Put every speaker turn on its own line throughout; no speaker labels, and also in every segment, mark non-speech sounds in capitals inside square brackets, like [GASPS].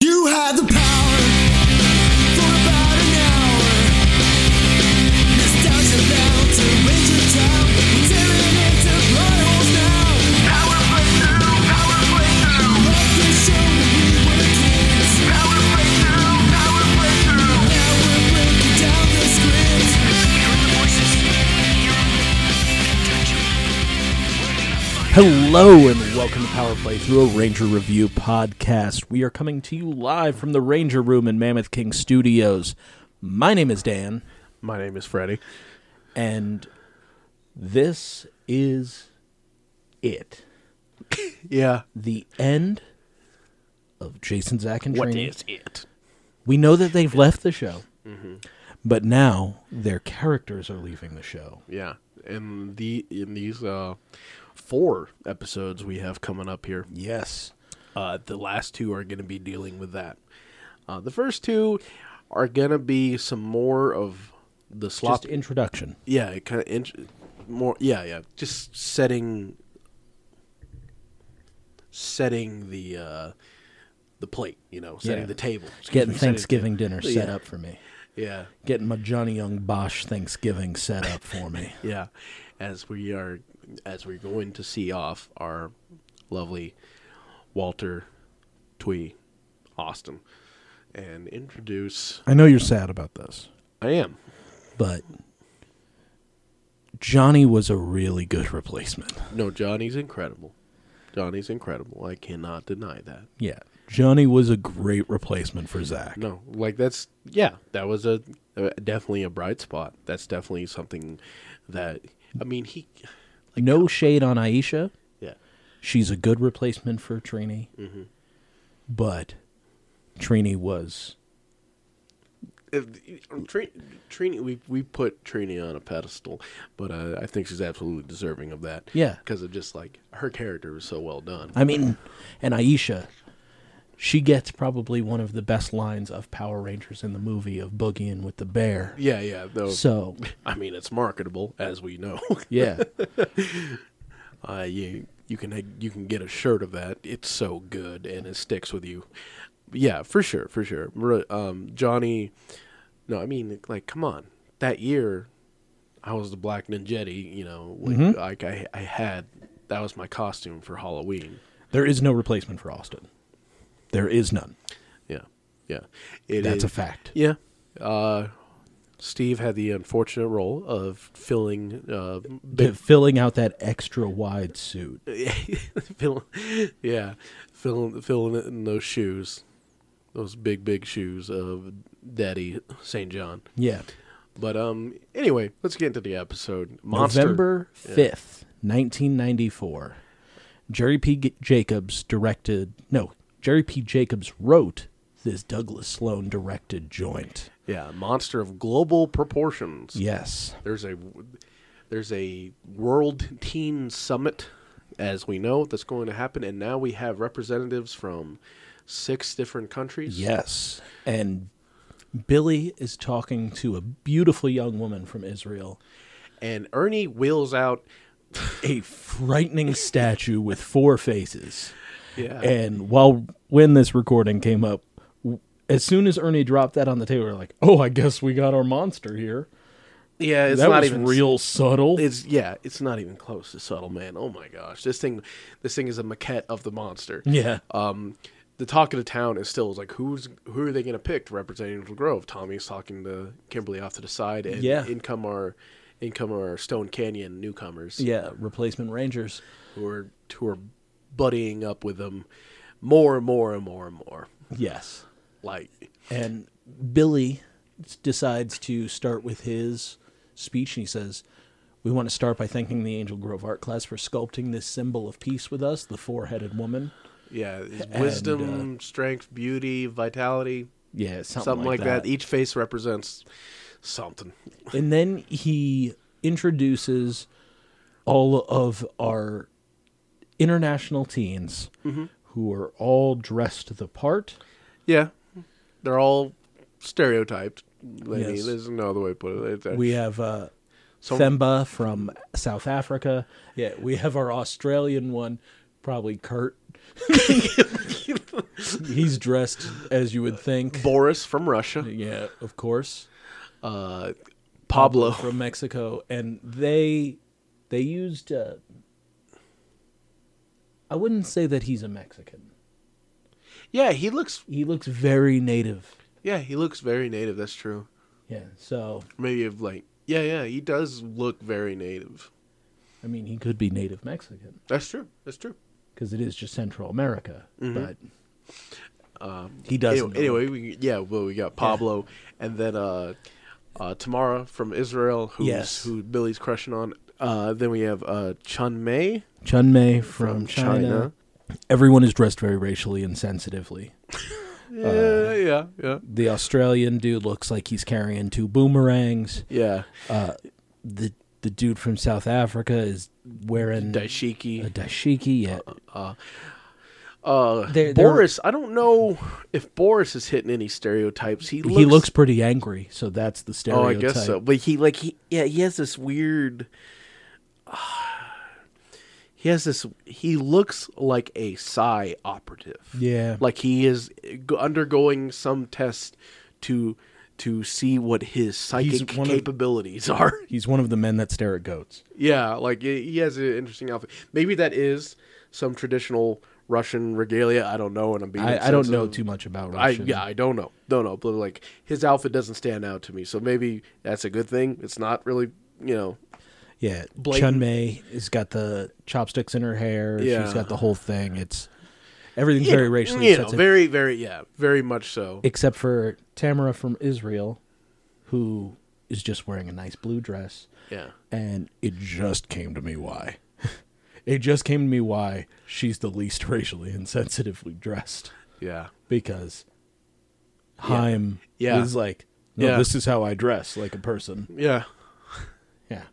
had the power for about an hour. Nostalgia bound to Ranger Town. We're tearing into blood holes now. Power playthrough, power playthrough. Love the show when we were kids. Power playthrough, power playthrough. Now we're breaking down the script.
Hello and welcome to Power Play Through a Ranger Review podcast. We are coming to you live from the Ranger Room in Mammoth King Studios. My name is Dan,
My name is Freddie.
and this is it.
Yeah.
The end of Jason Zack and Trini.
it? Mm-hmm.
We know that they've left the show, but now their characters are leaving the show.
Yeah. In the in these uh, four episodes we have coming up here,
Yes.
uh, the last two are going to be dealing with that. Uh, the first two are going to be some more of the
Just
sloppy.
introduction.
yeah, it kind of int- more. Yeah, yeah. Just setting setting the uh, the plate. You know, setting
Yeah.
the table. Excuse
Getting
me, setting-
Thanksgiving dinner set
Yeah.
up for me.
Yeah.
Getting my Johnny Young Bosch Thanksgiving set up for me.
Yeah, as we are, as we're going to see off our lovely Walter Twee Austin, and introduce.
I know you're sad about this,
I am.
but Johnny was a really good replacement.
No, Johnny's incredible. Johnny's incredible. I cannot deny that.
Yeah. Johnny was a great replacement for Zach.
No, like that's yeah, that was a uh, definitely a bright spot. That's definitely something that I mean he,
no shade on Aisha.
yeah,
She's a good replacement for Trini. But Trini was
If- Trini, Trini, we we put Trini on a pedestal, but uh, I think she's absolutely deserving of that.
Yeah.
because of just like her character was so well done.
I mean, and Aisha, she gets probably one of the best lines of Power Rangers in the movie of boogieing with the bear.
yeah, yeah. Though
So,
I mean, it's marketable as we know. [LAUGHS]
yeah.
uh, you you can you can get a shirt of that. It's so good and it sticks with you. Yeah, for sure, for sure. Re- Um, Johnny, no, I mean, like, come on. That year, I was the Black Ninjetti. You know, like,
Mm-hmm.
like I I had that was my costume for Halloween.
There is no replacement for Austin. There is none.
Yeah, yeah. It
That's a
is-
fact.
Yeah. Uh, Steve had the unfortunate role of filling,
[LAUGHS]
uh,
But
big,
filling out that extra wide suit.
Uh, fill, yeah, filling filling it in those shoes, those big big shoes of Daddy St. John.
Yeah.
But um, anyway, let's get into the episode. Monster.
November 5th, 1994. Jerry P. G- Jacobs directed, no, Jerry P. Jacobs wrote this Douglas Sloan directed joint.
Yeah, monster of global proportions.
Yes.
There's a there's a world teen summit, as we know, that's going to happen, and now we have representatives from six different countries.
Yes. And Billy is talking to a beautiful young woman from Israel,
and Ernie wheels out.
a frightening statue with four faces.
Yeah,
And while when this recording came up, w- as soon as Ernie dropped that on the table, we are like, "Oh, I guess we got our monster here."
yeah, it's
that
not
was
even
real subtle.
It's yeah, it's not even close to subtle, man. Oh my gosh, this thing, this thing is a maquette of the monster.
yeah,
Um, the talk of the town is still is like who's who are they going to pick to represent Angel Grove? Tommy's talking to Kimberly off to the side, and
Yeah.
in come our, in come our Stone Canyon newcomers.
yeah. Replacement Rangers.
who are who are buddying up with them more and more and more and more.
Yes,
Like
and Billy s- decides to start with his speech, and he says. We want to start by thanking the Angel Grove Art Class for sculpting this symbol of peace with us, the four headed woman.
yeah, it's
uh,
wisdom, strength, beauty, vitality,
Yeah, something,
something, like that. Each face represents something.
And then he introduces all of our international teens who are all dressed the part.
Yeah, they're all stereotyped. I
Yes.
mean, there's no other way to put it. It's, uh,
We have uh,
So-
Themba from South Africa. Yeah, we have our Australian one, probably Kurt. [LAUGHS] He's dressed as you would think.
Boris from Russia,
Yeah, of course.
uh, Pablo.
from Mexico, and they they used. Uh, I wouldn't say that he's a Mexican.
Yeah, he looks.
He looks very native.
Yeah, he looks very native. That's true.
Yeah, so
Maybe of like. Yeah, yeah, he does look very native.
I mean, he could be native Mexican
That's true. That's true.
because it is just Central America, but
Mm-hmm. Um,
he doesn't.
Anyway, anyway we, yeah, well, we got Pablo, and then uh, uh, Tamara from Israel, who's
Yes.
who Billy's crushing on. Uh, then we have uh, Chun Mei
Chun Mei from, China. Everyone is dressed very racially and sensitively. Uh,
Yeah, yeah, yeah,
The Australian dude looks like he's carrying two boomerangs.
yeah.
uh, The the dude from South Africa is wearing a
Daishiki.
dashiki. Yeah,
Uh,
They're- they're-
Boris. I don't know if Boris is hitting any stereotypes. He looks,
he looks pretty angry, so that's the
Oh, I
stereotype.
guess so. But he like he yeah he has this weird. [SIGHS] he has this. He looks like a Psy operative.
Yeah.
like he is go- undergoing some test to to see what his psychic
one of-
capabilities [LAUGHS] are.
He's one of the men that stare at goats.
yeah, like he he has an interesting outfit. Maybe that is some traditional Russian regalia. I don't know, and I'm being
I, I don't know
insensitive.
too much about
I
Russian.
yeah, I don't know, don't know, but like his outfit doesn't stand out to me, so maybe that's a good thing. It's not really, you know,
yeah.
blatant-
Chun Mei has got the chopsticks in her hair.
Yeah.
She's got the whole thing. It's everything's very racially
you know,
sensitive,
very, very, yeah, very much so.
except for Tamara from Israel, who is just wearing a nice blue dress.
yeah,
And it just came to me why. [LAUGHS] it just came to me why she's the least [LAUGHS] racially insensitively dressed.
yeah,
because Heim
Yeah.
was like, no,
Yeah.
this is how I dress like a person.
yeah.
Yeah.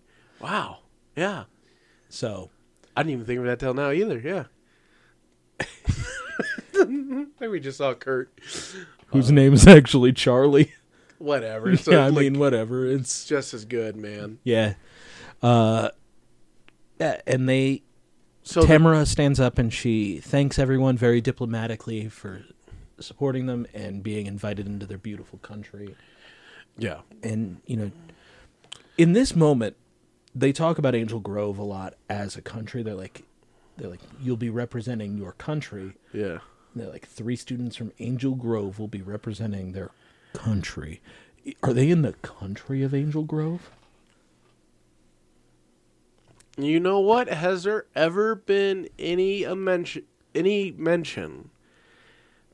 Wow, yeah.
So
I didn't even think of that till now either. Yeah. [LAUGHS] I think we just saw Kurt.
whose name is actually Charlie.
Whatever. So
uh, [LAUGHS] yeah, I
like,
mean, whatever. It's
just as good, man.
yeah. Uh, a- and they
So
Tamara stands up and she thanks everyone very diplomatically for supporting them and being invited into their beautiful country.
yeah,
and you know in this moment they talk about angel grove a lot as a country they're like they're like you'll be representing your country
yeah,
and they're like three students from angel grove will be representing their country are they in the country of angel grove
You know what? Has there ever been any a mention any mention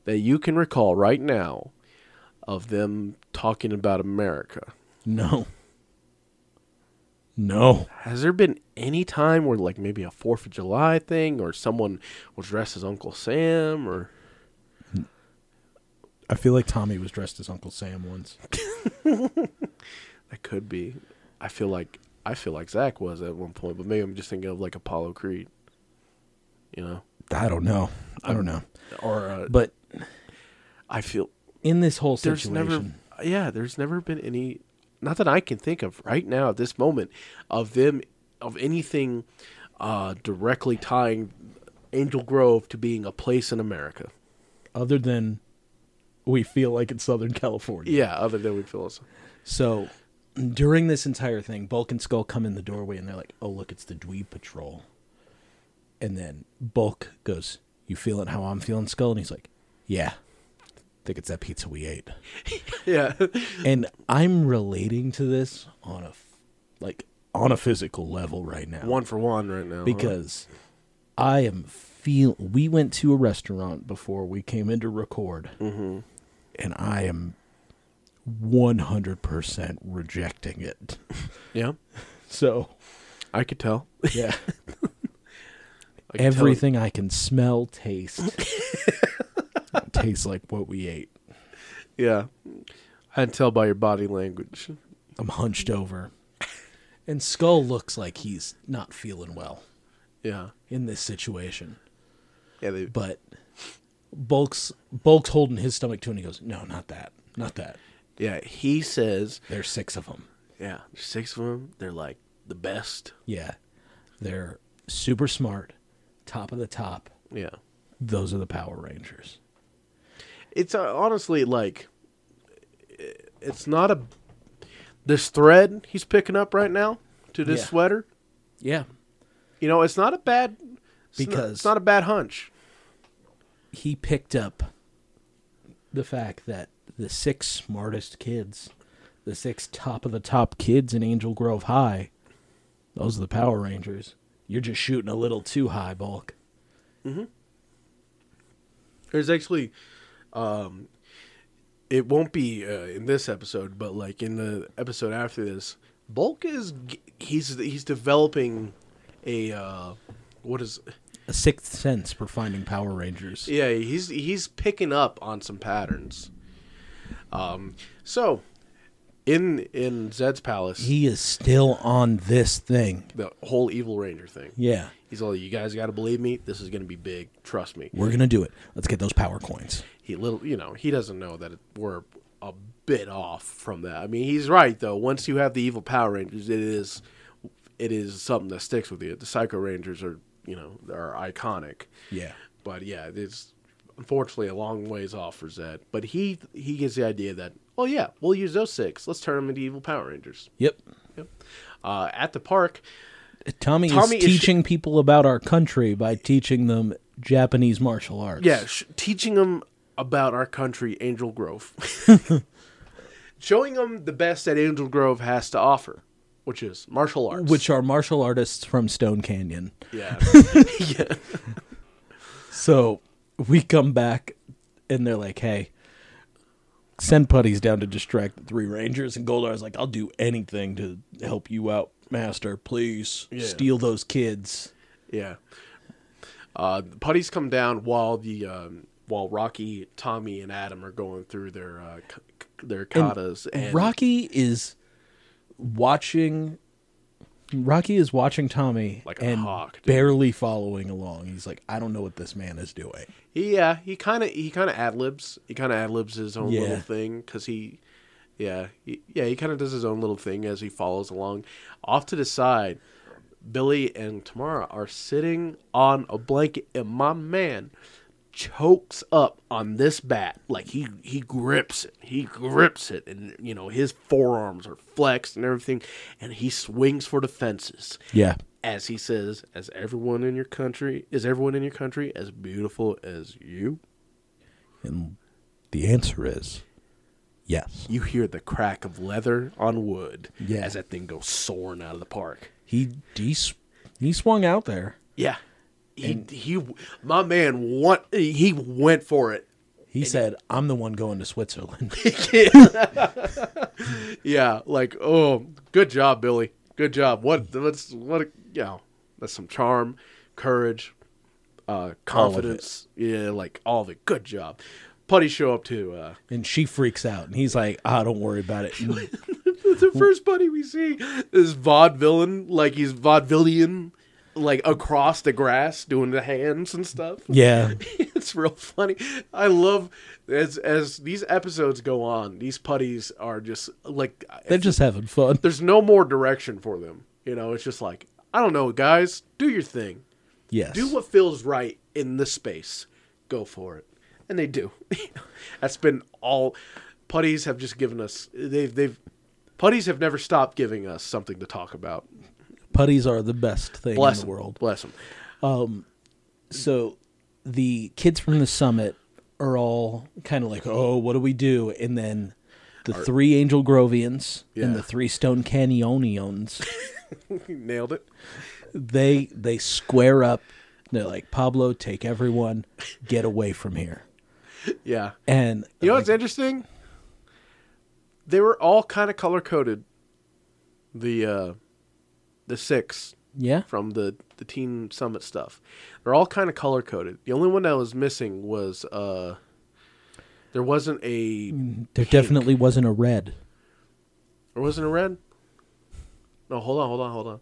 that you can recall right now of them talking about America?
no no
Has there been any time where like maybe a Fourth of July thing or someone was dressed as Uncle Sam or
i feel like tommy was dressed as uncle sam once
that could be. I feel like I feel like Zach was at one point, but maybe I'm just thinking of like Apollo Creed. You know?
i don't know i don't know
Or uh,
but
I feel
in this whole
there's
situation
never yeah there's never been any not that i can think of right now at this moment of them of anything uh directly tying angel grove to being a place in america
other than we feel like it's southern california
yeah other than we feel us
So during this entire thing, Bulk and Skull come in the doorway and they're like, "Oh, look, it's the Dweeb Patrol." And then Bulk goes, "You feeling how I'm feeling, Skull?" And he's like, "Yeah, think it's that pizza we ate."
[LAUGHS] yeah
and I'm relating to this on a f- like on a physical level right now
one for one right now huh?
because I am feel. We went to a restaurant before we came in to record, and I am one hundred percent rejecting it.
yeah
So
i could tell
yeah,
I could tell-
everything I can smell, taste, [LAUGHS] tastes like what we ate.
yeah i can tell by your body language
I'm hunched over, and Skull looks like he's not feeling well
yeah
in this situation.
yeah they,
But Bulk's Bulk's holding his stomach too, and he goes, "No, not that, not that."
yeah he says
There's six of them.
yeah six of them they're like the best
Yeah. They're super smart, top of the top.
yeah
Those are the Power Rangers.
it's uh, honestly like it's not a this thread he's picking up right now to this
Yeah.
sweater.
Yeah.
You know, it's not a bad it's not-
Because-
it's not a bad hunch.
He picked up the fact that the six smartest kids, the six top of the top kids in Angel Grove High, those are the Power Rangers. You're just shooting a little too high, Bulk.
There's actually, um, it won't be uh, in this episode, but like in the episode after this, Bulk is g- he's he's developing a uh, what is
A sixth sense for finding Power Rangers.
yeah he's he's picking up on some patterns. Um, so in in Zed's palace,
He is still on this thing.
the whole evil ranger thing.
Yeah.
He's all, you guys got to believe me. This is going to be big. Trust me.
We're going to do it. Let's get those power coins.
he little you know he doesn't know that it, we're a bit off from that i mean he's right though once you have the evil power rangers it is it is something that sticks with you the psycho rangers are you know are iconic
Yeah.
but yeah it's unfortunately a long ways off for zed but he he gets the idea that oh yeah we'll use those six let's turn them into evil power rangers
Yep.
yep. uh, at the park
Tommy,
Tommy
is
is sh-
teaching people about our country by teaching them Japanese martial arts.
Yeah, sh- teaching them about our country, Angel [LAUGHS] Grove. Showing them the best that Angel Grove has to offer, which is martial arts.
Which are martial artists from Stone Canyon.
[LAUGHS] yeah, yeah,
So we come back and they're like, hey, send putties down to distract the three Rangers. And Goldar's like, I'll do anything to help you out, Master. Please
Yeah.
steal those kids.
yeah. Uh, the putties come down while the um, while Rocky, Tommy, and Adam are going through their uh, c- c- their katas and,
Rocky is watching. Rocky is watching Tommy
Like a
and
hawk, dude.
barely following along. He's like, I don't know what this man is doing.
He, yeah, he kind of he kind of ad libs. He kind of ad libs his own
Yeah.
little thing because he, yeah, he, yeah, he kind of does his own little thing as he follows along. Off to the side, Billy and Tamara are sitting on a blanket, and my man chokes up on this bat like he he grips it he grips it and you know his forearms are flexed and everything and he swings for the fences
Yeah.
as he says, as everyone in your country is everyone in your country as beautiful as you?
And the answer is yes.
You hear the crack of leather on wood
Yeah.
as that thing goes soaring out of the park.
He he, s- he swung out there.
Yeah. He he my man want he went for it.
He said, "I'm the one going to Switzerland." [LAUGHS]
Yeah, like oh, good job Billy. Good job. What what's what a- you know, that's some charm, courage, uh confidence. Yeah, like all of it. Good job. Putty show up to uh
and she freaks out, and he's like, "Ah, don't worry about it."
[LAUGHS]
And
the first buddy we see is vaudevillain, like he's vaudevillian, like across the grass doing the hands and stuff. [LAUGHS]
yeah,
it's real funny. I love as as these episodes go on, these putties are just like
they're just having fun.
there's no more direction for them. You know, it's just like I don't know, guys, do your thing,
Yes,
do what feels right in this space, go for it, and they do. [LAUGHS] That's been all. Putties have just given us. They've they've. Putties have never stopped giving us something to talk about.
putties are the best thing
Bless
in the
them.
world.
Bless them.
so the kids from the summit are all kind of like, oh, what do we do? And then the three Angel Grovians
Yeah.
and the three Stone Canyonians,
Nailed it.
they they square up. They're like, Pablo, take everyone, get away from here.
Yeah.
And
You know what's interesting? They were all kind of color coded. The uh, the six
yeah,
from the the Teen Summit stuff, they're all kind of color coded. The only one that was missing was uh, there wasn't a
there definitely wasn't a red.
Or was it a red? No, hold on, hold on, hold on.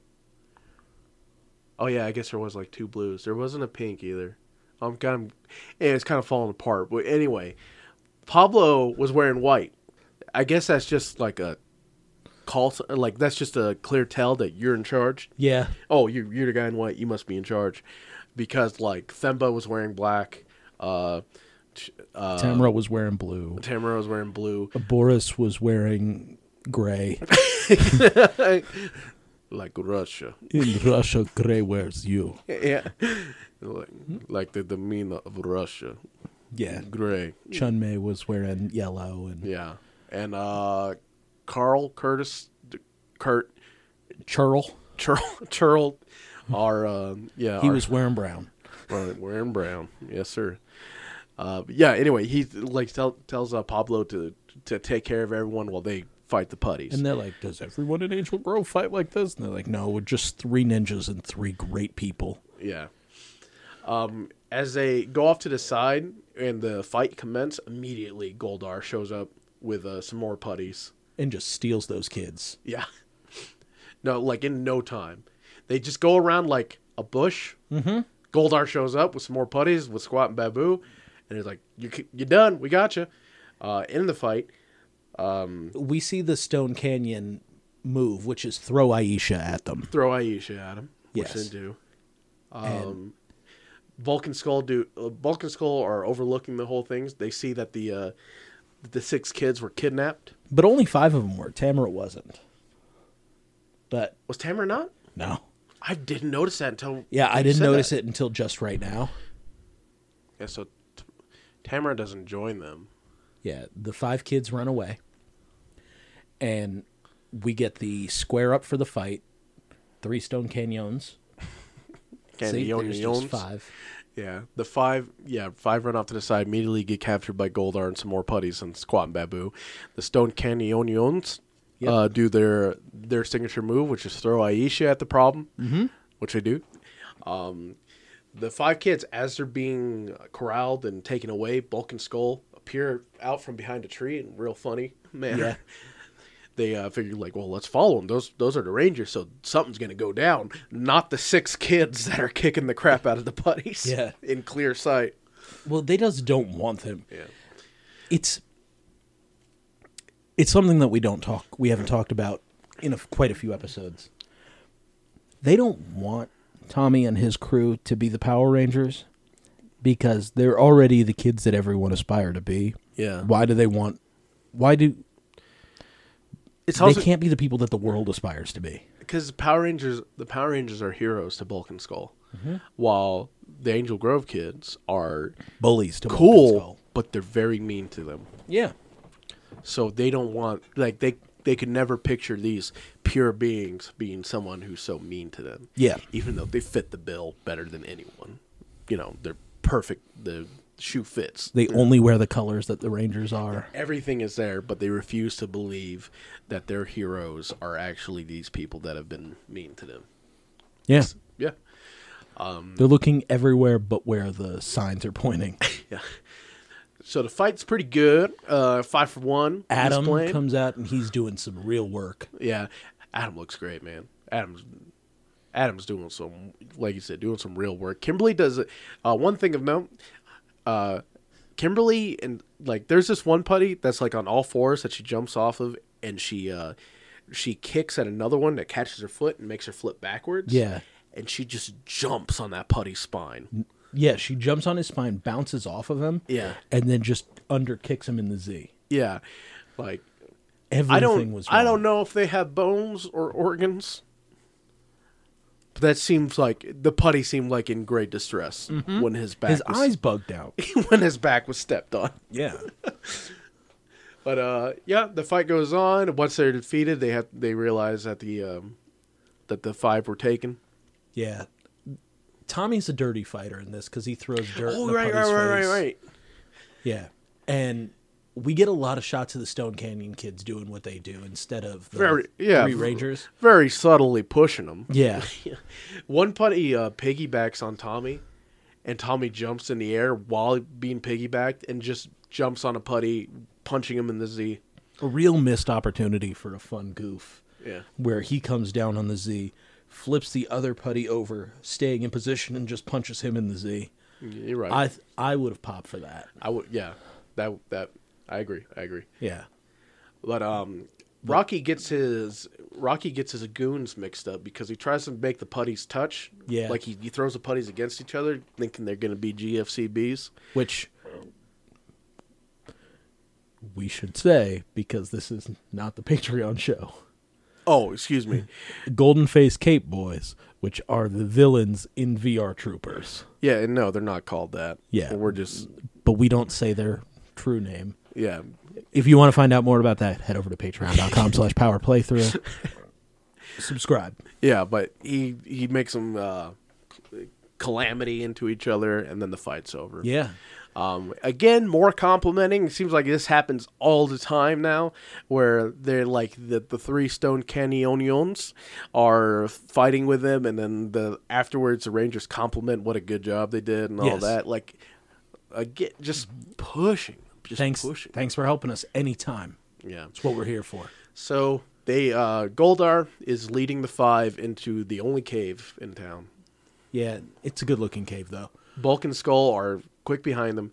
Oh yeah, I guess there was like two blues. There wasn't a pink either. I'm kind of, and it's kind of falling apart. But anyway, Pablo was wearing white. I guess that's just like a call, s- like that's just a clear tell that you're in charge.
Yeah,
Oh, you you're the guy in white. You must be in charge, because like Themba was wearing black. Uh, Uh,
Tamara was wearing blue.
Tamara was wearing blue.
Boris was wearing
[LAUGHS]
gray.
like Russia.
In Russia, gray wears you.
Yeah. [LAUGHS] Like, like the demeanor of Russia.
Yeah.
Gray.
Chun Mei was wearing yellow and
Yeah. And uh, Carl Curtis, Kurt
Churl.
Churl, [LAUGHS] Churl are, um yeah.
He
are-
was wearing brown.
Right, [LAUGHS] wearing brown. Yes, sir. Uh, but yeah. Anyway, he like tell, tells uh, Pablo to to take care of everyone while they fight the putties.
And they're like, does everyone in Angel Grove fight like this? And they're like, no, we're just three ninjas and three great people.
yeah. Um, as they go off to the side and the fight commence, immediately Goldar shows up with uh, some more putties.
And just steals those kids.
Yeah. [LAUGHS] No, like in no time, they just go around like a bush. Mm-hmm. Goldar shows up with some more putties with Squat and Babu, and he's like, "You you done? We got you." Uh, in the fight.
We see the Stone Canyon move, which is throw Aisha at them.
throw Aisha at him,
Yes.
which they do. Um, Vulcan Skull do uh, Vulcan Skull are overlooking the whole thing. They see that the uh, the six kids were kidnapped.
But only five of them were. Tamara wasn't. But
Was Tamara not?
no.
I didn't notice that until
Yeah, I didn't notice it until just right now.
Yeah, so t- Tamara doesn't join them.
Yeah, the five kids run away. And we get the square up for the fight. Three Stone Canyons.
Can
See,
Yon-
there's
Yons-
just five.
Yeah, the five. Yeah, five run off to the side. Immediately get captured by Goldar and some more putties and Squat and Babu. The Stone Canyonions
Yep.
uh, do their their signature move, which is throw Aisha at the problem, mm-hmm. which they do. Um, the five kids, as they're being corralled and taken away, Bulk and Skull appear out from behind a tree in real funny manner.
Yeah.
[LAUGHS] They uh, figure like, well, let's follow them. Those those are the Rangers, so something's gonna go down. Not the six kids that are kicking the crap out of the putties.
Yeah.
[LAUGHS] in clear sight.
Well, they just don't want them.
Yeah.
It's it's something that we don't talk we haven't talked about in a, quite a few episodes. They don't want Tommy and his crew to be the Power Rangers because they're already the kids that everyone aspire to be.
Yeah.
Why do they want why do
It's
they
also
can't be the people that the world aspires to be?
because Power Rangers, the Power Rangers are heroes to Bulk and Skull,
Mm-hmm.
while the Angel Grove kids are
Bullies to Bulk and
cool,
Skull.
but they're very mean to them.
Yeah.
So they don't want like they they could never picture these pure beings being someone who's so mean to them.
Yeah.
even though they fit the bill better than anyone. You know, they're perfect. The shoe fits.
They only wear the colors that the Rangers are.
Everything is there, but they refuse to believe that their heroes are actually these people that have been mean to them.
Yeah.
Yeah.
They're looking everywhere but where the signs are [LAUGHS] pointing.
Yeah. So the fight's pretty good. Uh, five for one. He's
Adam
playing.
comes out and he's doing some real work.
Yeah, Adam looks great, man. Adam's Adam's doing some, like you said, doing some real work. Kimberly does uh, one thing of note. Uh, Kimberly and like, there's this one putty that's like on all fours that she jumps off of, and she uh, she kicks at another one that catches her foot and makes her flip backwards.
Yeah.
and she just jumps on that putty's spine.
Yeah, she jumps on his spine, bounces off of him,
Yeah.
and then just under kicks him in the Z.
Yeah, like
Everything
I don't.
was. Wrong.
I don't know if they have bones or organs. But that seems like the putty seemed like in great distress when his back
Mm-hmm. His
was,
eyes bugged out.
[LAUGHS] when his back was stepped on.
yeah,
But uh, yeah, the fight goes on. Once they're defeated, they have they realize that the um, that the five were taken.
yeah. Tommy's a dirty fighter in this because he throws dirt.
Oh,
in the putty's face. Yeah, and we get a lot of shots of the Stone Canyon kids doing what they do instead of the
Very yeah,
three
[LAUGHS]
Rangers.
Very subtly pushing them.
Yeah,
[LAUGHS] One putty uh, piggybacks on Tommy, and Tommy jumps in the air while being piggybacked and just jumps on a putty, punching him in the Z.
a real missed opportunity for a fun goof.
Yeah.
where he comes down on the Z, flips the other putty over, staying in position, and just punches him in the Z.
You're right.
I
I,
th- I would have popped for that.
would. Yeah. That that I agree. I agree.
Yeah.
But um, Rocky gets his Rocky gets his goons mixed up because he tries to make the putties touch.
Yeah.
Like he, he throws the putties against each other, thinking they're gonna be GFCBs.
Which we should say, because this is not the [LAUGHS] Patreon show.
Oh, excuse me.
Golden Face Cape Boys, which are the villains in VR Troopers.
[LAUGHS] Yeah, and no, they're not called that.
Yeah.
we're just
But we don't say their true name.
yeah.
If you want to find out more about that, head over to patreon.com slash power playthrough. [LAUGHS] Subscribe.
Yeah, but he he makes them uh, calamity into each other, and then the fight's over.
Yeah.
Um, again, more complimenting. It seems like this happens all the time now, where they're like the the three Stone Canyonions are fighting with them, and then the afterwards the Rangers compliment what a good job they did and all
Yes.
that. Like, again, just pushing, just
Thanks.
pushing.
Thanks for helping us anytime.
Yeah.
It's what we're here for.
So they uh, Goldar is leading the five into the only cave in town.
Yeah, it's a good looking cave though.
Bulk and Skull are quick behind them.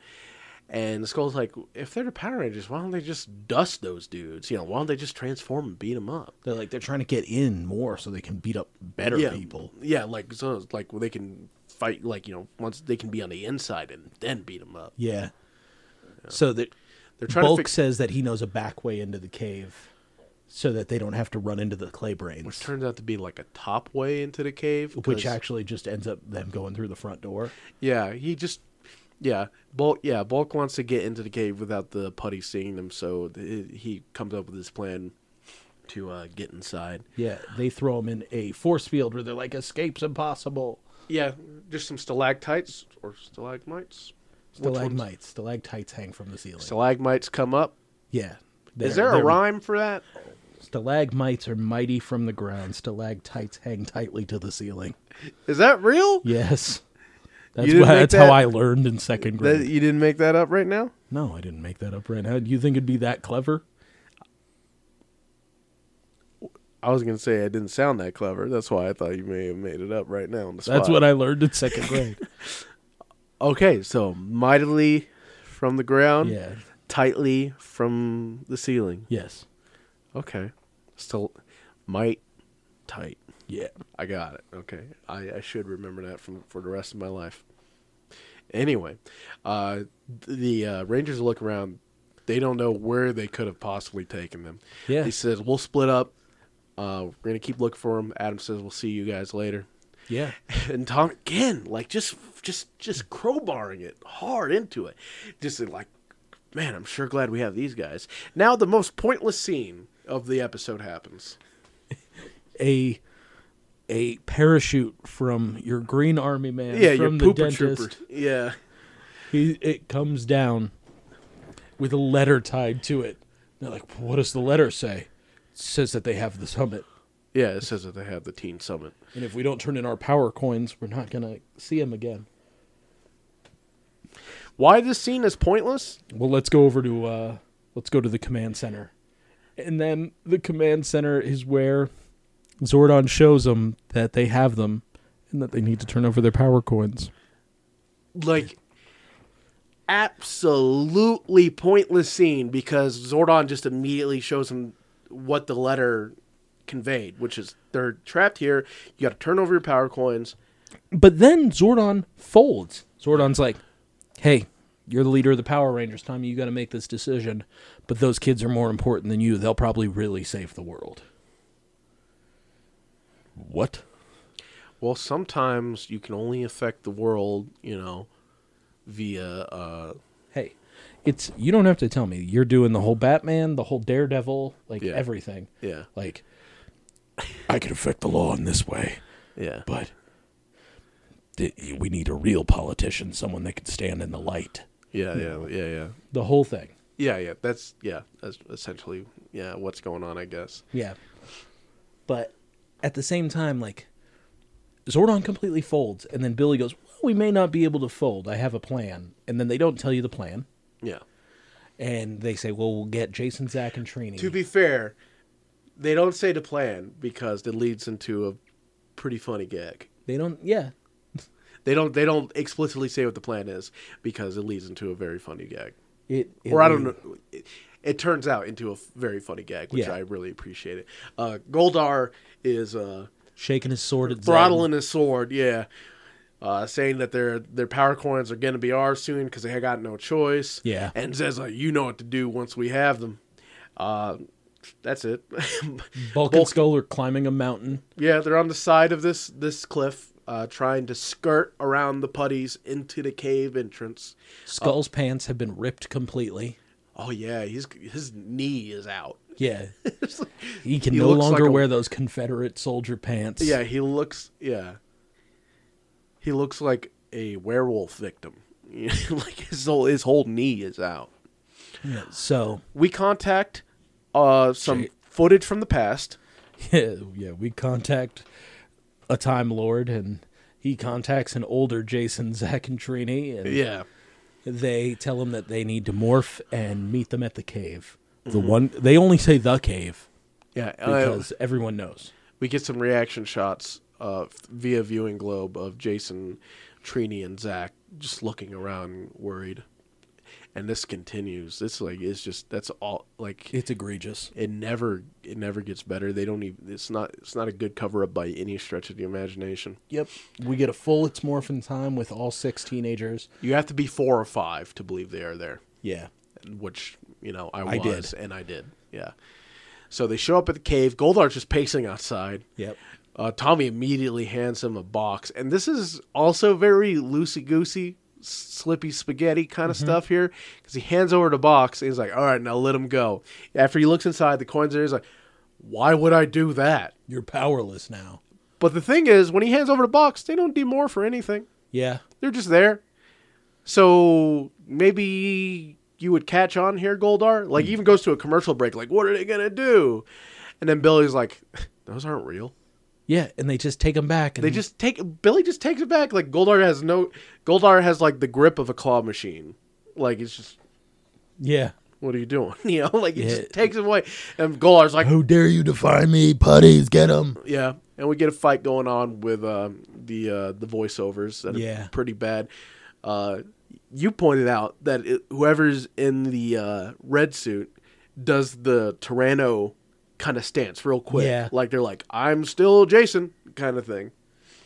And Skull's like, if they're the Power Rangers, why don't they just dust those dudes? You know, why don't they just transform and beat them up?
They're like they're trying to get in more so they can beat up better
yeah,
people.
Yeah, like so, it's like well, they can fight, like you know, once they can be on the inside and then beat them up.
Yeah. So that
They're trying
Bulk
to fix.
says that he knows a back way into the cave so that they don't have to run into the clay brains.
Which turns out to be like a top way into the cave,
which
'cause-
actually just ends up them going through the front door.
Yeah, he just yeah, Bulk yeah, Bulk wants to get into the cave without the putty seeing them, so th- he comes up with this plan to uh, get inside.
Yeah, they throw him in a force field where they're like, "Escape's impossible."
Yeah, just some stalactites or stalagmites. Which ones?
Stalagmites, stalactites hang from the ceiling.
Stalagmites come up.
yeah,
Is
They're-
there a
they're-
rhyme for that?
Stalagmites are mighty from the ground. Stalactites hang tightly to the ceiling.
Is that real? [LAUGHS]
Yes, that's,
didn't
why,
make
that's
that-
how I learned in second grade.
That, you didn't make that up right now?
No, I didn't make that up right now. Do you think it'd be that clever?
I was gonna say I didn't sound that clever. That's why I thought you may have made it up right now on the spot.
That's what I learned in second
[LAUGHS]
grade.
Okay, so mightily from the ground,
yeah.
tightly from the ceiling.
Yes.
Okay. Still might tight.
Yeah.
I got it. Okay. I, I should remember that from for the rest of my life. Anyway, uh, the uh, Rangers look around. They don't know where they could have possibly taken them.
Yeah.
He says, "We'll split up. Uh, we're gonna keep looking for them." Adam says, "We'll see you guys later." [LAUGHS]
Yeah.
And Tom again, like just just just crowbarring it hard into it. Just like, man, I'm sure glad we have these guys. Now the most pointless scene of the episode happens.
a a parachute from your green army man
Yeah, your
from the
pooper
dentist.
trooper. Yeah.
He it comes down with a letter tied to it. They're like, "What does the letter say?" It says that they have the summit,
Yeah, it says that they have the teen summit.
and if we don't turn in our power coins, we're not gonna see him again.
Why this scene is pointless?
Well, let's go over to uh, let's go to the command center, and then the command center is where Zordon shows them that they have them, and that they need to turn over their power coins.
Like absolutely pointless scene because Zordon just immediately shows him what the letter conveyed, which is they're trapped here. You got to turn over your power coins.
But then Zordon folds. Zordon's like, "Hey, you're the leader of the Power Rangers, Tommy. You got to make this decision. But those kids are more important than you. They'll probably really save the world." What?
Well, sometimes you can only affect the world, you know, via uh
Hey, it's you don't have to tell me. You're doing the whole Batman, the whole Daredevil, like
Yeah.
everything.
yeah.
Like I could affect the law in this way,
Yeah.
but th- we need a real politician, someone that can stand in the light.
Yeah, yeah, yeah, yeah.
The whole thing.
Yeah, yeah. That's yeah, that's essentially yeah, what's going on, I guess.
Yeah. But at the same time, like Zordon completely folds, and then Billy goes, Well, we may not be able to fold. I have a plan. And then they don't tell you the plan.
Yeah.
And they say, Well, we'll get Jason, Zach, and Trini.
To be fair, they don't say the plan because it leads into a pretty funny gag.
they don't yeah.
They don't they don't explicitly say what the plan is because it leads into a very funny gag.
It, it
or I don't know. It, it turns out into a f- very funny gag, which
Yeah.
I really appreciate it. Uh, Goldar is uh,
shaking his sword at Zed.
throttling his sword. Yeah, uh, saying that their their power coins are going to be ours soon because they got no choice.
Yeah.
and says like, you know what to do once we have them. Uh, that's it. [LAUGHS]
Bulk and Skull are climbing a mountain.
Yeah, they're on the side of this this cliff, uh, trying to skirt around the putties into the cave entrance.
Skull's
Uh,
pants have been ripped completely.
Oh yeah, his his knee is out. [LAUGHS]
Yeah. he can
He
no
looks like
longer
a-
wear those Confederate soldier pants.
Yeah, he looks. Yeah, he looks like a werewolf victim. [LAUGHS] like his whole his whole knee is out.
So,
We contact uh, some
Shit.
footage from the past.
yeah, [LAUGHS] yeah, we contact a Time Lord and he contacts an older Jason Zaccantrini and
Yeah,
they tell him that they need to morph and meet them at the cave. The one they only say the cave
yeah. uh,
because everyone knows.
we get some reaction shots uh, via viewing globe of Jason, Trini, and Zach just looking around worried. And this continues. It's like it's just that's all like
It's egregious.
it never it never gets better. They don't even it's not it's not a good cover up by any stretch of the imagination.
Yep. We get a full it's morphin' time with all six teenagers.
You have to be four or five to believe they are there.
Yeah.
Which, you know, I
I
was
did.
and I did. Yeah. So they show up at the cave. Goldar's just pacing outside.
Yep.
Uh, Tommy immediately hands him a box, and this is also very loosey goosey, slippy spaghetti kind
Mm-hmm.
of stuff here, because he hands over the box and he's like, "All right, now let him go." After he looks inside, the coins are there, he's like, "Why would I do that?"
You're powerless now.
But the thing is, when he hands over the box, they don't demorph or anything;
Yeah.
they're just there. So maybe you would catch on here, Goldar. Like even goes to a commercial break, like, "What are they gonna do?" And then Billy's like, [LAUGHS] "Those aren't real."
Yeah, and they just take them back. And
They just take Billy just takes it back. Like Goldar has no Goldar has like the grip of a claw machine. Like it's just
yeah.
what are you doing? [LAUGHS] You know, like he
Yeah.
just takes him away. And Goldar's like,
How dare you defy me, putties? Get them.
yeah. And we get a fight going on with um, the uh, the voiceovers that
Yeah.
are pretty bad. Uh, you pointed out that it, whoever's in the uh, red suit does the Tyranno kind of stance real quick.
Yeah.
Like they're like, I'm still Jason kind of thing.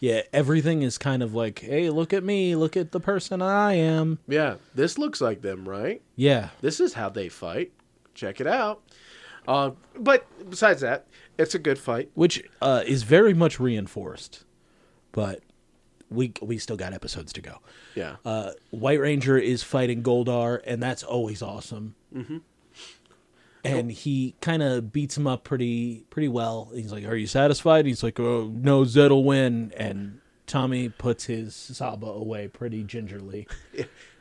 Yeah, everything is kind of like, hey, look at me, look at the person I am.
Yeah, this looks like them, right?
Yeah,
this is how they fight. Check it out. Uh, but besides that, it's a good fight.
which uh, is very much reinforced, but we we still got episodes to go.
Yeah.
Uh, White Ranger is fighting Goldar, and that's always awesome. Mm-hmm. And he kind of beats him up pretty pretty well. He's like, "Are you satisfied?" He's like, "Oh no, Zed'll win." And Tommy puts his Saba away pretty gingerly.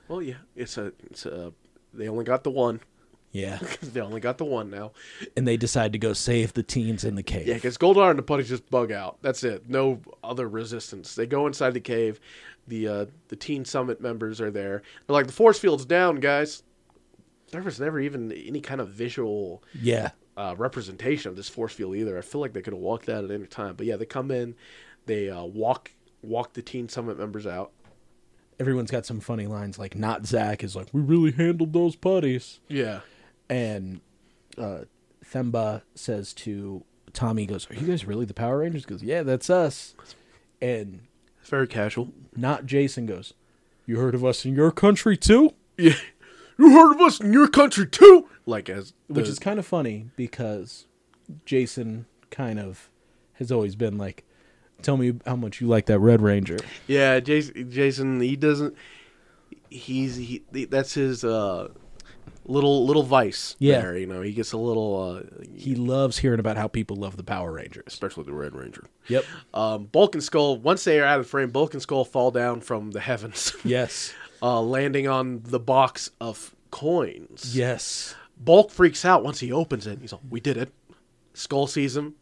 well, yeah, it's a, it's a. They only got the one. [LAUGHS]
Yeah,
They only got the one now.
and they decide to go save the teens in the cave.
Yeah, because Goldar and the putties just bug out. That's it. No other resistance. They go inside the cave. The uh, the Teen Summit members are there. They're like, the force field's down, guys. There was never even any kind of visual
yeah.
uh, representation of this force field either. I feel like they could have walked that at any time. But yeah, they come in, they uh, walk walk the Teen Summit members out.
everyone's got some funny lines like not Zach is like we really handled those putties
Yeah,
and uh Themba says to Tommy goes are you guys really the Power Rangers He goes yeah that's us and
it's very casual.
not Jason goes you heard of us in your country too
Yeah, you heard of us in your country too? Like as the,
which is kind of funny because Jason kind of has always been like tell me how much you like that Red Ranger
yeah, Jason. Jason he doesn't. He's he. That's his uh, little little vice.
Yeah.
there, you know he gets a little, uh,
he loves hearing about how people love the Power Rangers
especially the Red Ranger.
yep
Um, Bulk and Skull. Once they are out of frame, Bulk and Skull fall down from the heavens. [LAUGHS]
yes
uh, landing on the box of coins.
yes
Bulk freaks out once he opens it. He's like, "We did it." Skull sees him,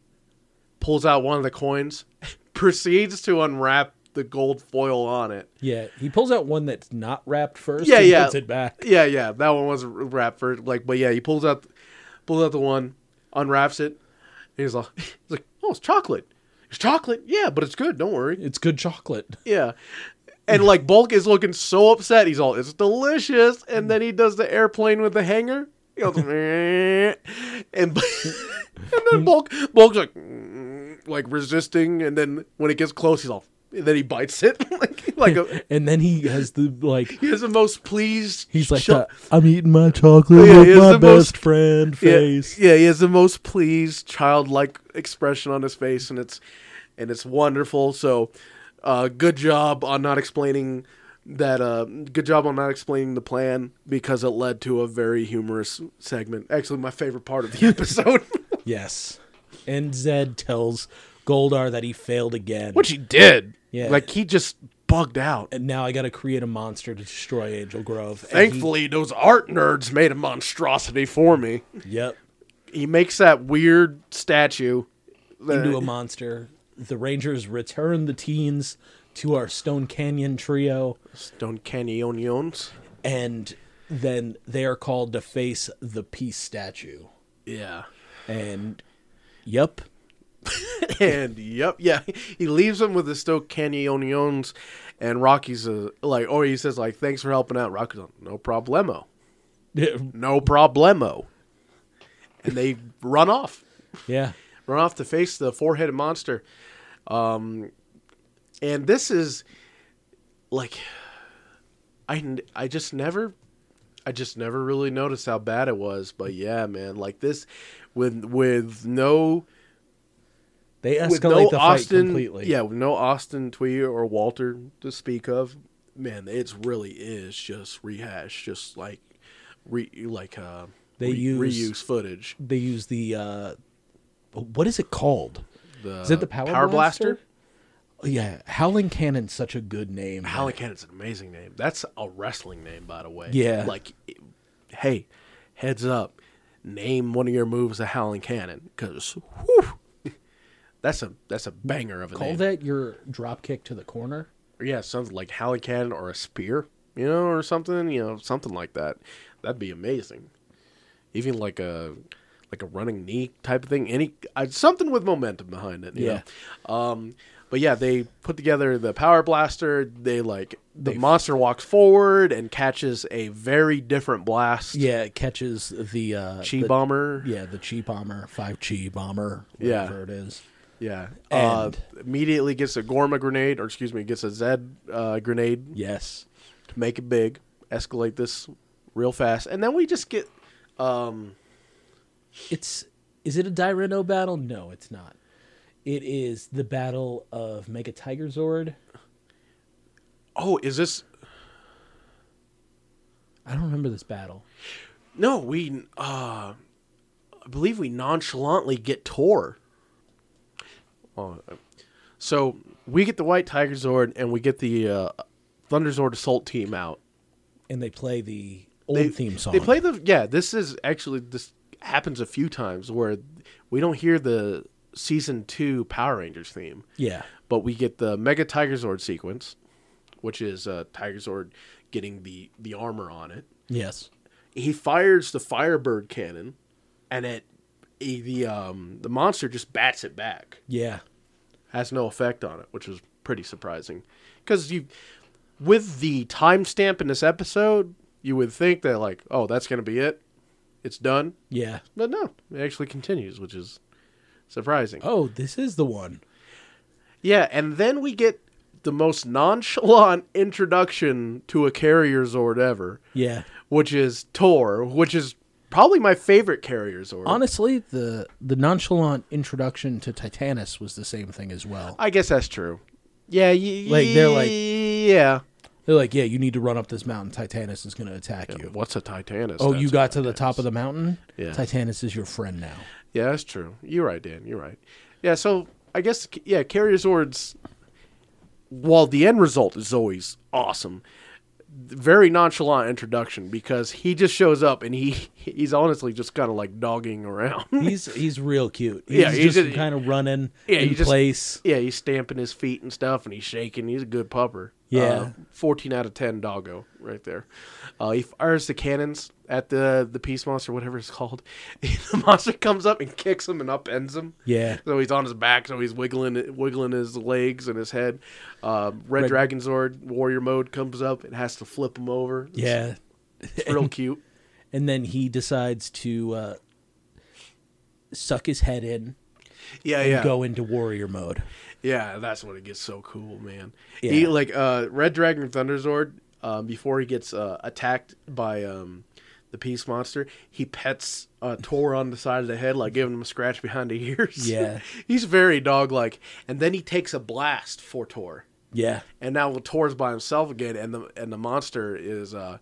pulls out one of the coins, [LAUGHS] proceeds to unwrap the gold foil on it.
Yeah, he pulls out one that's not wrapped first.
Yeah,
and
yeah.
Puts it back.
Yeah, yeah, that one was wrapped for like, but yeah, he pulls out, pulls out the one, unwraps it, and he's like, [LAUGHS] he's like, "Oh, it's chocolate." It's chocolate, yeah, but it's good. Don't worry.
It's good chocolate.
Yeah. And like Bulk is looking so upset. He's all, it's delicious. And then he does the airplane with the hanger. He goes, [LAUGHS] "Meh." and, [LAUGHS] and then Bulk, Bulk's like, "Mm," like resisting. And then when it [LAUGHS] gets close, he's all, and then he bites it. like, like a,
and then he has the like
he has the most pleased.
he's like
ch-
the, I'm eating my chocolate
Oh, Yeah, he
with
has
my
the
best
most-
friend
yeah,
face.
yeah, he has the most pleased childlike expression on his face, and it's and it's wonderful. So, uh, good job on not explaining that. Uh, good job on not explaining the plan because it led to a very humorous segment. Actually, my favorite
[LAUGHS]
part of the episode,
Yes. And Zed tells Goldar that he failed again.
which he did.
Yeah.
like he just bugged out.
and now I got to create a monster to destroy Angel Grove. And he-
Thankfully, those art nerds made a monstrosity for me.
yep.
He makes that weird statue. that-
Into a monster. The Rangers return the teens to our Stone Canyon trio,
Stone Canyonions.
and then they are called to face the Peace Statue.
Yeah.
And, [LAUGHS] yep,
And yep, yeah, [LAUGHS] he leaves him with the Stoke Canyonions, and Rocky's uh, like, or he says like, "Thanks for helping out." Rocky's like, "No problemo, no problemo," and they run off,
yeah,
run off to face the four-headed monster. Um, and this is like, I n- I just never, I just never really noticed how bad it was, but yeah, man, like this, with with no
they escalate
with no
the fight
Austin,
completely.
yeah, with no Austin Tweer or Walter to speak of. Man, it's really is just rehash, just like re like uh,
They
re-
use-
reuse footage.
they use the uh, what is it called?
The
Is it the Power, Blaster? Yeah, Howling Cannon's such a good name. man.
Howling Cannon's an amazing name. That's a wrestling name, by the way.
Yeah.
Like, it- hey, heads up, name one of your moves a Howling Cannon, because [LAUGHS] that's a that's a banger of a
Call
name.
that your drop kick to the corner.
yeah, something like Halley Cannon or a spear, you know, or something, you know, something like that. That'd be amazing. Even like a like a running knee type of thing. Any uh, something with momentum behind it.
Yeah.
yeah. Um, but yeah, they put together the power blaster. They like the monster walks forward and catches a very different blast.
Yeah, it catches the uh,
Chi
the-
bomber.
Yeah, the chi bomber, five chi bomber,
Yeah.
whatever it is.
Yeah. Uh,
And-
immediately gets a Gorma grenade, or excuse me, gets a Zed uh, grenade.
Yes,
to make it big, escalate this real fast, and then we just get
it's is it a Dyreno battle? No, it's not. It is the battle of Mega Tiger Zord.
oh, is this
I don't remember this battle.
no? We uh, I believe we nonchalantly get Tor. Oh, uh, so we get the White Tiger Zord, and we get the uh, Thunder Zord Assault Team out.
And they play the old theme song.
They play the yeah. This is actually this happens a few times where we don't hear the season two Power Rangers theme.
yeah.
but we get the Mega Tiger Zord sequence, which is uh, Tiger Zord getting the the armor on it.
Yes.
He fires the Firebird cannon, and it he- the um the monster just bats it back.
Yeah.
Has no effect on it, which was pretty surprising, because you with the timestamp in this episode, you would think that like oh that's gonna be it, it's done,
Yeah.
but no, it actually continues, which is surprising.
Oh, this is the one.
Yeah, and then we get the most nonchalant [LAUGHS] introduction to a carrier Zord ever,
Yeah.
which is Tor, which is probably my favorite carrier Zord.
Honestly, the the nonchalant introduction to Titanus was the same thing as well.
I guess that's true. Yeah, y-
Like, they're like-
yeah.
They're like, "Yeah, you need to run up this mountain. Titanus is going to attack you."
What's a Titanus?
Oh,
That's
you
a
got to the
Titanus.
top of the mountain?
Yeah.
Titanus is your friend
[LAUGHS]
now.
Yeah, that's true. You're right, Dan. You're right. Yeah, so I guess yeah, carrier Zords. While the end result is always awesome, very nonchalant introduction because he just shows up and he he's honestly just kind of like dogging around. [LAUGHS]
He's he's real cute. He's
Yeah, he's
just,
a-
kind of running
Yeah,
in
he just-
place.
yeah, he's stamping his feet and stuff, and he's shaking. He's a good pupper. Uh,
Yeah.
fourteen out of ten doggo right there. Uh, he fires the cannons at the the peace monster, whatever it's called. [LAUGHS] the monster comes up and kicks him and upends him.
Yeah.
So he's on his back, so he's wiggling wiggling his legs and his head. Uh, Red,
Red-
Dragon Zord warrior mode comes up and has to flip him over. It's-
Yeah.
it's
[LAUGHS]
real cute.
And then he decides to uh, suck his head in
Yeah,
and
yeah.
go into warrior mode.
Yeah, that's when it gets so cool, man.
Yeah.
He like uh Red Dragon Thunderzord, um, before he gets uh, attacked by um the peace monster, he pets uh Tor on the side of the head, like giving him a scratch behind the [LAUGHS] ears.
Yeah.
He's very dog like. And then he takes a blast for Tor.
Yeah.
And now Tor's by himself again and the and the monster is uh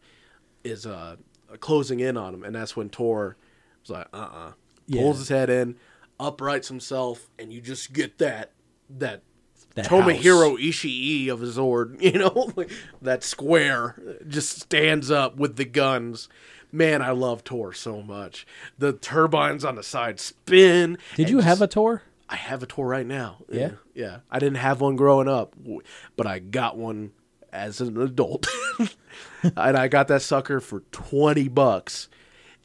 is uh closing in on him and that's when Tor was like, uh uh
Yeah.
Pulls his head in, uprights himself, and you just get that that
That
Tomohiro Ishii of his Zord, [LAUGHS] you know, like, that square just stands up with the guns. Man, I love Tor so much. The turbines on the side spin.
Did you have a tour?
I have a Tor right now.
Yeah?
yeah. I didn't have one growing up, w- but I got one as an adult, [LAUGHS] and I got that sucker for twenty bucks.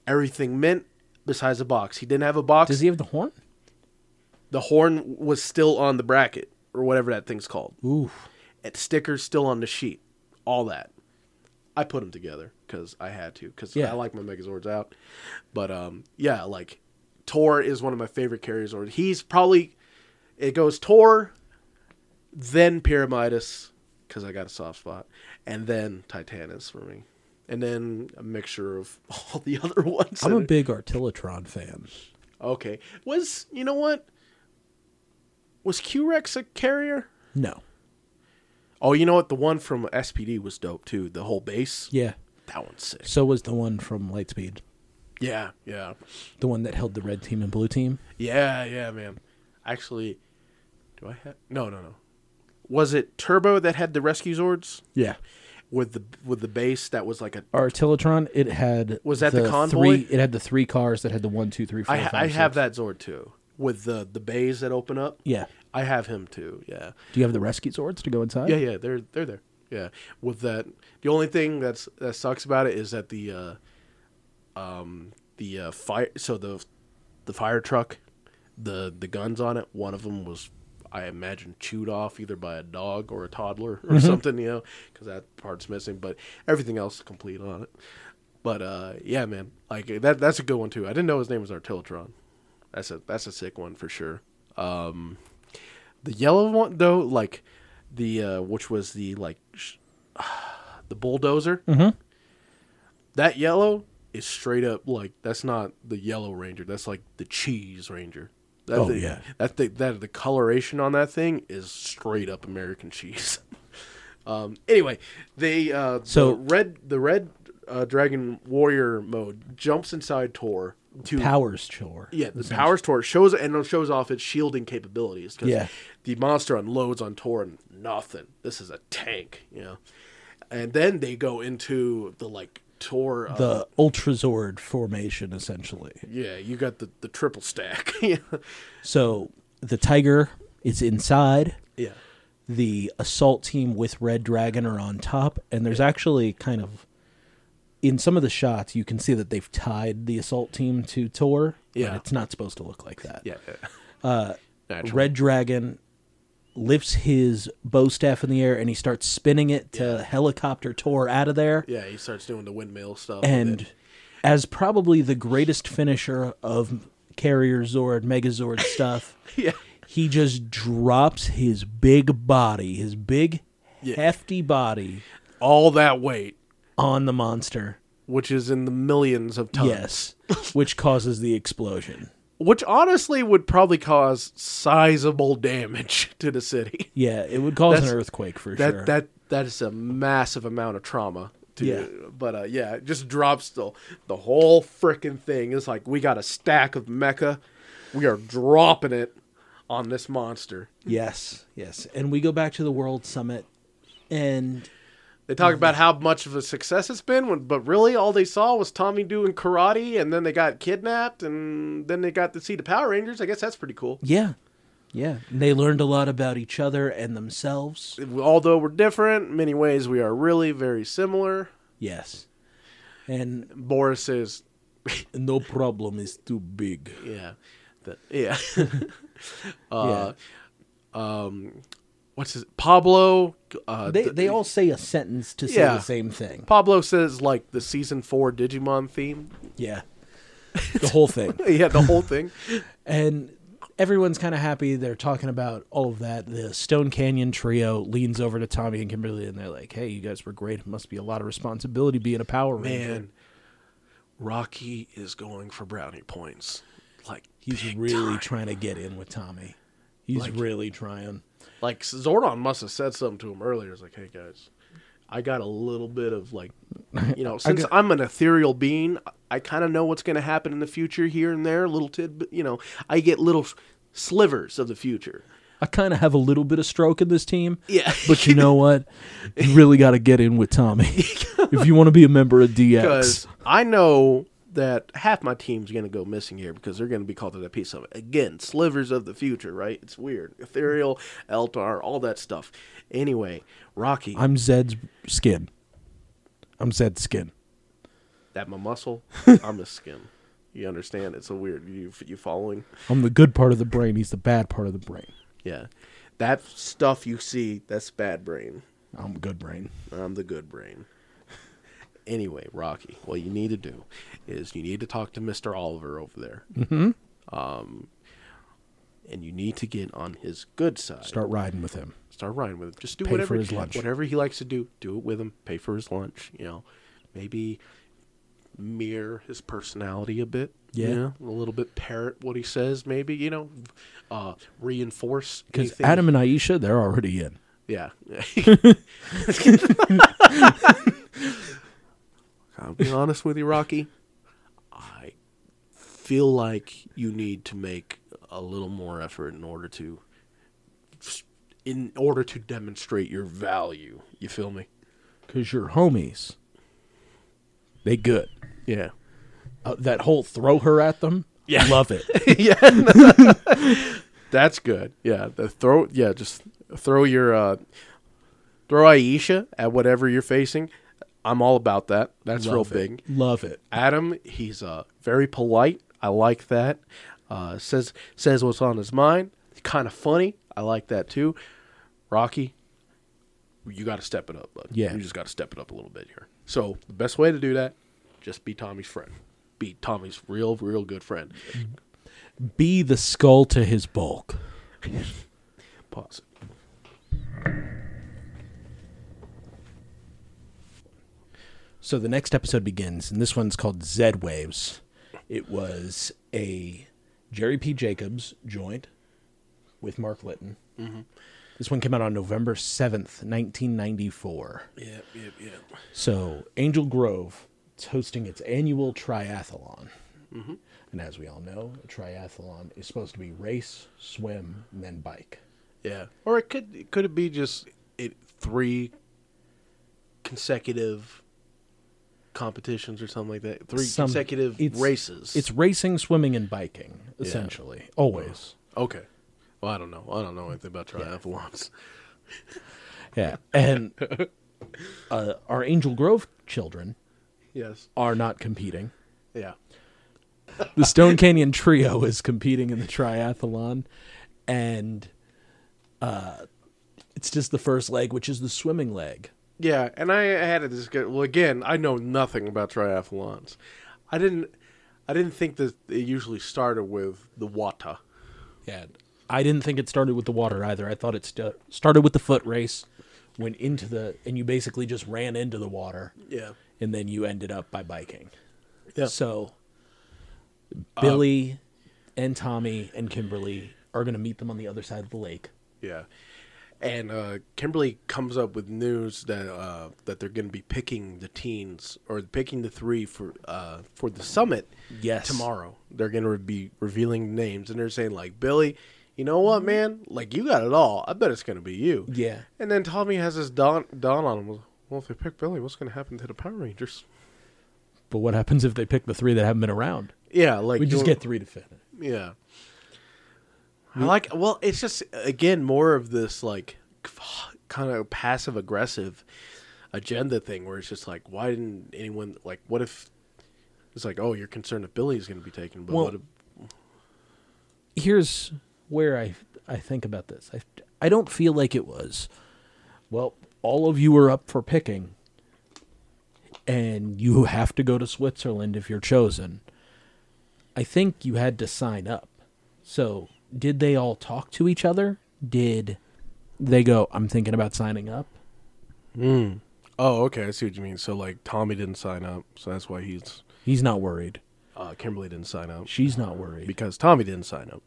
Everything mint besides a box. He didn't have a box.
Does he have the horn?
the horn was still on the bracket or whatever that thing's called.
Ooh.
and stickers still on the sheet, all that. I put them together because I had to because
Yeah.
I like my Megazords out. But um, yeah, like Tor is one of my favorite carriers. Or he's probably it goes Tor, then Pyramidus because I got a soft spot, and then Titanus for me, and then a mixture of [LAUGHS] all the other ones.
I'm a
in it.
big Artillatron fan.
okay. Was you know what? Was Q Rex a carrier?
No.
Oh, you know what? The one from SPD was dope too. The whole base.
Yeah.
That one's sick.
So was the one from Lightspeed,
Yeah, yeah.
the one that held the red team and blue team.
Yeah, yeah, man. Actually, do I have No, no, no. Was it Turbo that had the rescue zords
Yeah.
with the with the base that was like a
Artillatron, it had
Was that the convoy?
Three, it had the three cars that had the one, two, three, four,
I ha-
five,
I have
six.
that zord too with the the bays that open up.
Yeah.
I have him too. Yeah.
Do you have the rescue swords to go inside?
Yeah, yeah, they're they're there. Yeah, with that. The only thing that's that sucks about it is that the, uh, um, the uh, fire. So the the fire truck, the the guns on it. One of them was, I imagine, chewed off either by a dog or a toddler or something. You know, because that part's missing. But everything else is complete on it. But uh, yeah, man, like that. That's a good one too. I didn't know his name was Artillatron. That's a that's a sick one for sure. Um, the yellow one though, like the uh, which was the like sh- [SIGHS] the bulldozer.
Mhm.
That yellow is straight up like that's not the yellow ranger. That's like the cheese ranger. That
Oh,
thing-
yeah.
That thing, that the coloration on that thing is straight up American cheese. [LAUGHS] um. Anyway, they uh,
So-
the red the red uh, dragon warrior mode jumps inside Tor to
Powers chore.
yeah, the Powers Tor shows and it shows off its shielding capabilities because
Yeah.
the monster unloads on Tor and nothing. This is a tank, you know. And then they go into the like Tor. Uh,
The Ultrazord formation, essentially.
yeah, you got the the triple stack. [LAUGHS] yeah,
So the Tiger is inside.
yeah,
the assault team with Red Dragon are on top, and there's actually kind of in some of the shots you can see that they've tied the assault team to Tor. but
Yeah.
it's not supposed to look like that.
yeah. Uh,
Red Dragon lifts his bow staff in the air and he starts spinning it to helicopter Tor out of there.
Yeah, he starts doing the windmill stuff. with
And
it.
as probably the greatest finisher of Carrier Zord,
[LAUGHS]
Megazord stuff,
Yeah.
he just drops his big body, his big,
Yeah.
hefty body
all that weight,
on the monster.
which is in the millions of tons. [LAUGHS]
Yes, which causes the explosion.
which honestly would probably cause sizable damage [LAUGHS] to the city.
Yeah, it would cause
That's-
an earthquake for
that
sure.
that that is a massive amount of trauma to
Yeah.
but uh yeah it just drops the the whole freaking thing it's like we got a stack of mecha we are dropping it on this monster
yes, yes. And we go back to the World Summit, and
they talk about how much of a success it's been when, but really all they saw was tommy doing karate and then they got kidnapped and then they got to see the power rangers i guess that's pretty cool
yeah, yeah. They learned a lot about each other and themselves.
although we're different in many ways we are really very similar
Yes. And
boris is
no problem is too big.
yeah the, yeah [LAUGHS] Uh,
yeah.
what's his Pablo? Uh,
They,
th-
they all say a sentence to say
Yeah.
the same thing.
Pablo says like the season four Digimon theme. [LAUGHS]
Yeah. The whole thing. [LAUGHS]
yeah, the whole thing.
And everyone's kind of happy. They're talking about all of that. The Stone Canyon trio leans over to Tommy and Kimberly, and they're like, "Hey, you guys were great. It must be a lot of responsibility being a Power Ranger."
Man, Rocky is going for brownie points. Like
He's
big
really
time.
trying to get in with Tommy. He's
Like-
really trying.
like Zordon must have said something to him earlier. It's like, hey guys, I got a little bit of like,
[LAUGHS]
you know, since
got-
I'm an ethereal being, I kind of know what's going to happen in the future here and there. Little tidbit, you know, I get little s- slivers of the future.
I kind of have a little bit of stroke in this team.
Yeah.
But you know what? You really got to get in with
[LAUGHS]
Tommy if you want to be a member of DX.
because I know that half my team's going to go missing here because they're going to be called to that piece of it. Again, slivers of the future, right? It's weird. Ethereal, Eltar, all that stuff. Anyway, Rocky,
I'm Zed's skin. I'm Zed's skin.
that my muscle, I'm a skin. You understand? It's a weird. You you following?
I'm the good part of the brain. He's the bad part of the brain.
Yeah, that stuff you see, that's bad brain.
I'm good brain.
I'm the good brain. Anyway, Rocky, what you need to do is you need to talk to Mr. Oliver over there. Mm-hmm. Um, and you need to get on his good side.
Start riding with him.
start riding with him. Just do
Pay
whatever
for his lunch.
whatever he likes to do. Do it with him. Pay for his lunch. You know, maybe mirror his personality a bit.
Yeah.
you know, a little bit parrot what he says. Maybe you know, uh, reinforce
Because
anything-
Adam and Aisha, they're already in.
yeah. I'll be honest with you, Rocky. I feel like you need to make a little more effort in order to in order to demonstrate your value. You feel me?
Because your homies, they good.
Yeah.
Uh, that whole throw her at them,
Yeah.
love
[LAUGHS]
it.
yeah. That's good. Yeah. The throw yeah, just throw your uh throw Aisha at whatever you're facing. I'm all about that. That's real
Love it.
big.
Love it.
Adam, he's uh, very polite. I like that. Uh, says says what's on his mind. Kind of funny. I like that too. Rocky, you got to step it up, bud.
Yeah.
you just got to step it up a little bit here. So the best way to do that, just be Tommy's friend. Be Tommy's real, real good friend.
Be the skull to his bulk.
Pause.
So the next episode begins, and this one's called Zed Waves. It was a Jerry P. Jacobs joint with Mark Litton.
Mm-hmm.
This one came out on November 7th, 1994.
Yep, yep, yep.
So Angel Grove is hosting its annual triathlon.
Mm-hmm.
And as we all know, a triathlon is supposed to be race, swim, and then bike.
Yeah. Or it could could it be just it three consecutive competitions or something like that? Three
Some-
consecutive
it's-
races.
It's racing, swimming, and biking, essentially. Always.
okay. Well, I don't know. I don't know anything about triathlons.
Yeah. And uh, our Angel Grove children
[LAUGHS] Yes.
are not competing.
Yeah.
The Stone Canyon Trio is competing in the triathlon. And uh, it's just the first leg, which is the swimming leg.
Yeah, and I had a discussion. Well, again, I know nothing about triathlons. I didn't. I didn't think that it usually started with the wata.
Yeah. I didn't think it started with the water either. I thought it st- started with the foot race, went into the, and you basically just ran into the water,
Yeah.
and then you ended up by biking.
Yeah. Uh,
So Billy and Tommy and Kimberly are going to meet them on the other side of the lake.
Yeah. And uh, Kimberly comes up with news that uh, that they're going to be picking the teens or picking the three for uh, for the summit.
Yes.
Tomorrow they're going to be revealing names, and they're saying like Billy, you know what, man? Like you got it all. I bet it's going to be you.
Yeah.
And then Tommy has his dawn dawn on him. Well, if they pick Billy, what's going to happen to the Power Rangers?
But what happens if they pick the three that haven't been around?
Yeah, like
We just
you're-
get three to finish.
Yeah. I like well, it's just again more of this like [SIGHS] kind of passive aggressive agenda thing where it's just like why didn't anyone like what if it's like oh you're concerned if Billy's going to be taken but
Well-
what if,
Here's where I I think about this. I I don't feel like it was. Well, all of you are up for picking, and you have to go to Switzerland if you're chosen. I think you had to sign up. So did they all talk to each other? Did they go, I'm thinking about signing up?
Oh, okay. I see what you mean. So like Tommy didn't sign up, so that's why he's
He's not worried.
uh, Kimberly didn't sign up
She's not worried.
because Tommy didn't sign up.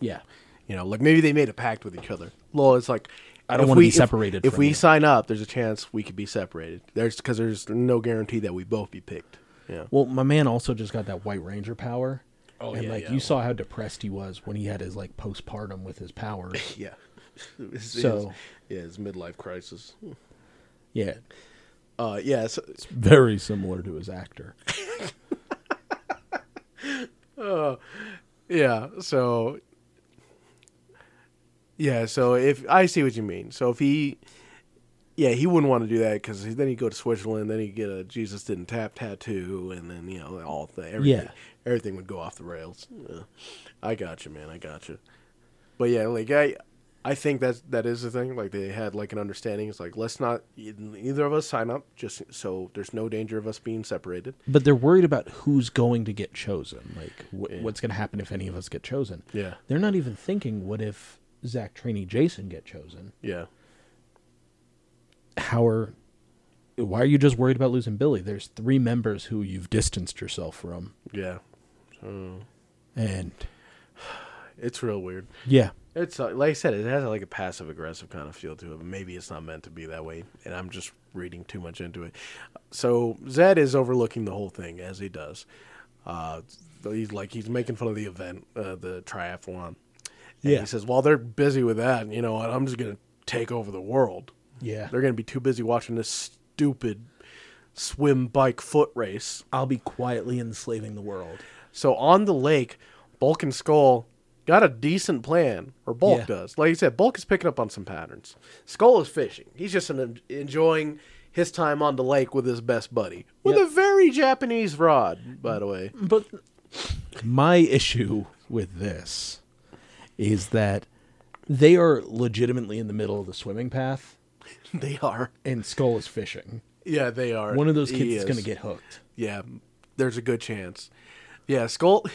yeah.
You know, like maybe they made a pact with each other. Lol, it's like
I don't
if
wanna
we-
be
if-
separated
If,
from
we
you.
sign up, there's a chance we could be separated. There's because there's no guarantee that we both be picked. Yeah.
Well, my man also just got that White Ranger power.
Oh,
and
yeah,
like
yeah.
you saw how depressed he was when he had his like postpartum with his powers. [LAUGHS]
Yeah. [LAUGHS] It's-
So-
it's- yeah, it's midlife crisis.
yeah.
Uh, yes.
Very similar to his actor.
Yeah. So. Yeah. So if I see what you mean. So if he, yeah, he wouldn't want to do that because then he'd go to Switzerland, then he'd get a Jesus didn't tap tattoo, and then you know all the everything,
Yeah.
everything would go off the rails. Yeah. I got you, man. I got you. But yeah, like I, I think that's that is the thing. Like they had like an understanding. It's like let's not either of us sign up just so there's no danger of us being separated.
But they're worried about who's going to get chosen. Like, wh- what's going to happen if any of us get chosen?
Yeah.
They're not even thinking, what if Zach, Trainee, Jason get chosen?
Yeah.
How are. Why are you just worried about losing Billy? There's three members who you've distanced yourself from.
Yeah.
And
It's real weird.
yeah.
It's uh, like I said, it has like a passive aggressive kind of feel to it. But maybe it's not meant to be that way, and I'm just reading too much into it. So Zed is overlooking the whole thing as he does. Uh, he's like he's making fun of the event, uh, the triathlon. And
Yeah.
He says, "While they're busy with that, you know what? I'm just gonna take over the world.
Yeah.
They're gonna be too busy watching this stupid swim, bike, foot race."
I'll be quietly enslaving the world.
So on the lake, Bulk and Skull got a decent plan, or Bulk
Yeah.
does. Like you said, Bulk is picking up on some patterns. Skull is fishing. He's just an, enjoying his time on the lake with his best buddy with
Yep.
a very Japanese rod, by
[LAUGHS]
the way.
But my issue with this is that they are legitimately in the middle of the swimming path
they are.
and Skull is fishing.
Yeah, they are.
One of those kids
He
is,
is.
going to get hooked.
Yeah, there's a good chance. Yeah, Skull. [LAUGHS]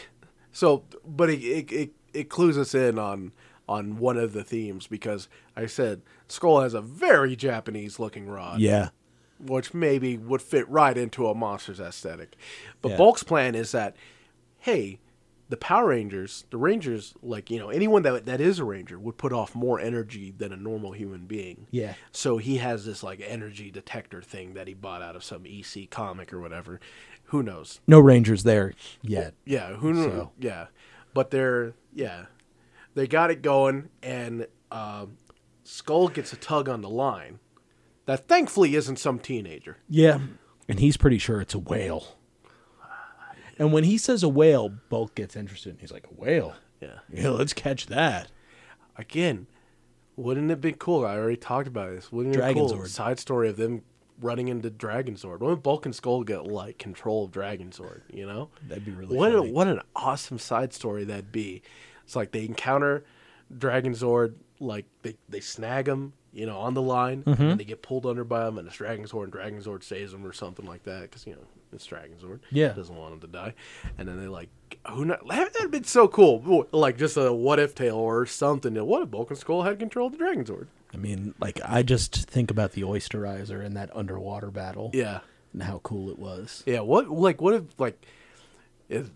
So, but it it, it it clues us in on on one of the themes because I said Skull has a very Japanese looking rod.
Yeah.
which maybe would fit right into a monster's aesthetic. But
Yeah.
Bulk's plan is that, hey, the Power Rangers, the Rangers, like you know, anyone that that is a Ranger would put off more energy than a normal human being.
Yeah.
So he has this like energy detector thing that he bought out of some EC comic or whatever. Who knows?
No Rangers there yet.
Yeah, who knew?
So-
Yeah, but they're yeah, they got it going, and um Skull gets a tug on the line. That thankfully isn't some teenager.
Yeah. And he's pretty sure it's a whale. And when he says a whale, Bulk gets interested. He's like, a whale?
Yeah.
Yeah, let's catch that.
again, wouldn't it be cool? I already talked about this. Wouldn't it be cool?
Dragonzord.
Side story of them running into Dragonzord. When Bulk and Skull get like control of Dragonzord, you know?
That'd be really
what a,
funny.
what an awesome side story that'd be. It's like they encounter Dragonzord, like they, they snag him, you know, on the line, and they get pulled under by him, and it's Dragonzord, and Dragonzord saves him or something like that, because you know it's Dragonzord.
Yeah.
doesn't want him to die, and then they like who not that'd been so cool, like just a what if tale or something. What if Bulk and Skull had control of the Dragonzord?
I mean, like, I just think about the Oysterizer and that underwater battle
Yeah,
and how cool it was.
Yeah, what like what if like if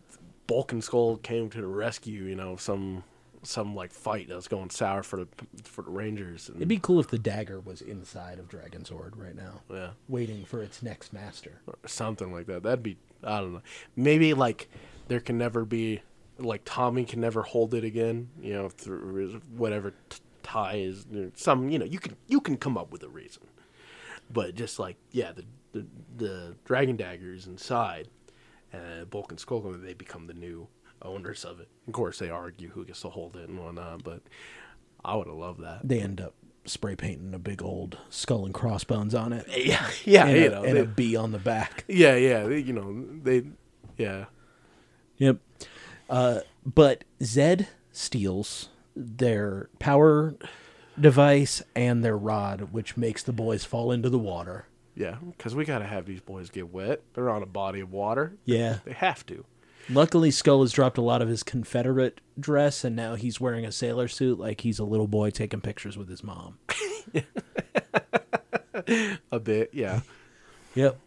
Bulk and Skull came to the rescue, you know, of some some like fight that was going sour for the for the Rangers and
It'd be cool if the dagger was inside of Dragon's Sword right now,
yeah,
waiting for its next master.
something like that. That'd be I don't know. Maybe like there can never be like Tommy can never hold it again, you know, through his- whatever t- tie is you know, some, you know, you can you can come up with a reason. But just like yeah, the the, the dragon dagger is inside, and Bulk and Skull they become the new owners of it. Of course, they argue who gets to hold it and whatnot, but I would have loved that. [LAUGHS]
They end up spray painting a big old skull and crossbones on it,
Yeah, yeah,
and,
you
a,
know,
and
they-
a bee on the
[LAUGHS]
back.
yeah, yeah, they, you know, they, yeah,
Yep. Uh, but Zed steals their power device and their rod, which makes the boys fall into the water.
yeah, because we gotta have these boys get wet. They're on a body of water.
Yeah.
They have to.
Luckily, Skull has dropped a lot of his Confederate dress, and now he's wearing a sailor suit like he's a little boy taking pictures with his mom.
a bit. Yeah, [LAUGHS]
Yep.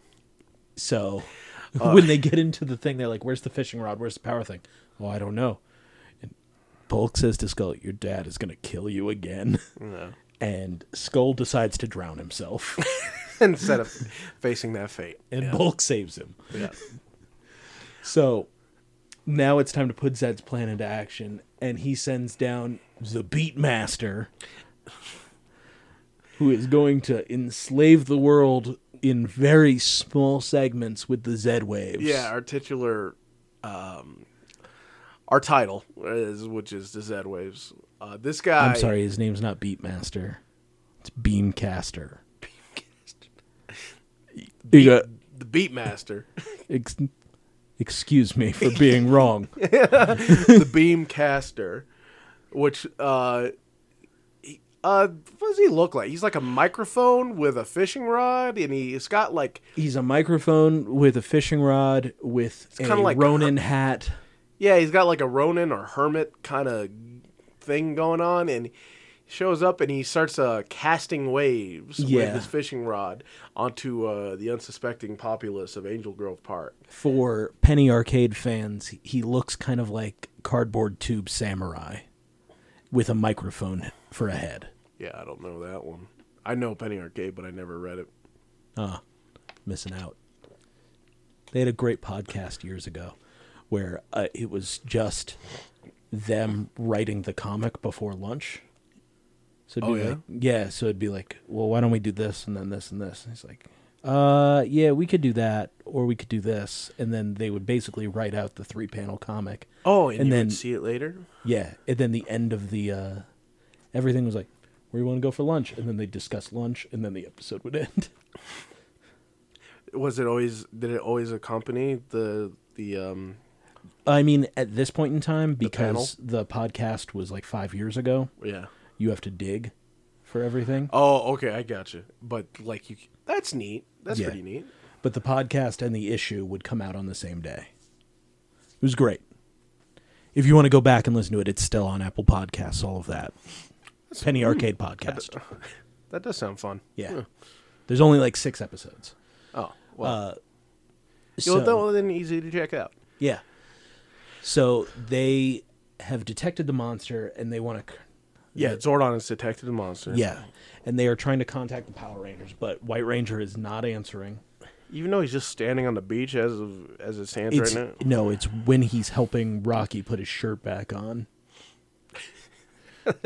So [LAUGHS]
Uh,
when they get into the thing, they're like, "Where's the fishing rod? Where's the power thing?" Oh, I don't know. And Bulk says to Skull, "Your dad is gonna kill you
[LAUGHS]
again." And Skull decides to drown
[LAUGHS]
himself,
instead of facing that fate.
and
yeah.
Bulk saves him.
yeah.
So now it's time to put Zed's plan into action, and he sends down the
[LAUGHS]
Beatmaster, who is going to enslave the world in very small segments with the Zed waves.
Yeah, our titular, um, our title is which is the Z waves. Uh, this guy.
I'm sorry, his name's not Beatmaster. It's Beamcaster. You got-
the Beatmaster,
ex- excuse me for being
[LAUGHS]
wrong.
the Beamcaster, which uh, he- uh, what does he look like? He's like a microphone with a fishing rod, and he's got like
He's a microphone with a fishing rod with a
kinda like-
Ronin hat.
yeah, he's got like a Ronin or hermit kind of thing going on, and he shows up and he starts uh, casting waves with
Yeah.
his fishing rod onto uh, the unsuspecting populace of Angel Grove Park.
For Penny Arcade fans, he looks kind of like cardboard tube samurai with a microphone for a head.
Yeah, I don't know that one. I know Penny Arcade, but I never read it.
missing out. They had a great podcast years ago where uh, it was just them writing the comic before lunch. So it'd
Oh,
be
yeah?
like, yeah, so it'd be like, well, why don't we do this and then this and this? And he's like, uh, yeah, we could do that or we could do this. And then they would basically write out the three panel comic.
Oh, and,
And
you
then-
would see it later.
Yeah, and then the end of the uh, everything was like, where you want to go for lunch? And then they discuss lunch, and then the episode would [LAUGHS] end.
Was it always? Did it always accompany the the? um
I mean, at this point in time,
panel?
because the, podcast was like five years ago,
Yeah.
you have to dig for everything.
Oh, okay, I gotcha. But like you, that's neat. That's
Yeah.
pretty neat.
But the podcast and the issue would come out on the same day. It was great. If you want to go back and listen to it, it's still on Apple Podcasts, all of that. Penny Arcade [LAUGHS] Podcast.
That does sound fun.
Yeah. There's only like six episodes.
Oh well,
So-
you'll, then easy to check out.
Yeah. So they have detected the monster and they want to.
Yeah, Zordon is detected a monster.
Yeah. And they are trying to contact the Power Rangers, but White Ranger is not answering.
even though he's just standing on the beach as of as it stands
It's
right [LAUGHS] now.
no, it's when he's helping Rocky put his shirt back on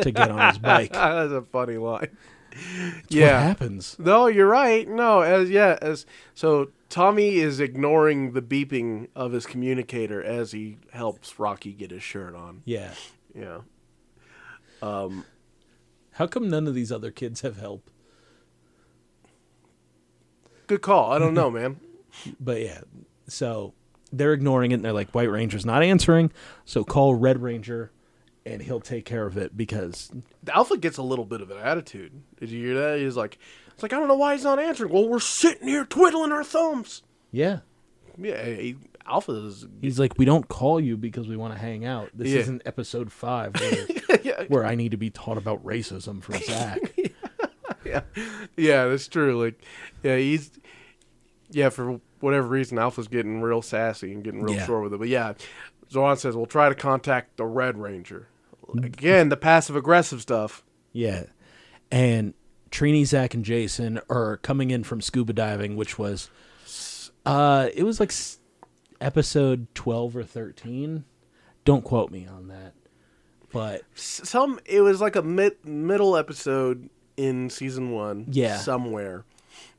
to get on his
[LAUGHS]
bike. That's
Ah, that's a funny line.
what
yeah,
happens.
No, you're right. No, as yeah, as so Tommy is ignoring the beeping of his communicator as he helps Rocky get his shirt on.
Yeah.
Yeah.
How come none of these other kids have help?
Good call. I
[LAUGHS]
don't know, man.
But yeah, so they're ignoring it and they're like, White Ranger's not answering, so call Red Ranger and he'll take care of it because
The Alpha gets a little bit of an attitude. Did you hear that? He's like it's like I don't know why he's not answering. Well, we're sitting here twiddling our thumbs.
yeah.
Yeah, he, Alpha is
He's like, We don't call you because we want to hang out. This
Yeah.
isn't episode five
[LAUGHS]
where,
yeah,
where I need to be taught about racism from Zach.
yeah. [LAUGHS] Yeah, that's true. Like yeah, he's yeah, for whatever reason Alpha's getting real sassy and getting real
Yeah.
short with it. But yeah, Zoran says we'll try to contact the Red Ranger.
Mm.
Again, the passive aggressive stuff.
Yeah. And Trini, Zach, and Jason are coming in from scuba diving, which was, uh, it was like s- episode 12 or 13. Don't quote me on that. But
S- Some it was like a mid, middle episode in season 1
Yeah.
somewhere.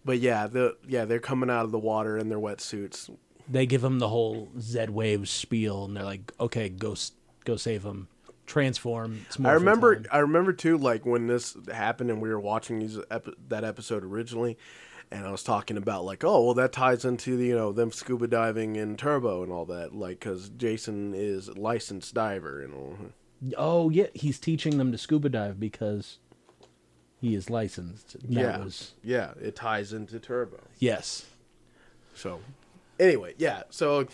But yeah, the yeah, they're coming out of the water in their wetsuits.
they give him the whole Z Wave spiel, and they're like, okay, go, s- go save him. Transform. It's
I
morphin'
remember,
time.
I remember too, like when this happened and we were watching these epi- that episode originally, and I was talking about like, oh, well, that ties into the, you know them scuba diving and turbo and all that, like because Jason is a licensed diver and all.
Oh, yeah. He's teaching them to scuba dive because he is licensed. That
yeah,
was,
yeah, it ties into turbo.
yes.
So Anyway, yeah. So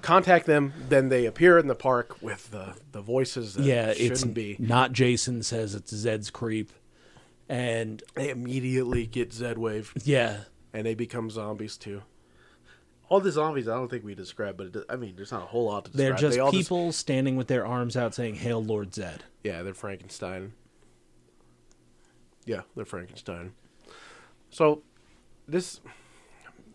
contact them. Then they appear in the park with the the voices. That
yeah,
shouldn't
it's
be.
not Jason says it's Zed's creep, and
They immediately get Z wave
yeah,
and they become zombies too.
All the zombies, I don't think we described, but it, does- I mean, there's not a whole lot to describe.
they're just
They all
people standing with their arms out saying "Hail Lord Zed."
Yeah, they're Frankenstein. Yeah, they're Frankenstein. So this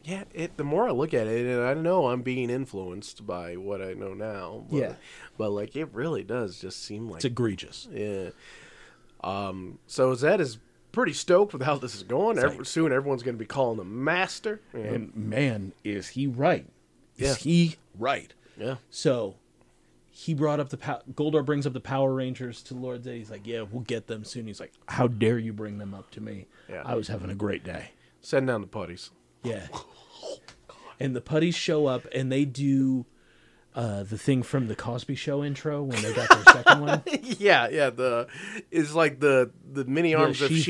yeah, it the more I look at it and I know I'm being influenced by what I know now. But,
Yeah.
But like it really does just seem like
It's egregious.
yeah. Um so Zed is pretty stoked with how this is going. Ev-
like-
soon everyone's going to be calling him master. Yeah.
And man, is he right? Is
Yeah.
he right?
yeah.
So he brought up the pow- Goldar brings up the Power Rangers to Lord Zed. He's like, "Yeah, we'll get them soon." He's like, "How dare you bring them up to me?
Yeah.
I was having a great day."
Send down the putties.
Yeah. And the putties show up and they do uh, the thing from the Cosby Show intro when they got their second
[LAUGHS]
one.
Yeah, yeah, the it's like the the mini arms of
Shiva.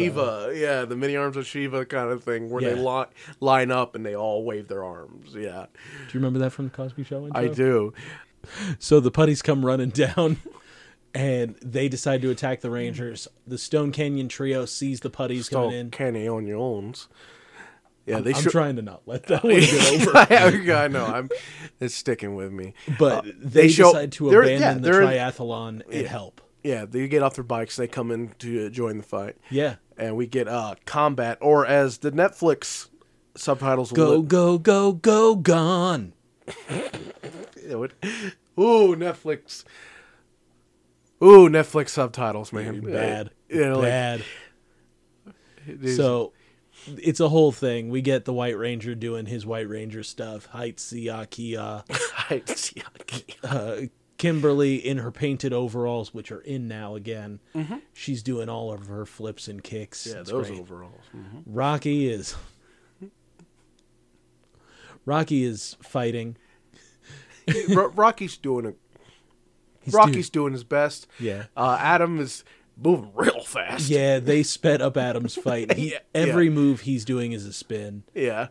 Shiva. Yeah, the mini arms of Shiva kind of thing where they
Yeah.
li- line up and they all wave their arms. Yeah.
Do you remember that from the Cosby Show intro?
I do.
So the putties come running down and they decide to attack the Rangers. The Stone Canyon trio sees the putties
So
coming in.
canny on your owns. Yeah, they
I'm
should
trying to not let
[LAUGHS]
that one get over.
I know. I'm it's sticking with me.
But
Uh,
they,
show-
decide to
they're-
abandon
yeah,
the
they're-
triathlon and help.
Yeah, they get off their bikes, they come in to join the fight.
Yeah.
And we get uh combat or as the Netflix subtitles
Go,
would-
go, go, go, gone.
[LAUGHS] It would- Ooh, Netflix. Ooh, Netflix subtitles, man.
Bad.
You know, like,
Bad.
it is- [LAUGHS]
So [LAUGHS] it's a whole thing. We get the White Ranger doing his White Ranger stuff. Height Sia Kia.
I- yuck.
uh, Kimberly in her painted overalls, which are in now again. She's doing all of her flips and kicks.
Mm-hmm. yeah,
It's
those
great.
overalls.
mm-hmm. Rocky is Rocky is fighting.
Ro- Rocky's doing a
He's
Rocky's doing his best.
Yeah.
Uh, Adam is moving real fast.
doing- yeah, they sped up Adam's fight. He,
[LAUGHS] Yeah,
every
yeah.
move he's doing is a spin.
[LAUGHS] Yeah.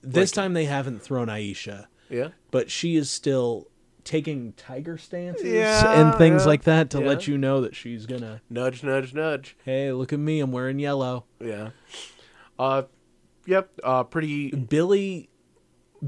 This time they haven't thrown Aisha.
Yeah.
but she is still taking tiger stances
Yeah,
and things
yeah,
like that to
yeah.
let you know that she's gonna
Nudge, nudge, nudge.
hey look at me i'm wearing yellow
Yeah. Uh yep,
[CLEARS THROAT]
uh pretty
billy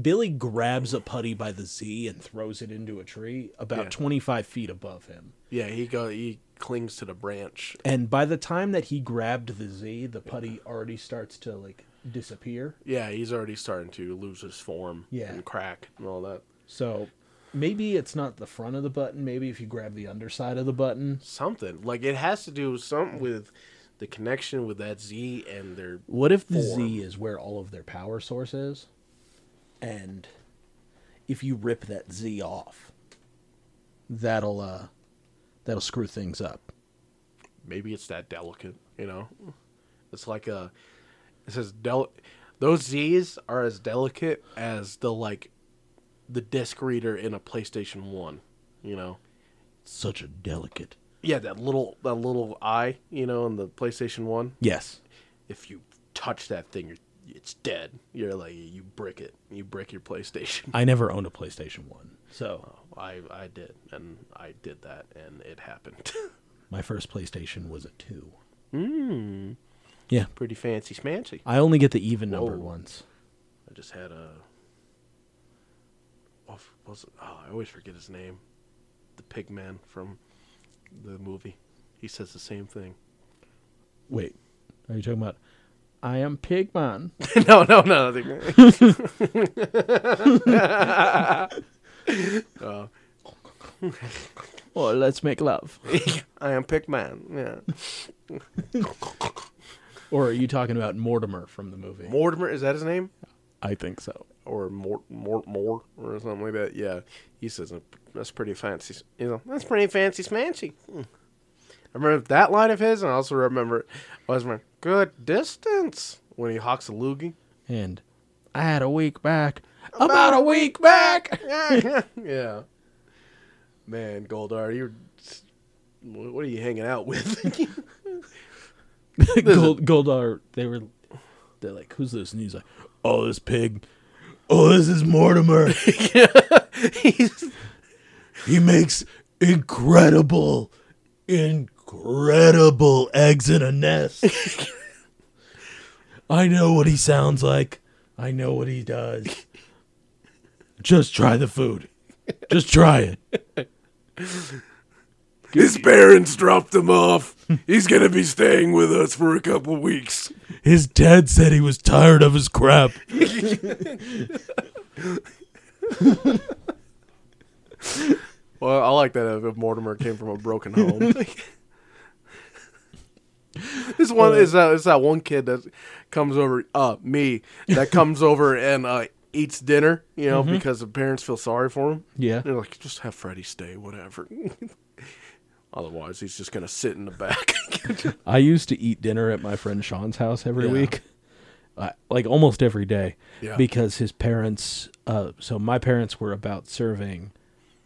billy grabs a putty by the z and throws it into a tree about
Yeah.
25 feet above him
Yeah, he go he clings to the branch.
and by the time that he grabbed the z the putty already starts to like disappear
Yeah, he's already starting to lose his form
Yeah.
and crack and all that.
so maybe it's not the front of the button maybe if you grab the underside of the button
something like it has to do something with the connection with that Z and their
What if the
form.
Z is where all of their power source is? And if you rip that Z off, that'll uh that'll screw things up.
maybe it's that delicate, you know. It's like a it says del those Z's are as delicate as the like the disc reader in a PlayStation 1, you know.
Such a delicate.
Yeah, that little that little eye, you know, in the PlayStation 1.
Yes.
If you touch that thing, you're it's dead. You're like you brick it. You brick your PlayStation. [LAUGHS]
I never owned a PlayStation 1. So,
I I did and I did that and it happened. [LAUGHS]
my first PlayStation was a 2. Mm. Yeah.
Pretty fancy smancy.
I only get the even numbered
Whoa.
ones.
I just had a. what f- was it? Oh, I always forget his name. The pig man from the movie. He says the same thing. [LAUGHS]
Wait. Are you talking about I am Pigman?
no, no, no. I think- [LAUGHS]
or let's make [LAUGHS] love.
I am pig man. Yeah.
or are you talking about Mortimer from the movie?
Mortimer is that his name?
I think so.
Or Mort Mort Mort or something like that. Yeah. He says that's pretty fancy. s- You know, that's pretty fancy smancy. Hmm. I remember that line of his, and I also remember was my good distance when he hawks a loogie.
and I had a week back. About a week back. [LAUGHS]
[LAUGHS] yeah. Man, Goldar, you're. wh- What are you hanging out with? [LAUGHS]
Gold, Goldar, they were, they're like, who's this? And he's like, oh, this pig. oh, this is [LAUGHS] Mortimer.
He's-
He makes incredible, incredible eggs in a [LAUGHS] nest. I know what he sounds like. I know what he does. Just try the food. Just try it.
His parents dropped him off. He's gonna be staying with us for a couple weeks.
His dad said he was tired of his crap.
Well, I like that if- if Mortimer came from a broken [LAUGHS] home. this one is that is that one kid that comes over, uh, me that comes over and uh, eats dinner, you know, because the parents feel sorry for him.
Yeah.
they're like, just have Freddy stay, whatever. [LAUGHS] Otherwise, he's just gonna sit in the back. [LAUGHS]
I used to eat dinner at my friend Sean's house every
Yeah.
week, uh, like almost every day,
Yeah.
because his parents. Uh, so my parents were about serving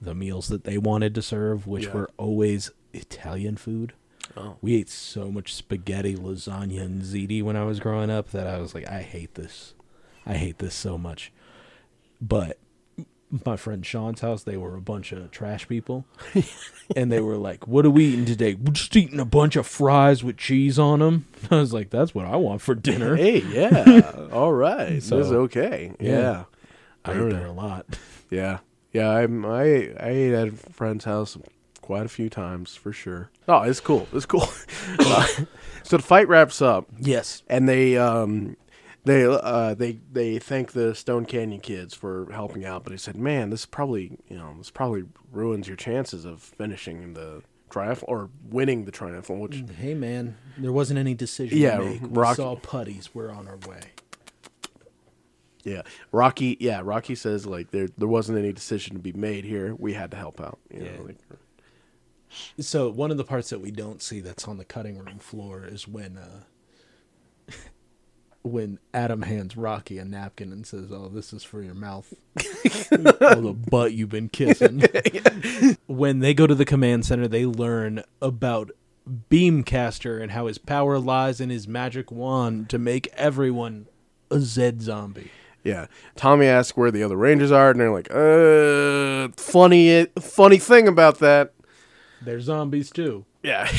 the meals that they wanted to serve, which
Yeah.
were always Italian food.
Oh.
We ate so much spaghetti, lasagna, and ziti when I was growing up that I was like, I hate this. I hate this so much. But my friend Sean's house, they were a bunch of trash
[LAUGHS]
people. and they were like, What are we eating today? We're just eating a bunch of fries with cheese on them. [LAUGHS] I was like, That's what I want for dinner.
hey, yeah, all right, so, it's
So-
okay.
Yeah.
yeah.
I ate there a lot.
Yeah, yeah. I'm, I I ate at a friend's house quite a few times for sure. Oh, it's cool. It's cool. [LAUGHS] Uh, so the fight wraps up,
Yes.
and they um they uh they they thank the Stone Canyon kids for helping out, but he said, "Man, this probably you know this probably ruins your chances of finishing the triathlon or winning the triathlon." Which
Hey, man, there wasn't any decision
Yeah,
to make. We
Rocky-
saw putties. We're on our way.
yeah, Rocky. Yeah, Rocky says like there there wasn't any decision to be made here. We had to help out. You
Yeah.
know, like,
So one of the parts that we don't see that's on the cutting room floor is when uh [LAUGHS] when Adam hands Rocky a napkin and says, "Oh, this is for your mouth." or the butt you've been kissing. when they go to the command center, they learn about Beamcaster and how his power lies in his magic wand to make everyone a Zed zombie.
Yeah. Tommy asks where the other Rangers are, and they're like, uh, funny, funny thing about that.
They're zombies too.
Yeah.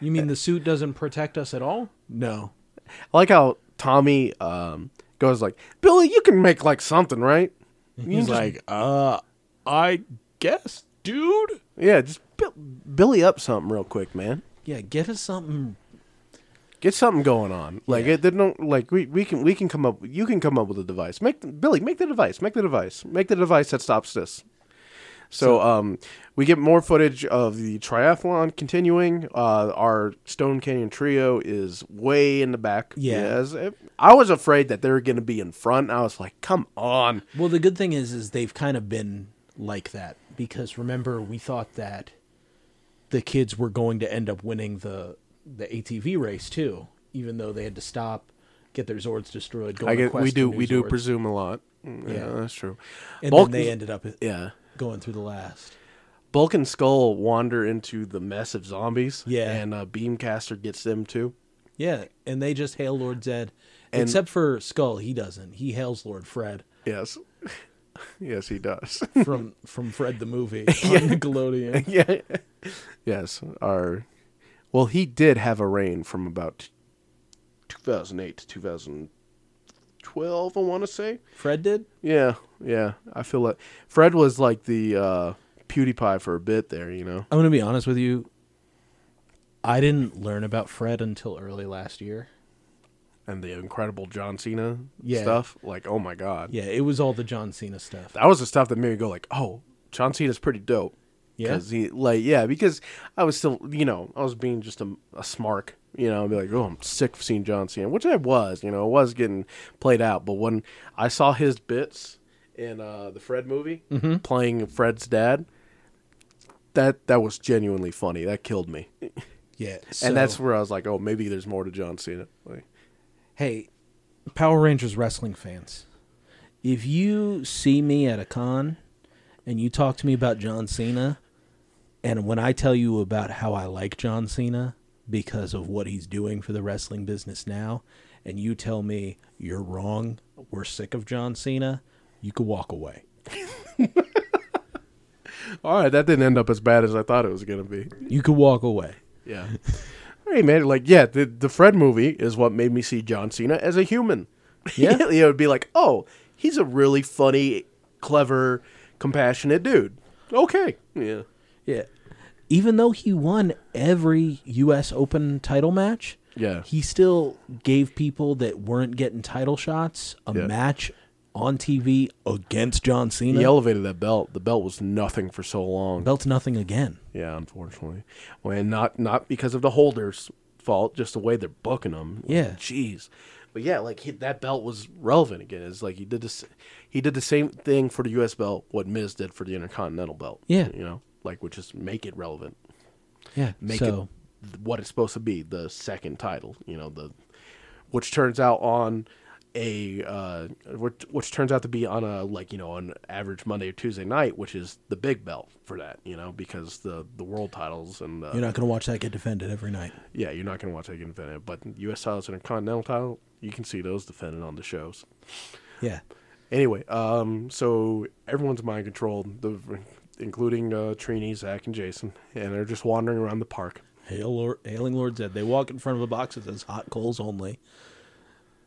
You mean the suit doesn't protect us at all? No.
I like how Tommy um, goes like, Billy, you can make like something, right? You
He's
just-
like, "Uh, I guess, dude."
yeah, just bu- Billy up something real quick, man.
Yeah, get us something.
Get something going on. Like
Yeah.
it, they don't like we, we can we can come up you can come up with a device. Make the, Billy make the device. Make the device. Make the device that stops this. So um, we get more footage of the triathlon continuing. Uh, our Stone Canyon trio is way in the back.
Yeah.
Yes. I was afraid that they were going to be in front. I was like, come on.
Well, the good thing is, is they've kind of been like that because remember we thought that the kids were going to end up winning the the ATV race too, even though they had to stop, get their Zords destroyed. Go
I
on a
get, we
quest
do
for new
we do
Zords,
presume a lot.
Yeah.
Yeah, that's true.
and
Bulk-
then they ended up uh,
yeah.
going through the last.
Bulk and Skull wander into the mess of zombies.
Yeah.
And uh, Beamcaster gets them too.
Yeah, and they just hail Lord Zed,
And-
except for Skull. He doesn't. He hails Lord
[LAUGHS]
Fred
Yes. yes, he does. [LAUGHS]
from from Fred the movie on Nickelodeon.
yeah. Yes, our well, he did have a reign from about 2008 to 2012, I want to say.
Fred did.
Yeah, yeah. I feel like Fred was like the uh PewDiePie for a bit there, you know.
I'm gonna be honest with you. I didn't learn about Fred until early last year.
And the incredible John Cena
Yeah.
stuff, like oh my god.
Yeah, it was all the John Cena stuff.
That was the stuff that made me go like, "Oh, John Cena's pretty dope."
Yeah?
'Cause he like yeah, because I was still, you know, I was being just a, a smark, you know, I'd be like, "Oh, I'm sick of seeing John Cena," which I was, you know, I was getting played out, but when I saw his bits in uh, the Fred movie playing Fred's dad, that that was genuinely funny. That killed me.
Yeah,
and that's where I was like, "Oh, maybe there's more to John Cena." Like,
hey, Power Rangers wrestling fans, if you see me at a con and you talk to me about John Cena, and when I tell you about how I like John Cena because of what he's doing for the wrestling business now, and you tell me you're wrong, we're sick of John Cena, you could walk away.
All right, that didn't end up as bad as I thought it was gonna be.
You could walk away.
[LAUGHS] Yeah. All right, man. Like, yeah, the the Fred movie is what made me see John Cena as a [LAUGHS] human.
Yeah.
it would be like, oh, he's a really funny, clever, compassionate dude. Okay. Yeah.
Yeah. Even though he won every U.S. Open title match,
Yeah.
he still gave people that weren't getting title shots a
Yeah.
match on TV against John Cena.
He elevated that belt. The belt was nothing for so long.
Belt's nothing again.
Yeah, unfortunately. Well, and not not because of the holders' fault, just the way they're booking them.
Yeah.
jeez. But yeah, like he, that belt was relevant again. It's like he did this, he did the same thing for the U.S. belt what Miz did for the Intercontinental belt.
Yeah.
you know, like which is make it relevant,
Yeah.
make
so
it uh, th- what it's supposed to be, the second title. You know, the which turns out on a uh, which, which turns out to be on a like you know an average Monday or Tuesday night, which is the big belt for that. You know, because the the world titles and the,
you're not going to watch that get defended every night.
yeah, you're not going to watch that get defended. But U.S. titles and a continental title, you can see those defended on the shows.
Yeah.
Anyway, um, so everyone's mind controlled, the, including uh, Trini, Zach, and Jason, and they're just wandering around the park.
Hail Lord, hailing Lord Zed. They walk in front of a box that says hot coals only.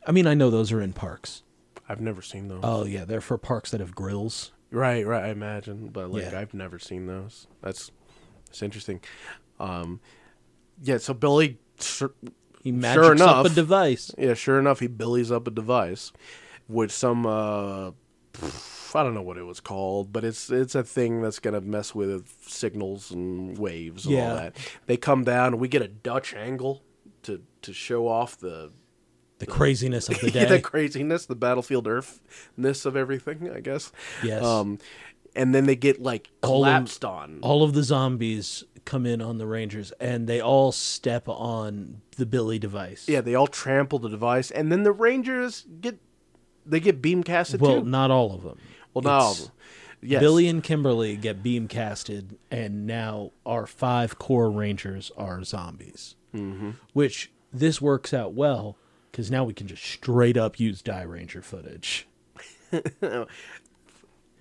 I mean, I know those are in parks.
I've never seen those.
Oh, yeah. They're for parks that have grills.
Right, right. I imagine, but like
Yeah.
I've never seen those. That's it's interesting. Um, yeah. So Billy, sur-
He magics up a
Sure enough.
device.
yeah, sure enough, he billies up a device with some uh, pff, I don't know what it was called, but it's it's a thing that's gonna mess with signals and waves and
Yeah.
all that. They come down and we get a Dutch angle to to show off the
The craziness
[LAUGHS]
of the day.
the craziness, the battlefield earthness of everything, I guess.
Yes.
Um, and then they get like
All of-
collapsed on.
all of the zombies come in on the Rangers and they all step on the Billy device.
yeah, they all trample the device, and then the Rangers get they get beam casted
Well,
too.
not all of them.
well, not all of
It's-
them. Yes.
Billy and Kimberly get beam casted, and now our five core Rangers are zombies. Mm-hmm. Which this works out well because now we can just straight up use Die Ranger footage.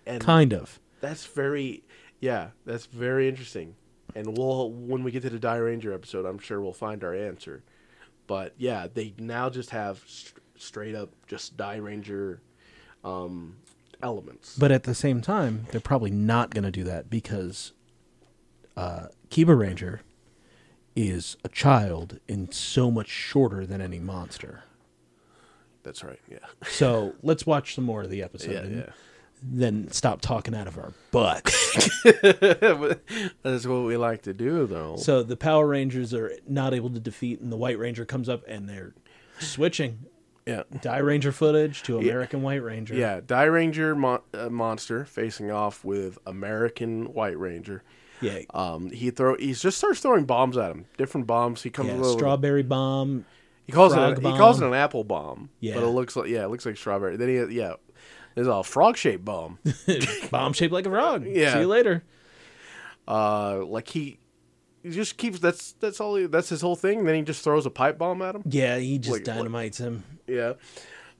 And-
kind of.
That's very, yeah, that's very interesting. And we'll when we get to the Die Ranger episode, I'm sure we'll find our answer. But yeah, they now just have st- straight up just Die Ranger um, elements.
But at the same time, they're probably not going to do that because uh, Kiba Ranger is a child and so much shorter than any monster.
That's right. Yeah.
So let's watch some more of the episode
Yeah,
and
yeah.
then stop talking out of our
[LAUGHS]
butts.
[LAUGHS] that's what we like to do, though.
so the Power Rangers are not able to defeat, and the White Ranger comes up and they're switching
yeah.
Die Ranger footage to American White Ranger.
Yeah, Die Ranger mon- uh, monster facing off with American White Ranger.
Yeah.
Um, he throw he just starts throwing bombs at him. Different bombs. He comes
yeah.
over.
Strawberry Bomb.
He calls it
Frog
a, he calls it
bomb.
an apple bomb.
Yeah.
but it looks like yeah, it looks like strawberry. Then he yeah, there's a frog shaped
[LAUGHS]
bomb.
bomb shaped like a frog.
Yeah.
See you later.
uh, like he, he just keeps that's that's all he, that's his whole thing. Then he just throws a pipe bomb at him.
Yeah, he just
Like, what-
dynamites him.
Yeah,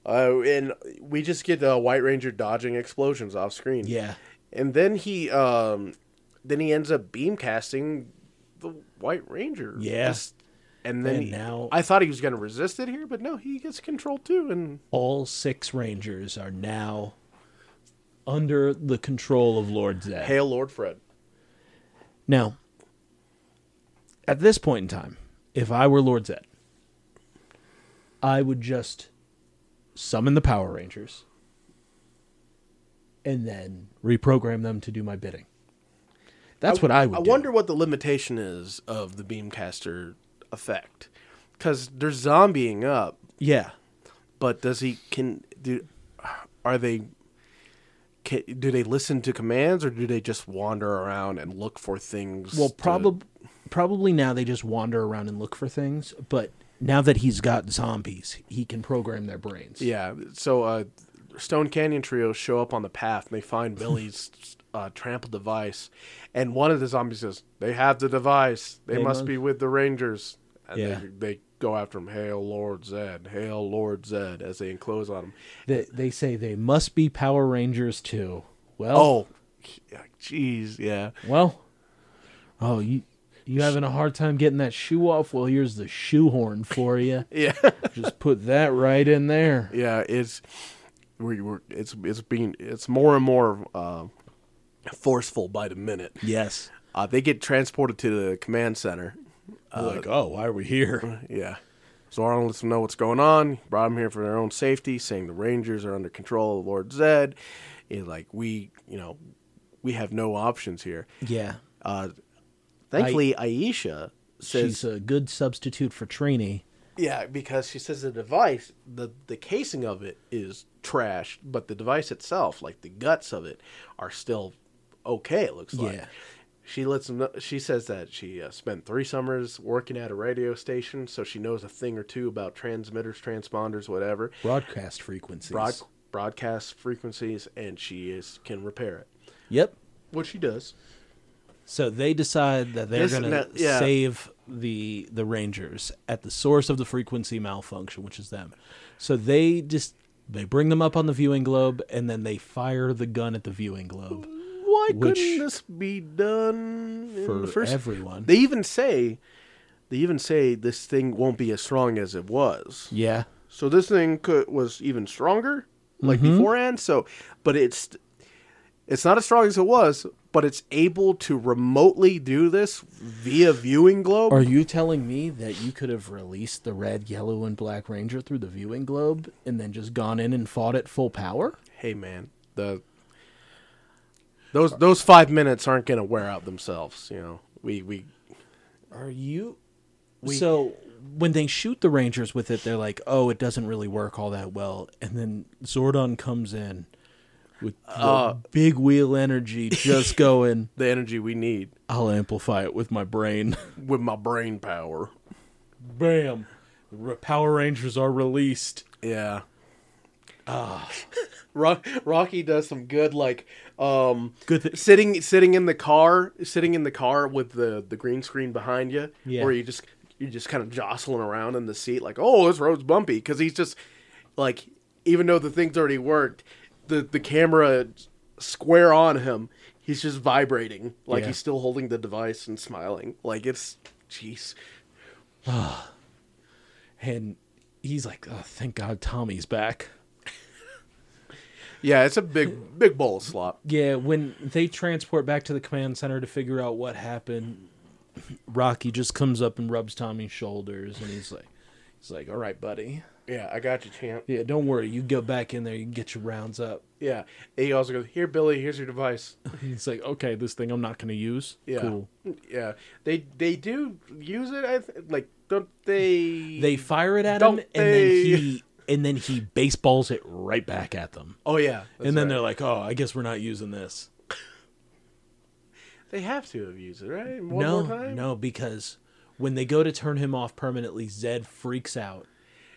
uh, and we just get the White Ranger dodging explosions off screen.
Yeah.
and then he um, then he ends up beam casting the White Ranger.
Yeah.
Just- and then
And
he-
now-
I thought he was going to resist it here, but no, he gets control too, and
all six rangers are now under the control of Lord Zed.
hail Lord Fred.
Now, at this point in time, if I were Lord Zed, I would just summon the Power Rangers and then reprogram them to do my bidding. That's what I would
I
do.
wonder what the limitation is of the beamcaster effect, because they're zombying up.
Yeah.
But does he can do? Are they? Can, do they listen to commands or do they just wander around and look for things?
Well,
to-
probably probably now they just wander around and look for things, but now that he's got zombies, he can program their brains.
yeah. So, uh, Stone Canyon trio show up on the path and they find Billy's [LAUGHS] uh, trample device, and one of the zombies says, "They have the device. They,
They
must
must-
be with the Rangers." And
Yeah.
they, they go after him. Hail Lord Zed! Hail Lord Zed! As they enclose on him.
They, they say they must be Power Rangers too. Well,
Oh,
[LAUGHS]
jeez, yeah.
well, oh you you having a hard time getting that shoe off? Well, here's the shoehorn for
[LAUGHS]
you.
Yeah,
Just put that right in there.
yeah. It's we we're, it's it's being it's more and more uh, forceful by the minute.
Yes.
Uh, they get transported to the command center. Uh,
like, oh, why are we here?
[LAUGHS] Yeah. So Arnold lets them know what's going on. He brought them here for their own safety, saying the Rangers are under control of Lord Zed. He's like, we, you know, we have no options here.
Yeah.
Uh, thankfully, Aisha says,
She's a good substitute for Trini.
yeah, because she says the device, the the casing of it is trash, but the device itself, like the guts of it, are still okay. It looks like.
Yeah.
She lets them. Know, she says that she uh, spent three summers working at a radio station, so she knows a thing or two about transmitters, transponders, whatever.
Broadcast frequencies.
broad, broadcast frequencies and she is can repair it
Yep.
what she does
So they decide that they're
This-
going
now-
to
yeah.
save the the Rangers at the source of the frequency malfunction, which is them. So they just they bring them up on the viewing globe and then they fire the gun at the viewing globe.
why
Which-
couldn't this be done in
For
the first-
everyone.
they even say they even say this thing won't be as strong as it was
Yeah.
so this thing could, was even stronger like
Mm-hmm.
beforehand so but it's it's not as strong as it was but it's able to remotely do this via viewing globe
Are you telling me that you could have released the red, yellow, and black ranger through the viewing globe and then just gone in and fought at full power?
hey man the those those five minutes aren't gonna wear out themselves you know we we
Are you? so when they shoot the Rangers with it, they're like, "Oh, it doesn't really work all that well." And then Zordon comes in with the big wheel energy, [LAUGHS] just going,
the energy we need
"I'll amplify it with my brain."
with my brain power
[LAUGHS] Bam! Re- Power Rangers are released.
yeah Ah. Ro- rocky does some good like um
Good thi-
sitting sitting in the car sitting in the car with the the green screen behind you
Yeah.
where you just you're just kind of jostling around in the seat like oh this road's bumpy because he's just like even though the thing's already worked the the camera square on him he's just vibrating like
Yeah.
he's still holding the device and smiling like it's jeez
And he's like, "Oh, thank God, Tommy's back."
yeah it's a big big bowl of slop
Yeah, when they transport back to the command center to figure out what happened, Rocky just comes up and rubs Tommy's shoulders, and he's like, "He's like, all right, buddy."
yeah i got you champ
Yeah, don't worry. You go back in there. You can get your rounds up.
yeah And he also goes here billy here's your device
[LAUGHS] He's like, okay, this thing I'm not going to use.
Yeah.
Cool.
Yeah, they they do use it. I th- like don't they?
They fire it at
Don't
him, and then
they-
he [LAUGHS] and then he baseballs it right back at them.
oh yeah,
and then they're like, oh, I guess we're not using this.
they have to have used it right one
no,
more time.
no, because when they go to turn him off permanently, Zed freaks out.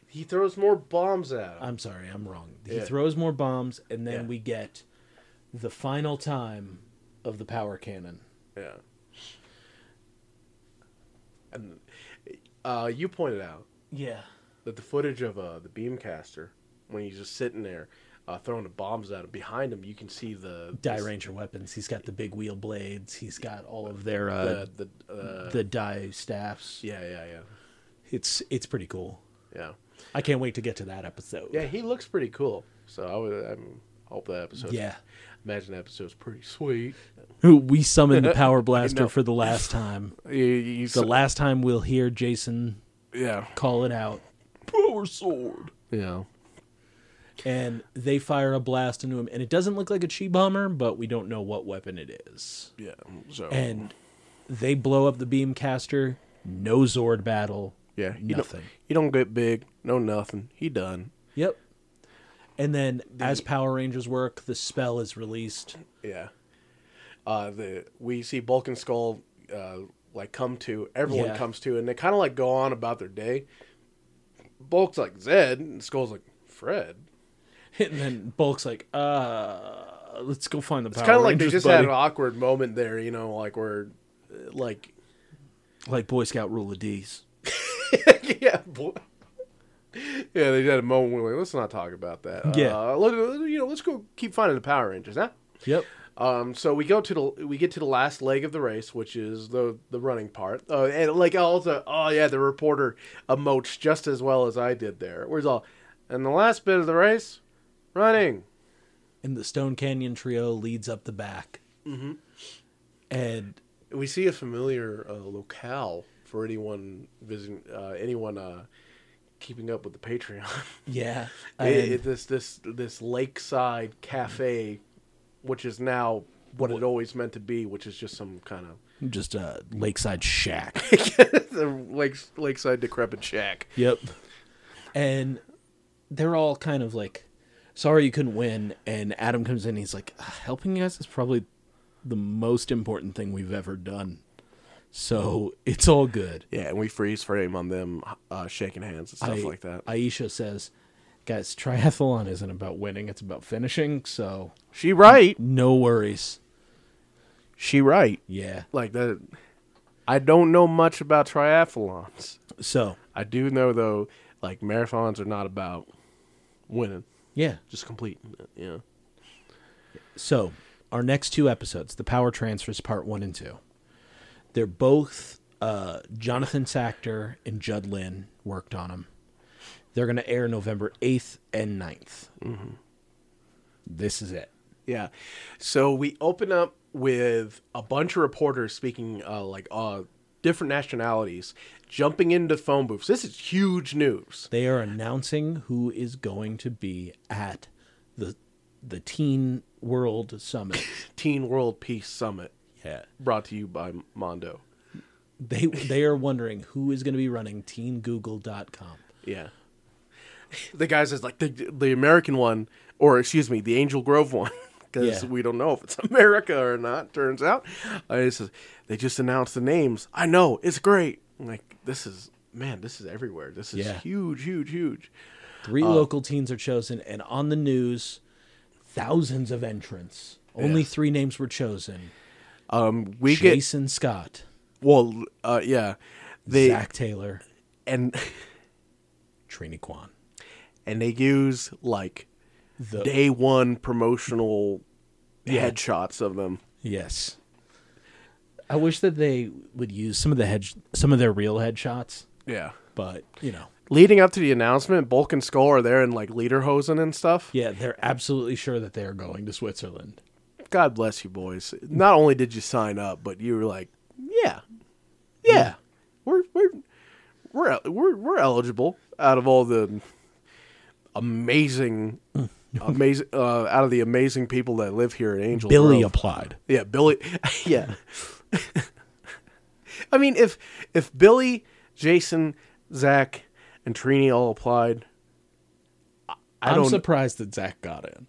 he throws more bombs at him.
I'm sorry, I'm wrong. He
Yeah.
throws more bombs, and then
Yeah.
we get the final time of the power cannon.
yeah, and uh, you pointed out
Yeah.
that the footage of uh, the beamcaster when he's just sitting there uh, throwing the bombs at him behind him, you can see the
Die Ranger weapons. He's got the big wheel blades. He's got all of their uh,
the the uh,
the die staffs.
yeah yeah yeah
It's it's pretty cool.
yeah
I can't wait to get to that episode.
yeah. He looks pretty cool. So I would I hope that episode.
Yeah.
imagine that episode's pretty sweet.
Who we summoned
[LAUGHS]
the Power Blaster
know.
for the last time.
You, you,
The last time we'll hear Jason
yeah.
call it out. Power sword.
Yeah.
And they fire a blast into him, and it doesn't look like a chi bomber, but we don't know what weapon it is.
Yeah. So
And they blow up the beam caster. No Zord battle.
yeah, you
nothing.
Don't, you don't get big, no nothing. He done.
Yep. And then, as Power Rangers work, the spell is released.
Yeah. Uh, the we see Bulk and Skull uh, like come to everyone
Yeah.
comes to, and they kind of like go on about their day. Bulk's like Zed, and Skull's like Fred.
[LAUGHS] And then Bulk's like, uh, let's go find the
It's
Power
kind of like
Rangers,
they just
buddy.
had an awkward moment there, you know, like where, uh, like
like Boy Scout rule of D's.
[LAUGHS]
yeah, boy.
Yeah, they had a moment where we're like, let's not talk about that.
Yeah.
Uh, let, you know, let's go keep finding the Power Rangers, huh?
Yep.
Um, so we go to the we get to the last leg of the race, which is the the running part. Uh, and like also, oh yeah, the reporter emotes just as well as I did there. Where's all, and the last bit of the race, running.
And the Stone Canyon trio leads up the back. Mm-hmm. And
We see a familiar uh, locale for anyone visiting, uh, anyone uh, keeping up with the Patreon. [LAUGHS]
yeah,
It-
and
it- this this this lakeside cafe, which is now what it always meant to be, which is just some kind of
just a lakeside shack.
[LAUGHS] the lakes, lakeside decrepit shack.
Yep. And they're all kind of like, sorry you couldn't win. And Adam comes in. He's like, "Uh, helping you guys is probably the most important thing we've ever done. So it's all good.
Yeah, and we freeze frame on them uh, shaking hands and stuff
I-
like that.
Aisha says, guys, triathlon isn't about winning. It's about finishing. So
she right,
no worries.
she right.
Yeah.
Like that. I don't know much about triathlons.
So,
I do know though, like marathons are not about winning,
yeah.
just completing it. Yeah.
So, our next two episodes, the power transfers part one and two, they're both uh, Jonathan Sachter and Judd Lynn worked on them. They're going to air November 8th and 9th.
Mm-hmm.
This is it.
Yeah. So we open up with a bunch of reporters speaking uh, like uh, different nationalities jumping into phone booths. This is huge news.
They are announcing who is going to be at the the Teen World Summit.
Teen World Peace Summit
yeah.
brought to you by Mondo.
They they are wondering who is going to be running teengoogle.com.
Yeah. The guy says like the the American one or excuse me, the Angel Grove one [LAUGHS] because
Yeah.
we don't know if it's [LAUGHS] America or not turns out. Uh, he says they just announced the names. I know, it's great. I'm like this is man, this is everywhere. This is
Yeah.
huge, huge, huge. Uh,
Three local teens are chosen, and on the news, thousands of entrants. Only
Yeah.
three names were chosen:
Um, we get
Jason Scott,
Well, uh, yeah, they
Zach Taylor,
and [LAUGHS]
Trini Kwan.
and they use like
The,
day one promotional headshots of them.
yes, I wish that they would use some of the head, some of their real headshots,
Yeah.
but you know,
Leading up to the announcement, Bulk and Skull are there in like lederhosen and stuff.
yeah, they're absolutely sure that they are going to Switzerland.
God bless you, boys. Not only did you sign up, but you were like, yeah, yeah, we're we're we're we're we're eligible out of all the amazing,
Mm.
amazing uh, out of the amazing people that live here at Angel
Billy
Grove.
applied.
Yeah, Billy. [LAUGHS] yeah. I mean, if if Billy, Jason, Zach, and Trini all applied, I
I'm
don't-
surprised that Zach got in.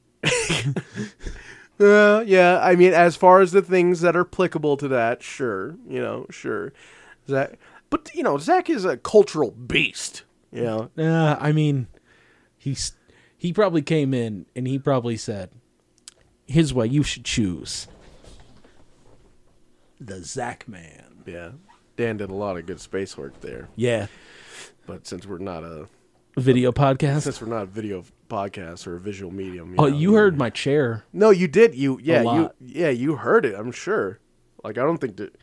uh, yeah. I mean, as far as the things that are applicable to that, sure, you know, sure, Zach. But you know, Zach is a cultural beast. You know,
Uh, I mean, he's he probably came in and he probably said, "Here's why you should choose the Zach man."
yeah. Dan did a lot of good space work there,
Yeah,
but since we're not a
video podcast.
since we're not a video podcast or a visual medium,
Oh,
know,
you heard my chair.
No, you did. You yeah, you
lot.
yeah, you heard it. I'm sure. Like I don't think that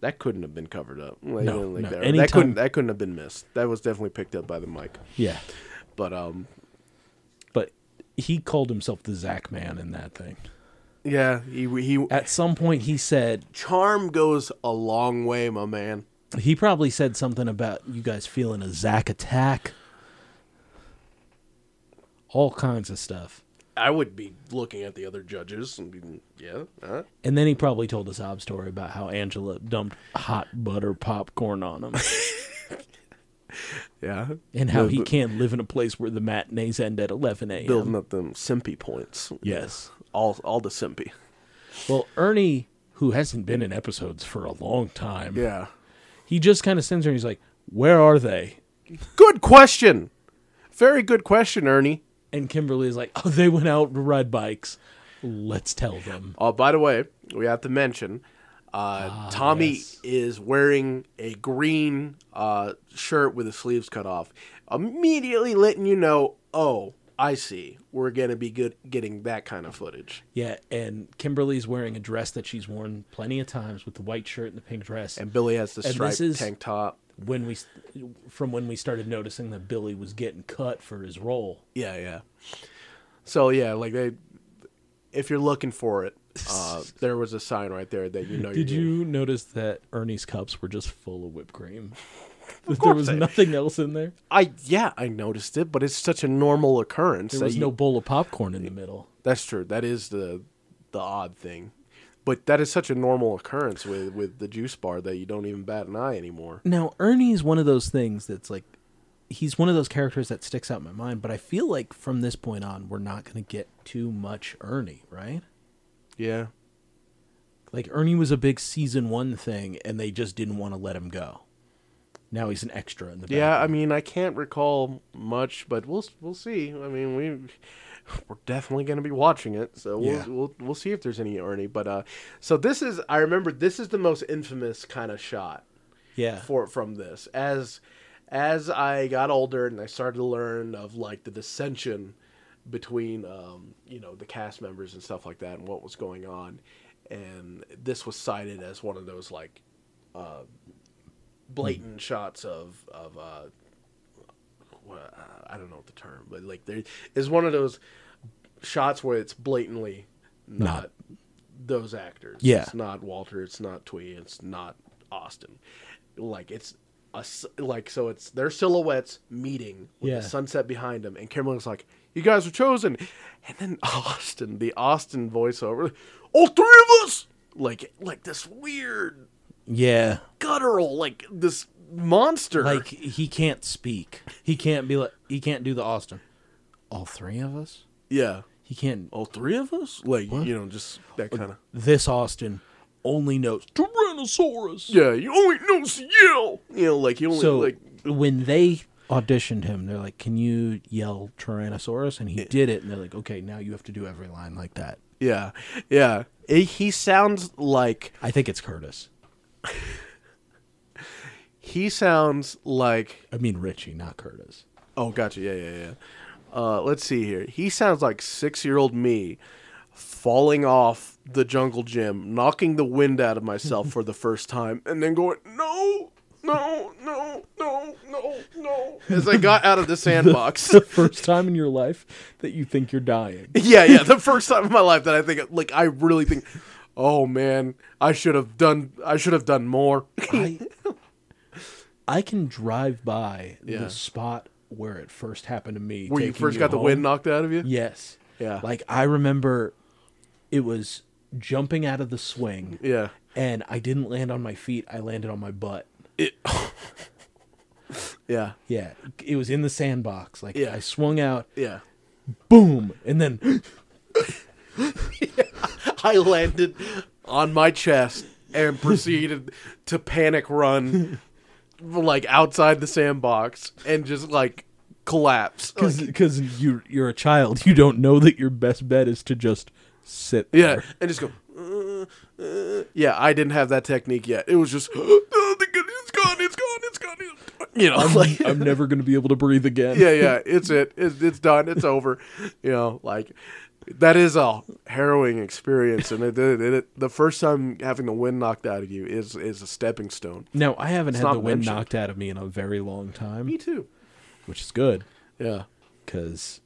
that couldn't have been covered up. Like,
No,
I don't
no,
think that,
anytime-
that couldn't that couldn't have been missed. That was definitely picked up by the mic.
Yeah,
But um,
but he called himself the Zach man in that thing.
yeah, he he
At some point, he said
charm goes a long way, my man.
he probably said something about you guys feeling a Zach attack. All kinds of stuff.
I would be looking at the other judges and be yeah, uh, huh?
And then he probably told a sob story about how Angela dumped hot butter popcorn on
[LAUGHS]
him
yeah,
and how he
Bu-
can't live in a place where the matinees end at 11
building
a.m.
up them simpy points.
Yes.
all all the simpy.
Well, Ernie, who hasn't been in episodes for a long time,
Yeah,
he just kind of sends her and he's like, Where are they?
good question. Very good question, Ernie.
And Kimberly is like, Oh, they went out to ride bikes. Let's tell them.
Oh, by the way, we have to mention Uh, Tommy
Ah, yes.
is wearing a green uh, shirt with his sleeves cut off, immediately letting you know, oh, I see. We're gonna be good getting that kind of footage.
Yeah, and Kimberly's wearing a dress that she's worn plenty of times with the white shirt and the pink dress.
And Billy has the
And this
striped
is-
tank top.
when we, from when we started noticing that Billy was getting cut for his role,
Yeah, yeah. So yeah, like they, if you're looking for it,
[LAUGHS]
uh, there was a sign right there that you know.
Did
you're-
you notice that Ernie's cups were just full of whipped [LAUGHS] cream? That there was nothing else in there.
I yeah, I noticed it, but it's such a normal occurrence.
There
that
was
you-
no bowl of popcorn in the middle.
That's true. That is the the odd thing. But that is such a normal occurrence with, with the juice bar that you don't even bat an eye anymore.
Now Ernie's one of those things that's like, he's one of those characters that sticks out in my mind. But I feel like from this point on, we're not going to get too much Ernie, right?
Yeah.
Like Ernie was a big season one thing, and they just didn't want to let him go. Now he's an extra in the
Yeah, I
background.
mean, I can't recall much, but we'll we'll see. I mean, we we're definitely going to be watching it, so we'll,
Yeah.
we'll we'll see if there's any Ernie. But uh, so this is I remember this is the most infamous kind of shot
yeah.
for from this as as I got older and I started to learn of like the dissension between um, you know the cast members and stuff like that and what was going on, and this was cited as one of those like uh, blatant shots of of uh, well, I don't know the term, but like there is one of those shots where it's blatantly not, those actors.
Yeah.
it's not Walter. It's not Twee. It's not Austin. Like it's a s- like so it's their silhouettes meeting with
Yeah.
the sunset behind them, and Kimberly's like, "You guys are chosen," and then [LAUGHS] Austin, the Austin voiceover, all three of us. Like like this weird
yeah.
guttural like this monster
Like he can't speak. He can't be like he can't do the Austin. All three of us.
yeah
He can't.
all three of us like you know just that kind of
This Austin only knows Tyrannosaurus.
yeah you only know yell you know like you only
So
like
when they auditioned him, they're like, "Can you yell Tyrannosaurus?" And he did it. And they're like, "Okay, now you have to do every line like that."
yeah yeah He- he sounds like
I think it's Curtis.
he sounds like
I mean Richie, not Curtis. [LAUGHS]
oh gotcha yeah yeah yeah uh let's see here he sounds like six year old me falling off the jungle gym knocking the wind out
[LAUGHS]
of myself for the first time and then going no no no no no no as i got out of
[LAUGHS]
the sandbox
First time in your life that you think you're
[LAUGHS]
dying.
Yeah, yeah. The first time in my life that I think, like, I really think, oh man, I should have done, I should have done
[LAUGHS]
more.
I, I can drive by
Yeah.
the spot where it first happened to me.
Where you
taking
first got the
home.
wind knocked out of you.
Yes.
Yeah.
Like I remember it was jumping out of the swing
Yeah.
and I didn't land on my feet, I landed on my butt.
It, yeah.
Yeah. It was in the sandbox. Like
Yeah.
I swung out,
Yeah.
boom, and then
[LAUGHS] I landed on my chest and proceeded to panic run, like outside the sandbox, and just like collapse.
cuz cuz you you're a child, you don't know that your best bet is to just sit
Yeah,
there.
and just go. "Uh, uh." yeah, I didn't have that technique yet. It was just, [GASPS] "Oh, the gun- it's gone, it's gone, it's gone, it's gone." You know, [LAUGHS] [LAUGHS] like,
I'm never going to be able to breathe again.
[LAUGHS] yeah, yeah, it's it, it's, it's done, it's over. You know, like that is a harrowing experience, and it, it, it, the first time having the wind knocked out of you is is a stepping stone.
Now, I haven't had
not
the wind
mentioned.
knocked out of me in a very long time,
Me too.
which is good
Yeah,
cuz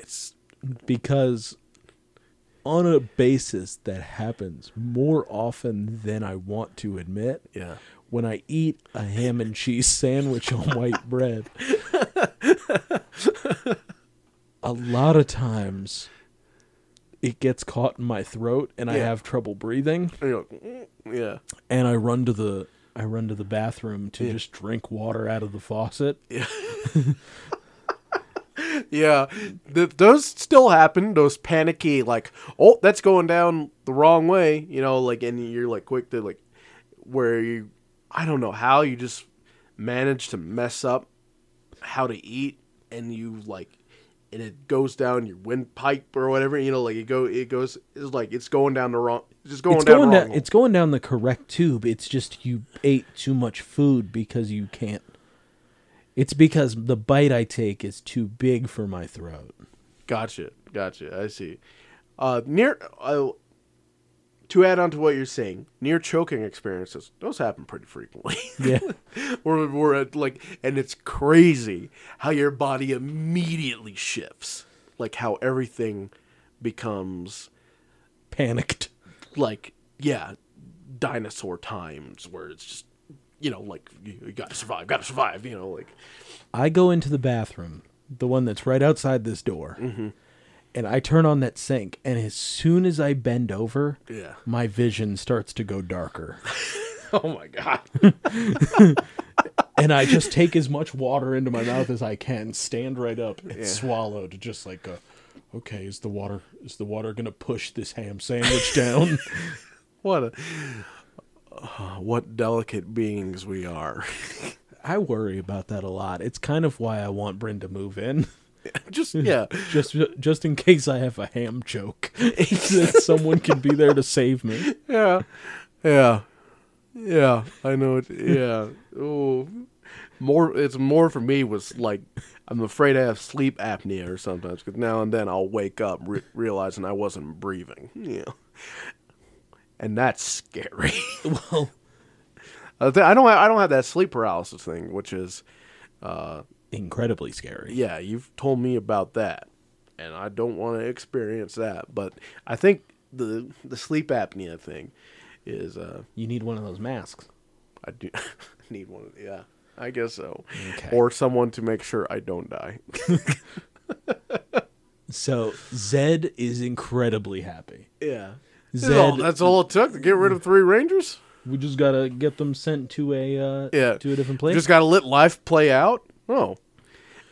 it's
because on a basis that happens more often than I want to admit,
yeah.
when I eat a ham and cheese [LAUGHS] sandwich on white bread, a lot of times it gets caught in my throat and I
Yeah.
have trouble breathing
And you're like, "Mm," yeah,
and I run to the I run to the bathroom to just drink water out of the faucet.
yeah. Th- those still happen. Those panicky, like, oh, that's going down the wrong way. You know, like, and you're like quick to like, where you, I don't know how you just manage to mess up how to eat, and you like and it goes down your windpipe or whatever. You know, like it go it goes it's like it's going down the wrong just going
it's
down
going
the
down.
wrong. hole.
It's going down the correct tube. It's just you ate too much food because you can't. It's because the bite I take is too big for my
[LAUGHS]
throat.
Gotcha, gotcha. I see. Uh, near uh, to add on to what you're saying, near choking experiences those happen pretty frequently. [LAUGHS]
Yeah,
we're we're at like, and it's crazy how your body immediately shifts, like how everything becomes
panicked.
like yeah, dinosaur times where it's just you know like you, you got to survive, got to survive. You know like [LAUGHS]
I go into the bathroom, the one that's right outside this door,
Mm-hmm.
and I turn on that sink. And as soon as I bend over,
Yeah.
my vision starts to go darker.
oh my god.
and I just take as much water into my mouth as I can, stand right up, and swallow to just like go, okay, is the water is the water gonna push this ham sandwich down?
What a Ah, [SIGHS] what delicate beings we are.
[LAUGHS]
[LAUGHS]
I worry about that a lot. It's kind of why I want Bryn to move in,
Just yeah.
[LAUGHS] just just in case I have a ham [LAUGHS] choke, that someone can be there to save me.
Yeah. Yeah. Yeah. I know it yeah. Oh more it's more for me was like I'm afraid I have sleep apnea or sometimes because now and then I'll wake up re- realizing I wasn't breathing. Yeah, and that's scary. [LAUGHS]
Well,
I thi- I don't ha- I don't have that sleep paralysis thing, which is
incredibly scary.
yeah, you've told me about that, and I don't want to experience that. But I think the the sleep apnea thing is uh,
You need one of those masks.
I do [LAUGHS] need one. of- Yeah, I guess so.
Okay.
Or someone to make sure I
[LAUGHS]
don't die.
So Zed is incredibly happy.
yeah. That's
Zed-
all, that's all it took to get rid of three rangers.
We just gotta get them sent to a uh,
Yeah,
to a different place.
Just got to let life play out. Oh,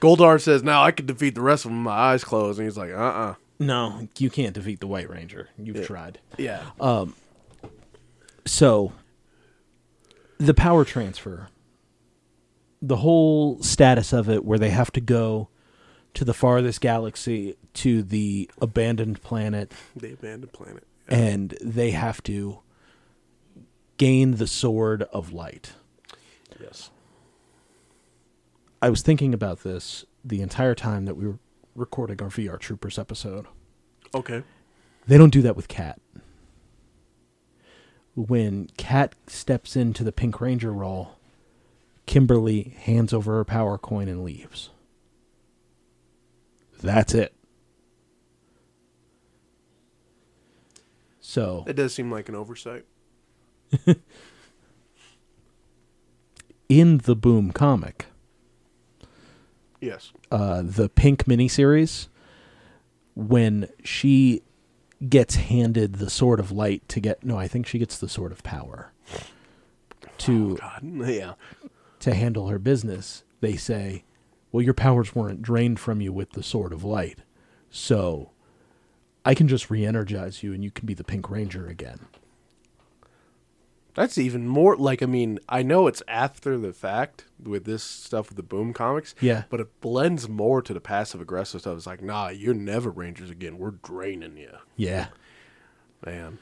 Goldar says now I could defeat the rest of them with my eyes closed, and he's like, uh, uh
No, you can't defeat the White Ranger. You've tried.
yeah,
Uh, So, the power transfer, the whole status of it, where they have to go to the farthest galaxy, to the abandoned planet,
they abandoned planet.
and they have to gain the Sword of Light.
Yes.
I was thinking about this the entire time that we were recording our VR Troopers episode.
Okay.
They don't do that with Cat. When Cat steps into the Pink Ranger role, Kimberly hands over her power coin and leaves. That's it. So
It does seem like an oversight.
in the Boom comic,
Yes.
uh, the Pink miniseries, when she gets handed the Sword of Light to get no, I think she gets the Sword of Power to
God. [LAUGHS] Yeah.
to handle her business, they say, well, your powers weren't drained from you with the Sword of Light. So I can just re energize you and you can be the Pink Ranger again.
That's even more like I mean, I know it's after the fact with this stuff with the boom comics.
Yeah.
But it blends more to the passive aggressive stuff. It's like, nah, you're never Rangers again. We're draining you.
Yeah.
Man.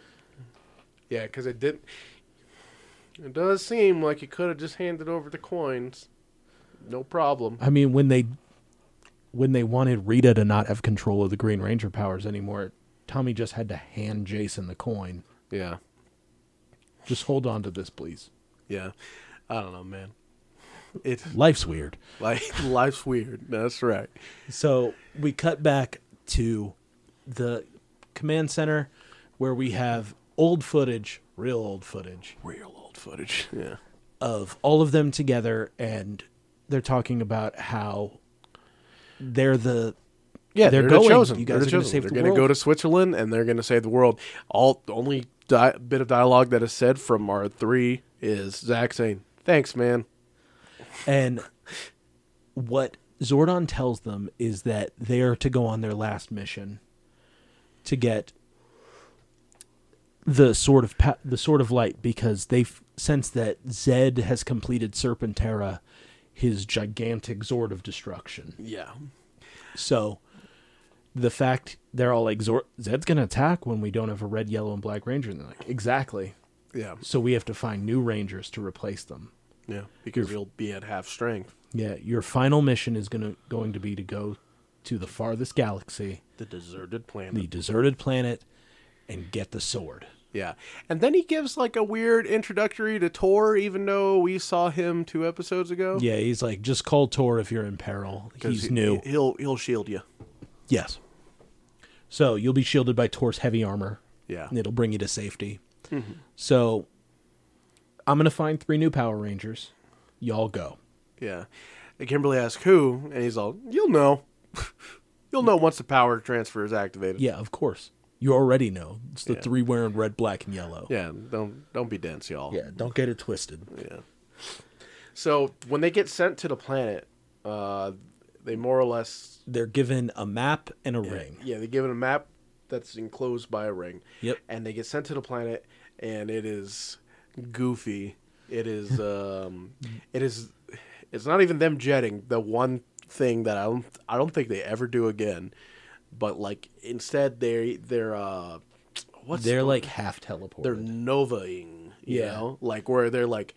Yeah, because it did it does seem like you could have just handed over the coins. No problem.
I mean, when they when they wanted Rita to not have control of the Green Ranger powers anymore, Tommy just had to hand Jason the coin.
Yeah.
Just hold on to this, please.
Yeah. I don't know, man. It's
Life's weird.
like [LAUGHS] life's weird. That's right.
So we cut back to the command center where we have old footage, real old footage
Real old footage. Yeah.
of all of them together and they're talking about how they're the
Yeah,
They're
they're, the
going.
chosen.
You
They're
guys
the
are gonna
chosen.
save
They're
the
going to go
world.
to Switzerland and they're going to save the world. All the only di- bit of dialogue that is said from our three is Zach saying, "Thanks, man."
[LAUGHS] and what Zordon tells them is that they are to go on their last mission to get the sword of pa- the sword of light because they have sense that Zed has completed Serpentera, his gigantic sword of destruction.
Yeah,
So the fact they're all like Zor- Zed's gonna attack when we don't have a red, yellow, and black ranger, and they're like, exactly.
Yeah.
So we have to find new rangers to replace them.
Yeah. Because you'll be at half strength.
Yeah, your final mission is gonna going to be to go to the farthest galaxy,
The deserted planet.
the deserted planet, and get the sword.
Yeah. And then he gives like a weird introductory to Tor, even though we saw him two episodes ago.
Yeah, he's like, just call Tor if you're in peril.
'Cause
He's
he-
new.
He'll he'll shield you.
yes. So you'll be shielded by Tor's heavy armor.
Yeah. Mm-hmm.
And it'll bring you to safety. So I'm gonna find three new Power Rangers. Y'all go.
Yeah. And Kimberly asks who, and he's all, "You'll know. [LAUGHS] you'll know once the power transfer is activated."
Yeah, of course. You already know. It's the
Yeah.
three wearing red, black, and yellow.
Yeah, Don't don't be dense, y'all.
Yeah, don't get it twisted.
So when they get sent to the planet, uh, they more or less
They're given a map and a ring.
Yeah, they give it a map that's enclosed by a ring.
Yep.
And they get sent to the planet, and it is goofy.
[LAUGHS]
It is um, it is, it's not even them jetting. The one thing that I don't I don't think they ever do again, but like instead they they're uh, what's
They're
the-
like half teleported.
they're novaing, you
Yeah.
know, like where they're like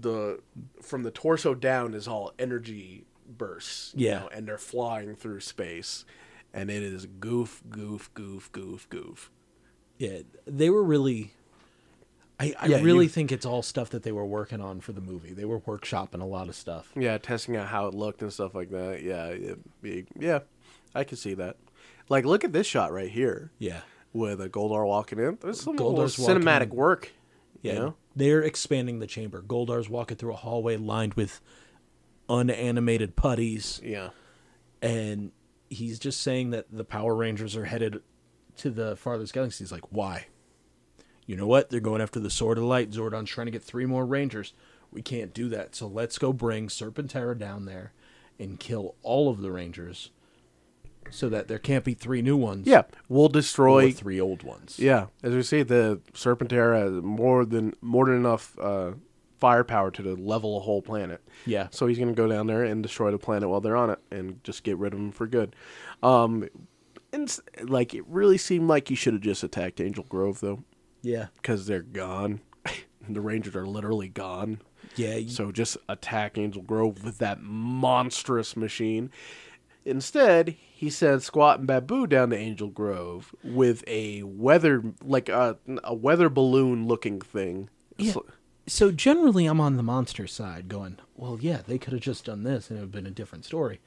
the from the torso down is all energy bursts, you
Yeah.
know, and they're flying through space, and it is goof, goof, goof, goof, goof.
Yeah, they were really. I, I
Yeah,
really
you-
think it's all stuff that they were working on for the movie. They were workshopping a lot of stuff.
Yeah, testing out how it looked and stuff like that. Yeah, it, it- yeah, I can see that. Like, look at this shot right here
Yeah,
with a Goldar walking in. There's some little
Goldar's walking
cinematic
in.
work.
yeah.
You know?
They're expanding the chamber. Goldar's walking through a hallway lined with unanimated putties,
Yeah.
and he's just saying that the Power Rangers are headed to the farthest galaxy. He's like, "Why? You know what? They're going after the Sword of Light. Zordon's trying to get three more Rangers. We can't do that. So let's go bring Serpentera down there and kill all of the Rangers." So that there can't be three new ones.
Yeah. We'll destroy
or three old ones.
Yeah, as we see, the Serpentera has more than more than enough uh, firepower to level a whole planet.
Yeah.
So he's gonna go down there and destroy the planet while they're on it, and just get rid of them for good. Um, and s- like it really seemed like he should have just attacked Angel Grove though,
Yeah.
because they're gone. [LAUGHS] the Rangers are literally gone.
Yeah. y-
So just attack Angel Grove with that monstrous machine. Instead, he sends Squat and Babu down to Angel Grove with a weather, like a, a weather balloon looking thing.
yeah.
So-
So generally, I'm on the monster side going, well, yeah, they could have just done this and it would have been a different story.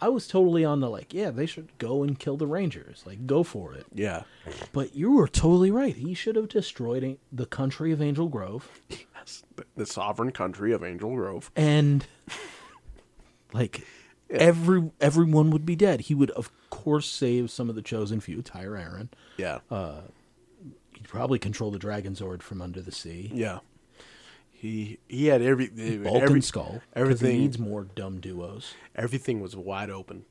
I was totally on the like, yeah, they should go and kill the Rangers. Like, go for it.
yeah.
But you were totally right. He should have destroyed a- the country of Angel Grove
Yes. The sovereign country of Angel Grove.
and, like, every everyone would be dead. He would, of course, save some of the chosen few, Tyre Aaron.
Yeah.
Uh. He'd probably control the Dragon Zord from under the sea.
yeah. He he had every, e,
Balkan
every
Skull. 'cause he
everything-
needs more dumb duos.
everything was wide open.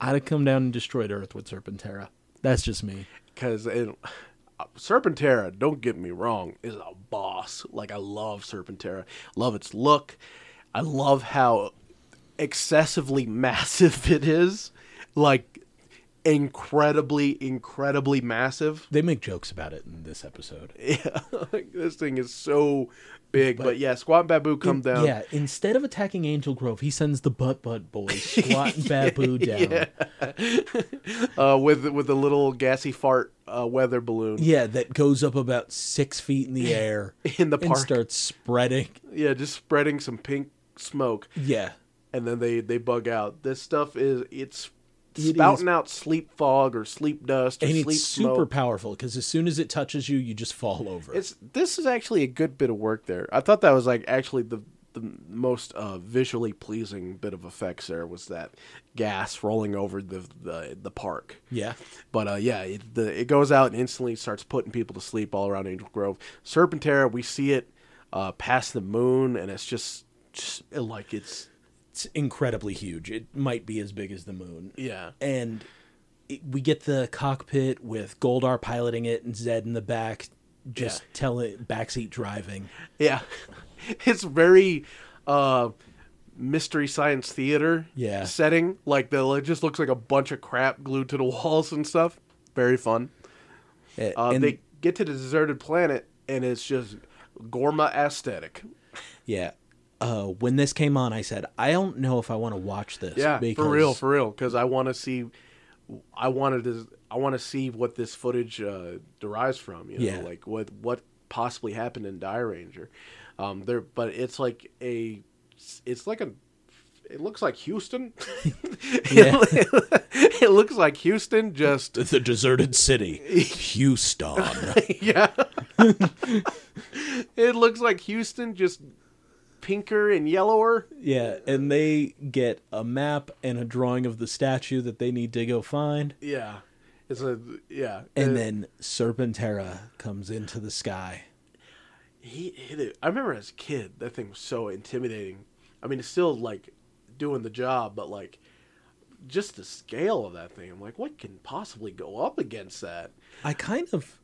I'd have come down and destroyed Earth with Serpentera. That's just me.
because uh, Serpentera, don't get me wrong, is a boss. Like I love Serpentera, love its look. I love how excessively [LAUGHS] massive it is, like incredibly, incredibly massive. [LAUGHS]
They make jokes about it in this episode.
like, this thing is so big, but, yeah, Squat and Babu come down.
Yeah, instead of attacking Angel Grove, he sends the Butt Butt
[LAUGHS]
Boys, Squat and Babu down. Yeah.
uh, with with a little gassy fart uh, weather balloon.
that goes up about six feet in
[LAUGHS]
the air
In the
and
park.
starts spreading.
yeah, just spreading some pink smoke.
Yeah,
and then they they bug out. This stuff is it's
It
spouting
is-
out sleep fog or sleep dust or
and
sleep
it's super
smoke.
powerful because as soon as it touches you, you just fall over.
It's this is actually a good bit of work there. I thought that was like actually the the most uh, visually pleasing bit of effects there was that gas rolling over the the, the park.
yeah,
But uh, yeah, it, the, it goes out and instantly starts putting people to sleep all around Angel Grove. Serpentera, we see it uh, past the moon, and it's just, just like it's
it's incredibly huge. It might be as big as the moon.
yeah.
and it, we get the cockpit with Goldar piloting it and Zed in the back, just
Yeah. [LAUGHS]
tell telling backseat driving.
Yeah, it's very uh, mystery science theater
Yeah.
setting. Like the it just looks like a bunch of crap glued to the [LAUGHS] walls and stuff. Very fun.
A-
Uh,
and
they get to the deserted planet and it's just Gorma aesthetic.
yeah, uh, when this came on, I said I don't know if I want to watch this.
Yeah,
because
for real, for real. Because I want to see, I wanted to, I want to see what this footage uh, derives from. You know,
Yeah.
like what what possibly happened in Die Ranger. Um, there, but it's like a, it's like a, it looks like Houston. [LAUGHS]
Yeah.
it looks like Houston, just [LAUGHS]
the deserted city, Houston.
yeah. [LAUGHS] it looks like Houston, just pinker and yellower.
yeah, and they get a map and a drawing of the statue that they need to go find.
Yeah, it's a yeah,
And
Uh,
then Serpentera comes into the sky.
He hit it. I remember as a kid, that thing was so intimidating. I mean, it's still like doing the job, but like just the scale of that thing. I'm like, what can possibly go up against that?
I kind of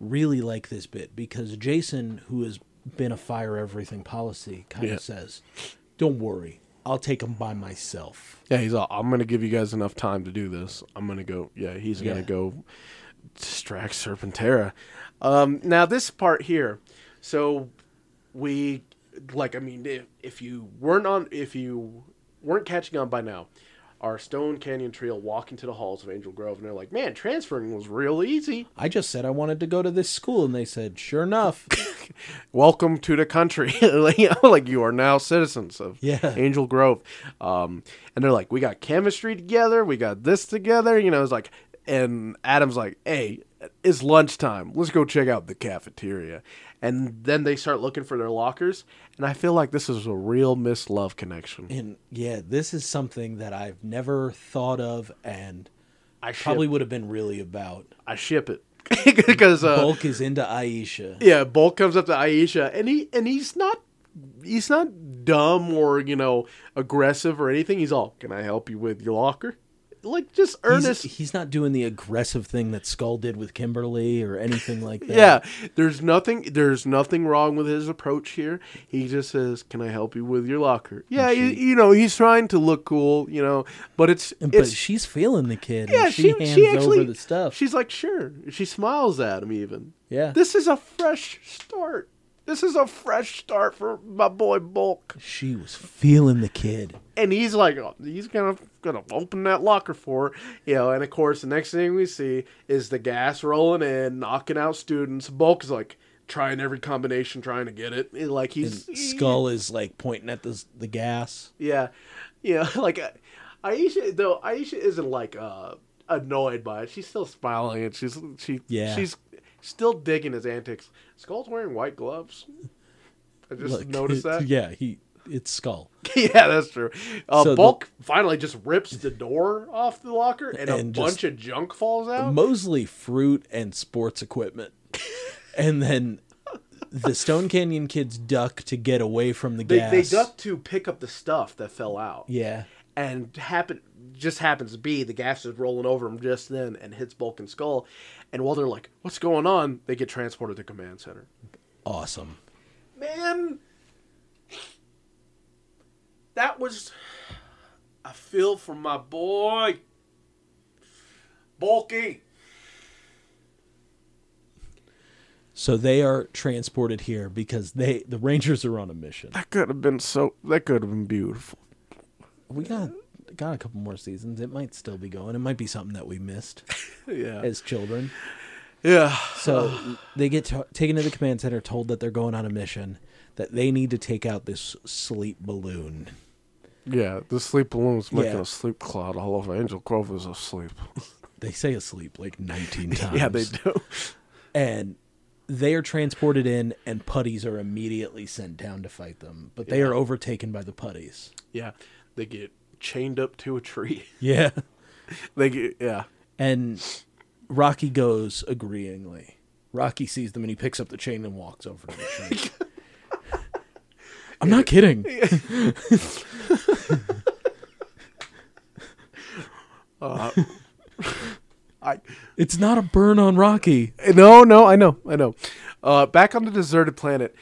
really like this bit because Jason, who has been a fire everything policy, kind
Yeah.
of says, "Don't worry, I'll take him by myself."
Yeah, he's all, I'm gonna give you guys enough time to do this. I'm gonna go. Yeah, he's
Yeah.
gonna go distract Serpentera. Um, now this part here, so we like. I mean, if, if you weren't on, if you weren't catching on by now, our Stone Canyon trio walk into the halls of Angel Grove, and they're like, "Man, transferring was real easy.
I just said I wanted to go to this school, and they said, "Sure
[LAUGHS]
enough."
Welcome to the country. [LAUGHS] like, you know, like, you are now citizens of
Yeah.
Angel Grove." Um, and they're like, "We got chemistry together. We got this together." You know, it's like, and Adam's like, "Hey, it's lunchtime. Let's go check out the cafeteria." And then they start looking for their lockers, and I feel like this is a real Miss Love connection.
and yeah, this is something that I've never thought of, and
I ship,
probably would have been really about.
I ship it [LAUGHS] because uh,
Bulk is into Aisha.
Yeah, Bolt comes up to Aisha, and he and he's not he's not dumb or you know aggressive or anything. He's all, "Can I help you with your locker?" Like just
He's,
earnest.
he's not doing the aggressive thing that Skull did with Kimberly or anything like that.
[LAUGHS] yeah, there's nothing there's nothing wrong with his approach here. He just says, "Can I help you with your locker?" Yeah, you, you know he's trying to look cool, you know, but it's
But
it's
she's feeling the kid.
yeah
and she,
she
hands
she actually
over the stuff.
She's like, "Sure." She smiles at him even.
yeah.
This is a fresh start. This is a fresh start for my boy Bulk.
She was feeling the kid.
and he's like oh, he's gonna gonna open that locker for her, you know and of course the next thing we see is the gas rolling in knocking out students bulk is like trying every combination trying to get it And, like
And
he's
Skull is like pointing at the the gas.
yeah yeah [LAUGHS] like uh, aisha though aisha isn't like uh annoyed by it she's still smiling and she's she
Yeah.
she's still digging his antics skull's wearing white gloves i just
Look, [LAUGHS]
noticed that
Yeah, he it's Skull.
yeah, that's true. Uh,
So the-
Bulk finally just rips the door off the locker, and,
And
a bunch
just-
of junk falls out.
Mosley fruit and sports equipment, [LAUGHS] and then the Stone Canyon kids duck to get away from the
they,
gas.
they duck to pick up the stuff that fell out,
Yeah,
and happen just happens to be the gas is rolling over them just then and hits Bulk and Skull. And while they're like, "What's going on?" they get transported to command center.
awesome.
Man, that was I feel for my boy, Bulky.
So they are transported here because they the Rangers are on a mission.
That could have been so. That could have been beautiful.
We got got a couple more seasons. It might still be going. It might be something that we missed
Yeah.
as children.
yeah.
So they get t- taken to the command center, told that they're going on a mission, that they need to take out this sleep balloon.
Yeah. The sleep balloon is making
Yeah.
a sleep cloud all over Angel Grove is [LAUGHS] asleep.
They say asleep like 19 times.
do. [LAUGHS]
And they are transported in, and putties are immediately sent down to fight them, but they are overtaken by the putties.
Yeah. They get chained up to a tree. [LAUGHS]
Yeah.
They get yeah.
And Rocky goes agreeingly. Rocky sees them and he picks up the chain and walks over to the chain. I'm not kidding.
I
It's not a burn on Rocky.
no no I know I know. Uh, back on the deserted planet,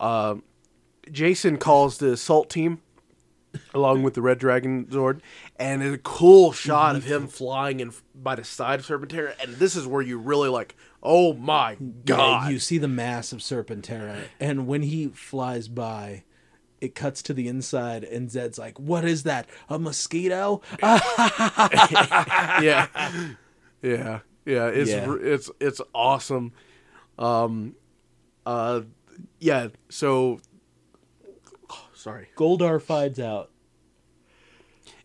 um, Jason calls the assault team along with the red dragon zord and a cool shot of him flying in by the side of serpentera and this is where you really like oh my god
Yeah, you see the mass of Serpentera, and when he flies by, it cuts to the inside, and Zed's like, "What is that? A mosquito?" Ah,
yeah, yeah, yeah. It's
Yeah.
r it's it's awesome. Um, uh, yeah. So
Sorry.
Goldar finds out.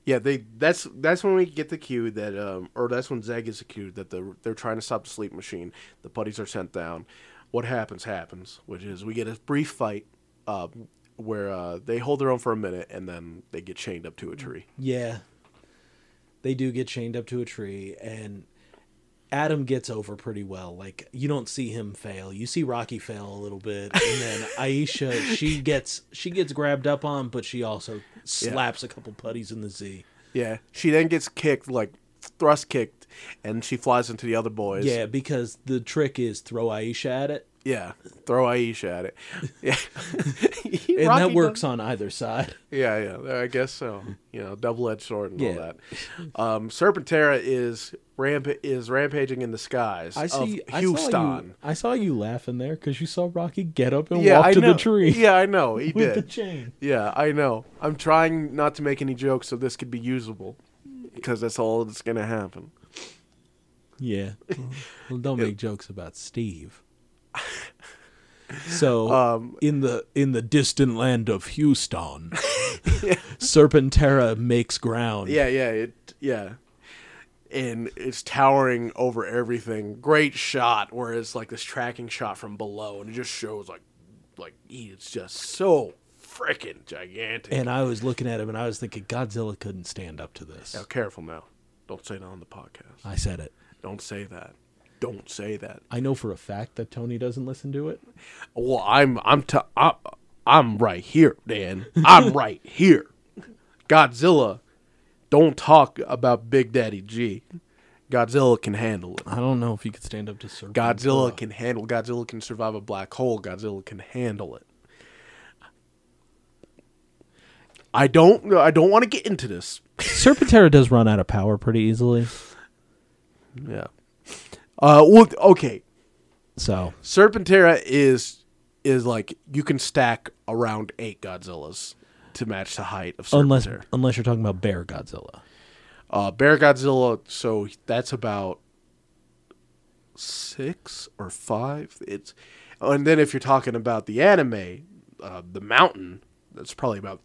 yeah, they that's that's when we get the cue that um, or that's when Zeg gets the cue that the they're trying to stop the sleep machine. The putties are sent down. What happens happens, which is we get a brief fight, uh, where uh they hold their own for a minute and then they get chained up to a tree.
Yeah, they do get chained up to a tree, and Adam gets over pretty well. Like you don't see him fail. You see Rocky fail a little bit, and then Aisha she gets she gets grabbed up on, but she also slaps a couple putties in the Z.
Yeah, she then gets kicked like thrust kicked, and she flies into the other boys.
Yeah, because the trick is throw Aisha at it.
Yeah, throw Aisha at it. [LAUGHS] Yeah,
and that works on either side.
Yeah, yeah, I guess so. You know, double edged sword and all
Yeah.
that. Um, Serpentera is ramp is rampaging in the
[LAUGHS]
skies
I see.
of
I saw,
Houston.
you, I saw you laughing there because you saw Rocky get up and
yeah,
walk
I
to
know.
the tree
[LAUGHS] Yeah, I know he
[LAUGHS] with the
did.
chain.
yeah, I know. I'm trying not to make any jokes so this could be usable because that's all that's gonna happen.
Yeah. Well, don't make jokes about
[LAUGHS]
Steve. So
Um,
in the in the distant land of
[LAUGHS]
Houston, Serpentera makes ground.
Yeah, yeah, it yeah. And it's towering over everything. Great shot where it's like this tracking shot from below and it just shows like like he is just so freaking gigantic.
And I was looking at him and I was thinking Godzilla couldn't stand up to this.
now careful now. Don't say that on the podcast.
I said it.
Don't say that. Don't say that.
I know for a fact that Tony doesn't listen to it.
Well, I'm I'm t- I'm, I'm right here, Dan.
[LAUGHS]
I'm right here. Godzilla, don't talk about Big Daddy G. Godzilla can handle it.
I don't know if he could stand up to Serpentera.
Godzilla can handle. Godzilla can survive a black hole. Godzilla can handle it. I don't. I don't want to get into this.
Serpentera does run out of power pretty easily.
Yeah. Uh. Well. Okay.
So
Serpentera is is like you can stack around eight Godzillas to match the height of Serpentera.
unless unless you're talking about Bear Godzilla,
uh, Bear Godzilla. So that's about six or five. It's and then if you're talking about the anime, uh, the mountain. That's probably about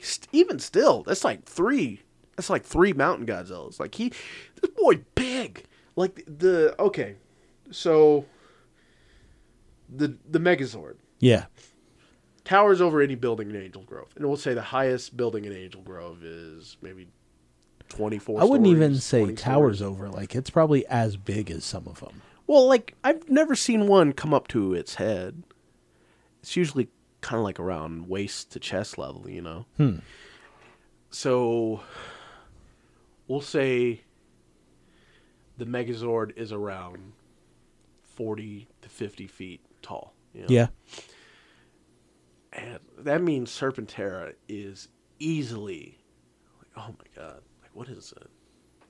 st- even still. That's like three. That's like three mountain Godzillas. Like he, this boy big. Like the okay, so the the Megazord
yeah,
towers over any building in Angel Grove, and we'll say the highest building in Angel Grove is maybe twenty four.
I wouldn't even say towers over. Like it's probably as big as some of them.
Well, like I've never seen one come up to its head. It's usually kind of like around waist to chest level, you know.
Hmm.
So we'll say the Megazord is around forty to fifty feet tall. you know? And that means Serpentera is easily like, oh my god, like what is it?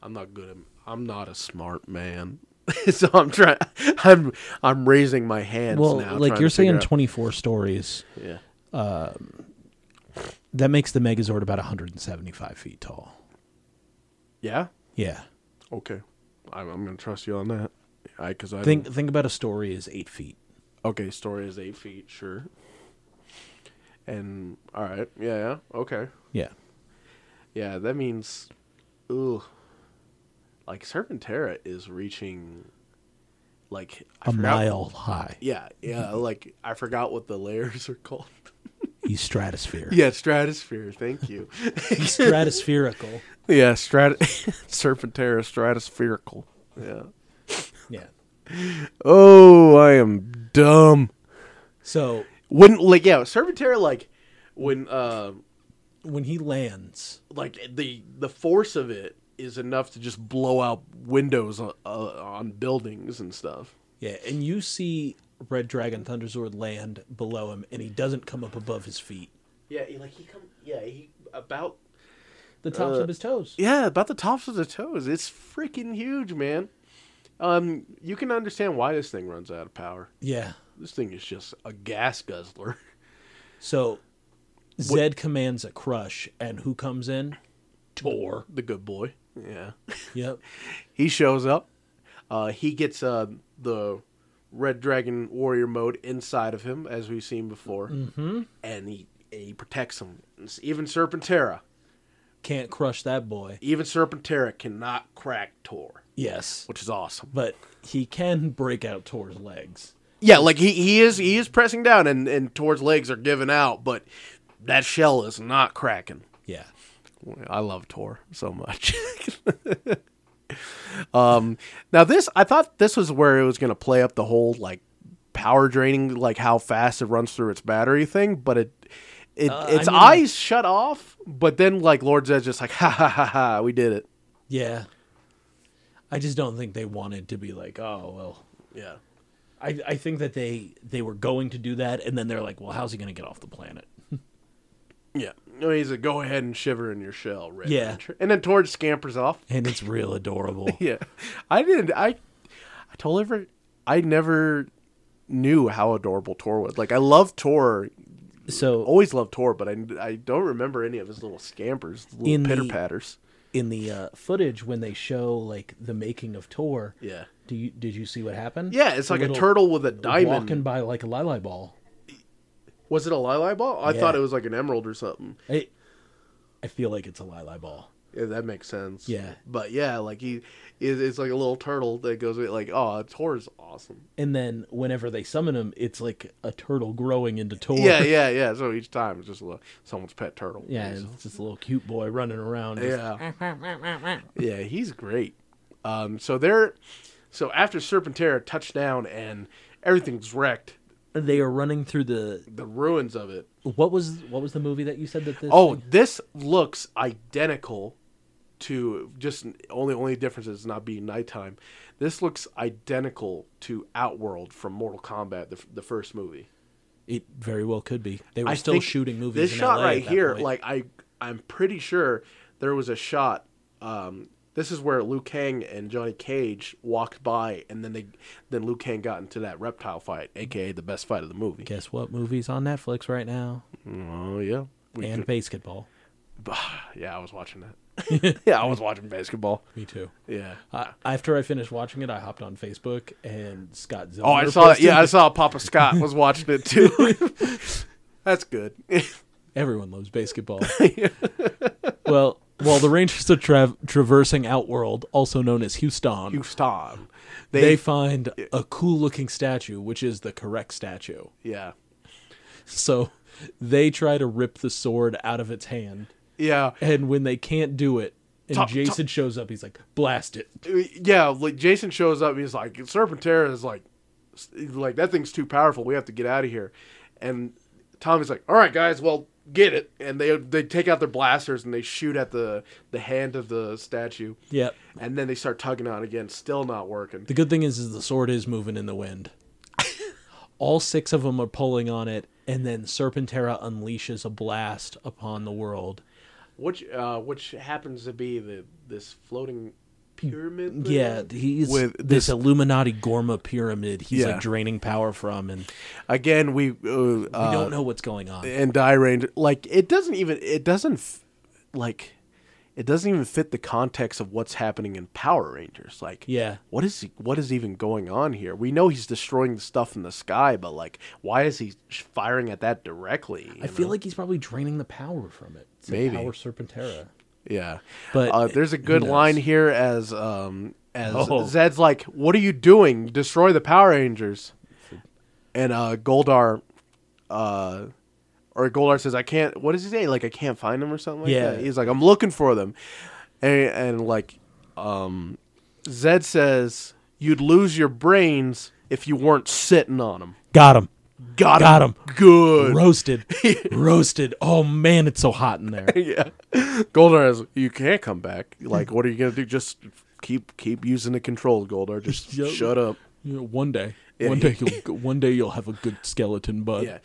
I'm not good. At, I'm not a smart man, [LAUGHS] so I'm trying. I'm I'm raising my hands
Well,
now.
like
trying
you're
to figure
saying,
out-
24 stories.
Yeah.
That makes the Megazord about 175 feet tall.
Yeah.
Yeah.
Okay. I'm, I'm gonna trust you on that. I because I
Think think about a story is eight feet.
Okay, story is eight feet, sure. And all right, yeah, yeah, okay.
Yeah.
Yeah, that means, ooh, like Serpentera is reaching, like I
a
forgot-
mile high.
Yeah,
[LAUGHS]
yeah, like I forgot what the layers are called.
He's stratosphere.
[LAUGHS] yeah, stratosphere. Thank
[LAUGHS]
you.
He's stratospherical.
yeah, strat [LAUGHS] Serpentera stratospherical. Yeah.
Yeah.
Oh, I am dumb.
So
When like yeah, Serpentera like when uh
when he lands,
like the the force of it is enough to just blow out windows on, uh, on buildings and stuff.
yeah, and you see Red Dragon Thunderzord land below him, and he doesn't come up above his feet.
Yeah, he, like he come. Yeah, he
about
The tops
Uh,
of his toes.
Yeah, about the tops of the toes. It's freaking huge, man. Um, you can understand why this thing runs out of power.
Yeah.
This thing is just a gas guzzler. [LAUGHS]
So Zed commands a crush, and who comes in? Tor.
The good boy. Yeah. [LAUGHS]
Yep.
He shows up. Uh, he gets uh, the Red Dragon Warrior mode inside of him, as we've seen before. Mm-hmm. And he, he protects him. Even Serpentera.
Can't crush that boy.
Even Serpentera cannot crack Tor,
Yes.
which is awesome.
But he can break out Tor's legs.
Yeah, like he, he is he is pressing down and, and Tor's legs are giving out, but that shell is not cracking.
Yeah.
I love Tor so much. [LAUGHS] um now this I thought this was where it was gonna play up the whole like power draining, like how fast it runs through its battery thing, but it it,
Uh,
its
I mean-
eyes shut off, but then like Lord Zed's just like [LAUGHS] ha ha ha ha, we did it.
Yeah. I just don't think they wanted to be like, oh well.
Yeah.
I, I think that they they were going to do that, and then they're like, well, how's he going to get off the planet?
Yeah. No, he's like, go ahead and shiver in your shell, Red
Yeah.
Ranger." And then Torch scampers off.
And it's real adorable.
Yeah, I didn't. I I totally for, I never knew how adorable Tor was. Like I love Tor,
So
always loved Tor, but I, I don't remember any of his little scampers, his
In
little
the-
pitter patters.
in the uh, footage when they show like the making of Tor,
Yeah,
do you did you see what happened?
yeah, it's like a,
little
turtle with a diamond.
walking by like a lily ball.
Was it a lily ball? I thought
Yeah.
it was like an emerald or something.
I I feel like it's a lily ball.
Yeah, that makes sense.
Yeah.
but yeah, like he, it- it's like a little turtle that goes with- like, oh, Tor's awesome.
And then whenever they summon him, it's like a turtle growing into Tor.
Yeah, yeah, yeah. So each time it's just a little, someone's pet turtle.
[LAUGHS] Yeah,
So-
it's just a little cute boy running around. just- mm,
Yeah. yeah, he's great. Um, so they're so after Serpentera touched down and everything's wrecked,
They are running through the
the ruins of it.
what was what was the movie that you said that this
Oh,
thing-
this looks identical to just only only difference is not being nighttime. This looks identical to Outworld from Mortal Kombat, the, f- the first movie.
it very well could be. They were
I
still
think
shooting movies
This
in
shot
LA
right
at that
here,
point.
like I, I'm pretty sure there was a shot. Um, this is where Liu Kang and Johnny Cage walked by, and then they, then Liu Kang got into that reptile fight, aka the best fight of the movie.
guess what movie's on Netflix right now?
Oh yeah, we
and basketball.
could- yeah, I was watching
[LAUGHS]
that. [LAUGHS] yeah, I was watching basketball.
Me too.
Yeah.
I, after I finished watching it, I hopped on Facebook and Scott Zellner.
Oh, I saw that.
posted-
Yeah, I saw Papa Scott was watching
[LAUGHS]
it too. [LAUGHS] That's good. [LAUGHS]
Everyone loves basketball. [LAUGHS] well, while the Rangers are tra- traversing Outworld, also known as Houston,
Houston.
they, find a cool-looking statue, which is the correct statue.
yeah.
So they try to rip the sword out of its hand,
Yeah.
and when they can't do it, and
Top- top-
Jason shows up, he's like, "Blast it!"
yeah, like Jason shows up. He's like, Serpentera is like, like that thing's too powerful. We have to get out of here. And Tommy's like, all right, guys, well, get it. And they they take out their blasters and they shoot at the the hand of the statue.
Yep.
And then they start tugging on again. Still not working.
The good thing is, is the sword is moving in the
[LAUGHS]
wind. All six of them are pulling on it, and then Serpentera unleashes a blast upon the world.
Which uh, which happens to be the this floating pyramid. thing?
Mm, Yeah, he's
With
this,
this-
Illuminati Gorma pyramid. He's
Yeah.
like draining power from, and we
Again, we uh, eh, we
don't know what's going on.
and die ranger like it doesn't even it doesn't f- like it doesn't even fit the context of what's happening in power rangers like
Yeah.
what is he, what is even going on here we know he's destroying the stuff in the sky but like why is he sh- firing at that directly
I feel like he's probably draining the power from it. It's like
Maybe.
power Serpentera.
yeah
But-
uh, there's a good
who knows?
line here as um as
Oh.
zed's like what are you doing destroy the power rangers and uh goldar uh or Goldar says, "I can't." What does he say? Like, I can't find them or something like
Yeah.
that. He's like, "I'm looking for them," and, and like, um, Zed says, "You'd lose your brains if you weren't sitting on them."
Got him.
Got,
Got him.
Good. [LAUGHS]
Roasted. Roasted. Oh man, it's so hot in there.
yeah. Goldar is. You can't come back. Like, what are you gonna do? Just keep keep using the controls, Goldar. Just
Yep.
shut up.
You know, one day.
Yeah,
one
he-
day
[LAUGHS]
you'll one day you'll have a good skeleton butt.
Yeah,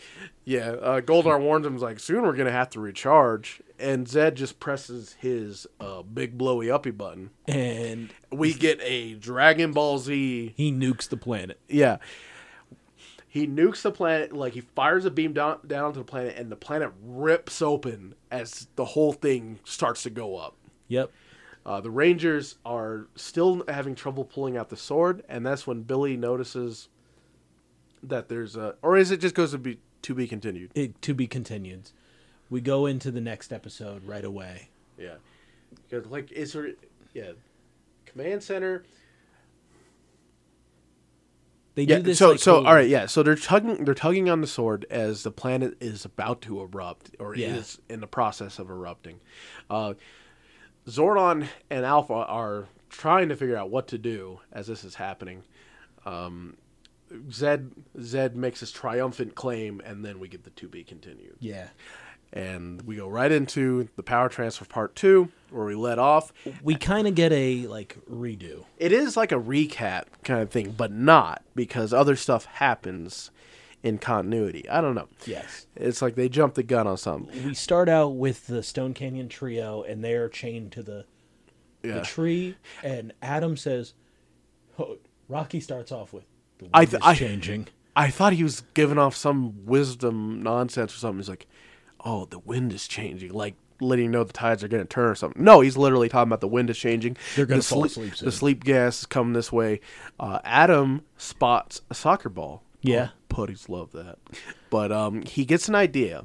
yeah. Uh, Goldar warns him like, soon we're gonna have to recharge, and Zed just presses his uh, big blowy uppy button.
And
We get a Dragon Ball Z.
he nukes the planet.
Yeah, he nukes the planet. Like he fires a beam down down to the planet, and the planet rips open as the whole thing starts to go up.
Yep.
Uh, the Rangers are still having trouble pulling out the sword, and that's when Billy notices that there's a, or is it just goes to be to be continued?
It, to be continued. We go into the next episode right away.
Yeah, because like is there, yeah, command center.
They
Yeah,
do this.
so
like,
so
little-
all right, yeah. So they're tugging they're tugging on the sword as the planet is about to erupt or
Yeah.
is in the process of erupting. Uh, Zordon and Alpha are trying to figure out what to do as this is happening. Um, Zed Zed makes his triumphant claim, and then we get the to be continued.
Yeah.
And we go right into the power transfer part two, where we let off.
We kind of get a like redo.
it is like a recap kind of thing, but not because other stuff happens in continuity. I don't know.
Yes.
It's like they jumped the gun on something.
We start out with the Stone Canyon trio, and they are chained to the the
Yeah.
tree. And Adam says, oh, "Rocky starts off with the
I
world
th-
is
I-
changing."
I thought he was giving off some wisdom nonsense or something. He's like, "Oh, the wind is changing," like letting you know the tides are going to turn or something. No, he's literally talking about the wind is changing.
They're gonna
The
fall
sle-
asleep soon.
The sleep gas is coming this way. Uh, Adam spots a soccer ball.
Yeah.
oh, putties love that. But um, he gets an idea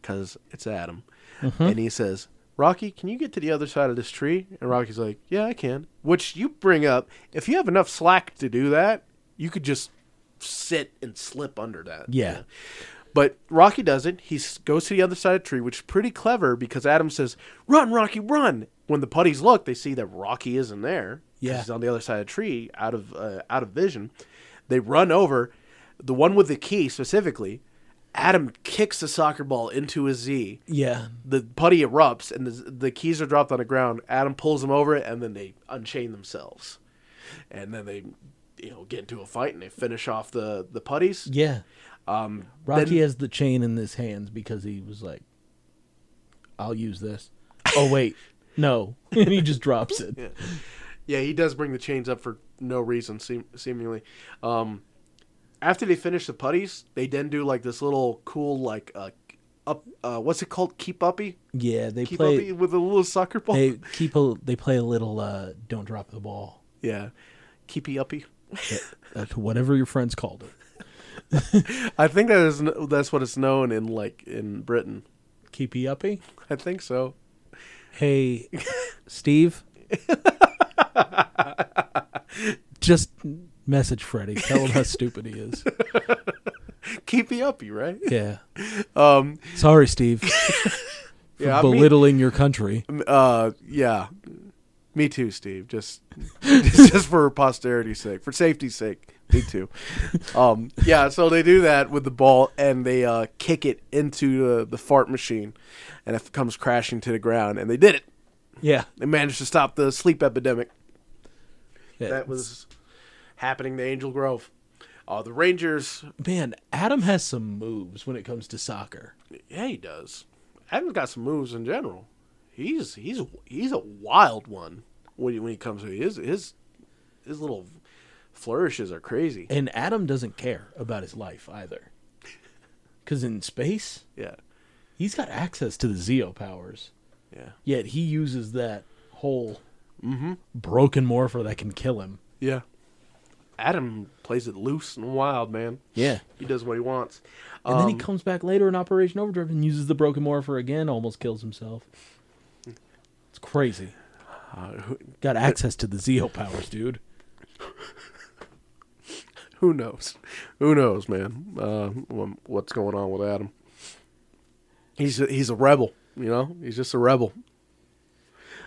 because it's Adam,
Mm-hmm.
and he says. Rocky, can you get to the other side of this tree? And Rocky's like, Yeah, I can. Which you bring up. If you have enough slack to do that, you could just sit and slip under that.
Yeah.
But Rocky doesn't. He s- goes to the other side of the tree, which is pretty clever because Adam says, "Run, Rocky, run!" When the putties look, they see that Rocky isn't there. 'cause
Yeah.
he's on the other side of the tree, out of uh, out of vision. They run over the one with the key specifically. Adam kicks the soccer ball into his Z.
Yeah.
The putty erupts, and the, z- the keys are dropped on the ground. Adam pulls them over, and then they unchain themselves, and then they, you know, get into a fight and they finish off the the putties.
Yeah.
Um,
Rocky
then-
has the chain in his hands because he was like, "I'll use this." Oh wait, no, and [LAUGHS] he just drops it.
Yeah, he does bring the chains up for no reason, seem- seemingly. Um, after they finish the putties, they then do like this little cool like uh, up. Uh, what's it called? Keep uppy.
Yeah, they
Keep uppy
play.
with a little soccer ball.
They keep a. They play a little. Uh, don't drop the ball.
Yeah, keepy uppy. [LAUGHS]
Uh, to whatever your friends called it.
I think that is kn- that's what it's known in like in Britain.
Keepy uppy.
I think so. [LAUGHS]
Hey, Steve. just message Freddie. Tell him how stupid he
[LAUGHS]
is.
Keepy uppy, right?
Yeah.
Um,
Sorry, Steve, for
[LAUGHS] yeah, I mean-
belittling your country.
uh, yeah. Me too, Steve. Just, [LAUGHS] just for posterity's sake, for safety's sake. Me too. Um, yeah. So they do that with the ball, and they uh, kick it into the, the fart machine, and it comes crashing to the ground. And they did it.
Yeah.
They managed to stop the sleep epidemic
Yeah.
that was happening to Angel Grove. Uh, the Rangers.
Man, Adam has some moves when it comes to soccer.
Yeah, he does. Adam's got some moves in general. He's he's he's a wild one when he, when he comes to it. his his his little flourishes are crazy.
And Adam doesn't care about his life either. Because in space,
Yeah,
he's got access to the Zeo powers.
yeah,
Yet he uses that whole broken morpher that can kill him.
yeah. Adam plays it loose and wild, man.
Yeah.
He does what he wants.
And then he comes back later in Operation Overdrive and uses the broken morpher again, almost kills himself. It's crazy. Got access to the Zeo powers, dude.
Who knows? Who knows, man? Uh, wh- what's going on with Adam? He's a, he's a rebel, you know. He's just a rebel.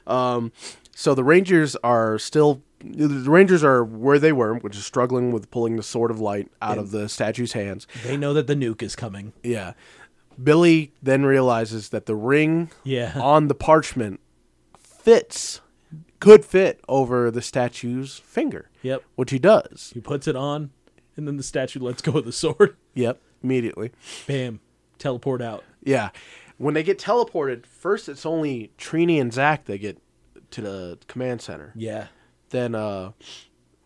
Um, so the Rangers are still the Rangers are where they were, which is struggling with pulling the sword of light out of the statue's hands.
They know that the nuke is coming.
Yeah, Billy then realizes that the ring
Yeah. [LAUGHS]
on the parchment fits, could fit over the statue's finger.
Yep.
which he does.
He puts it on, and and then the statue lets go of the [LAUGHS] sword.
Yep. Immediately.
Bam, teleport out.
Yeah. When they get teleported, first it's only Trini and Zach that get to the command center.
Yeah,
Then uh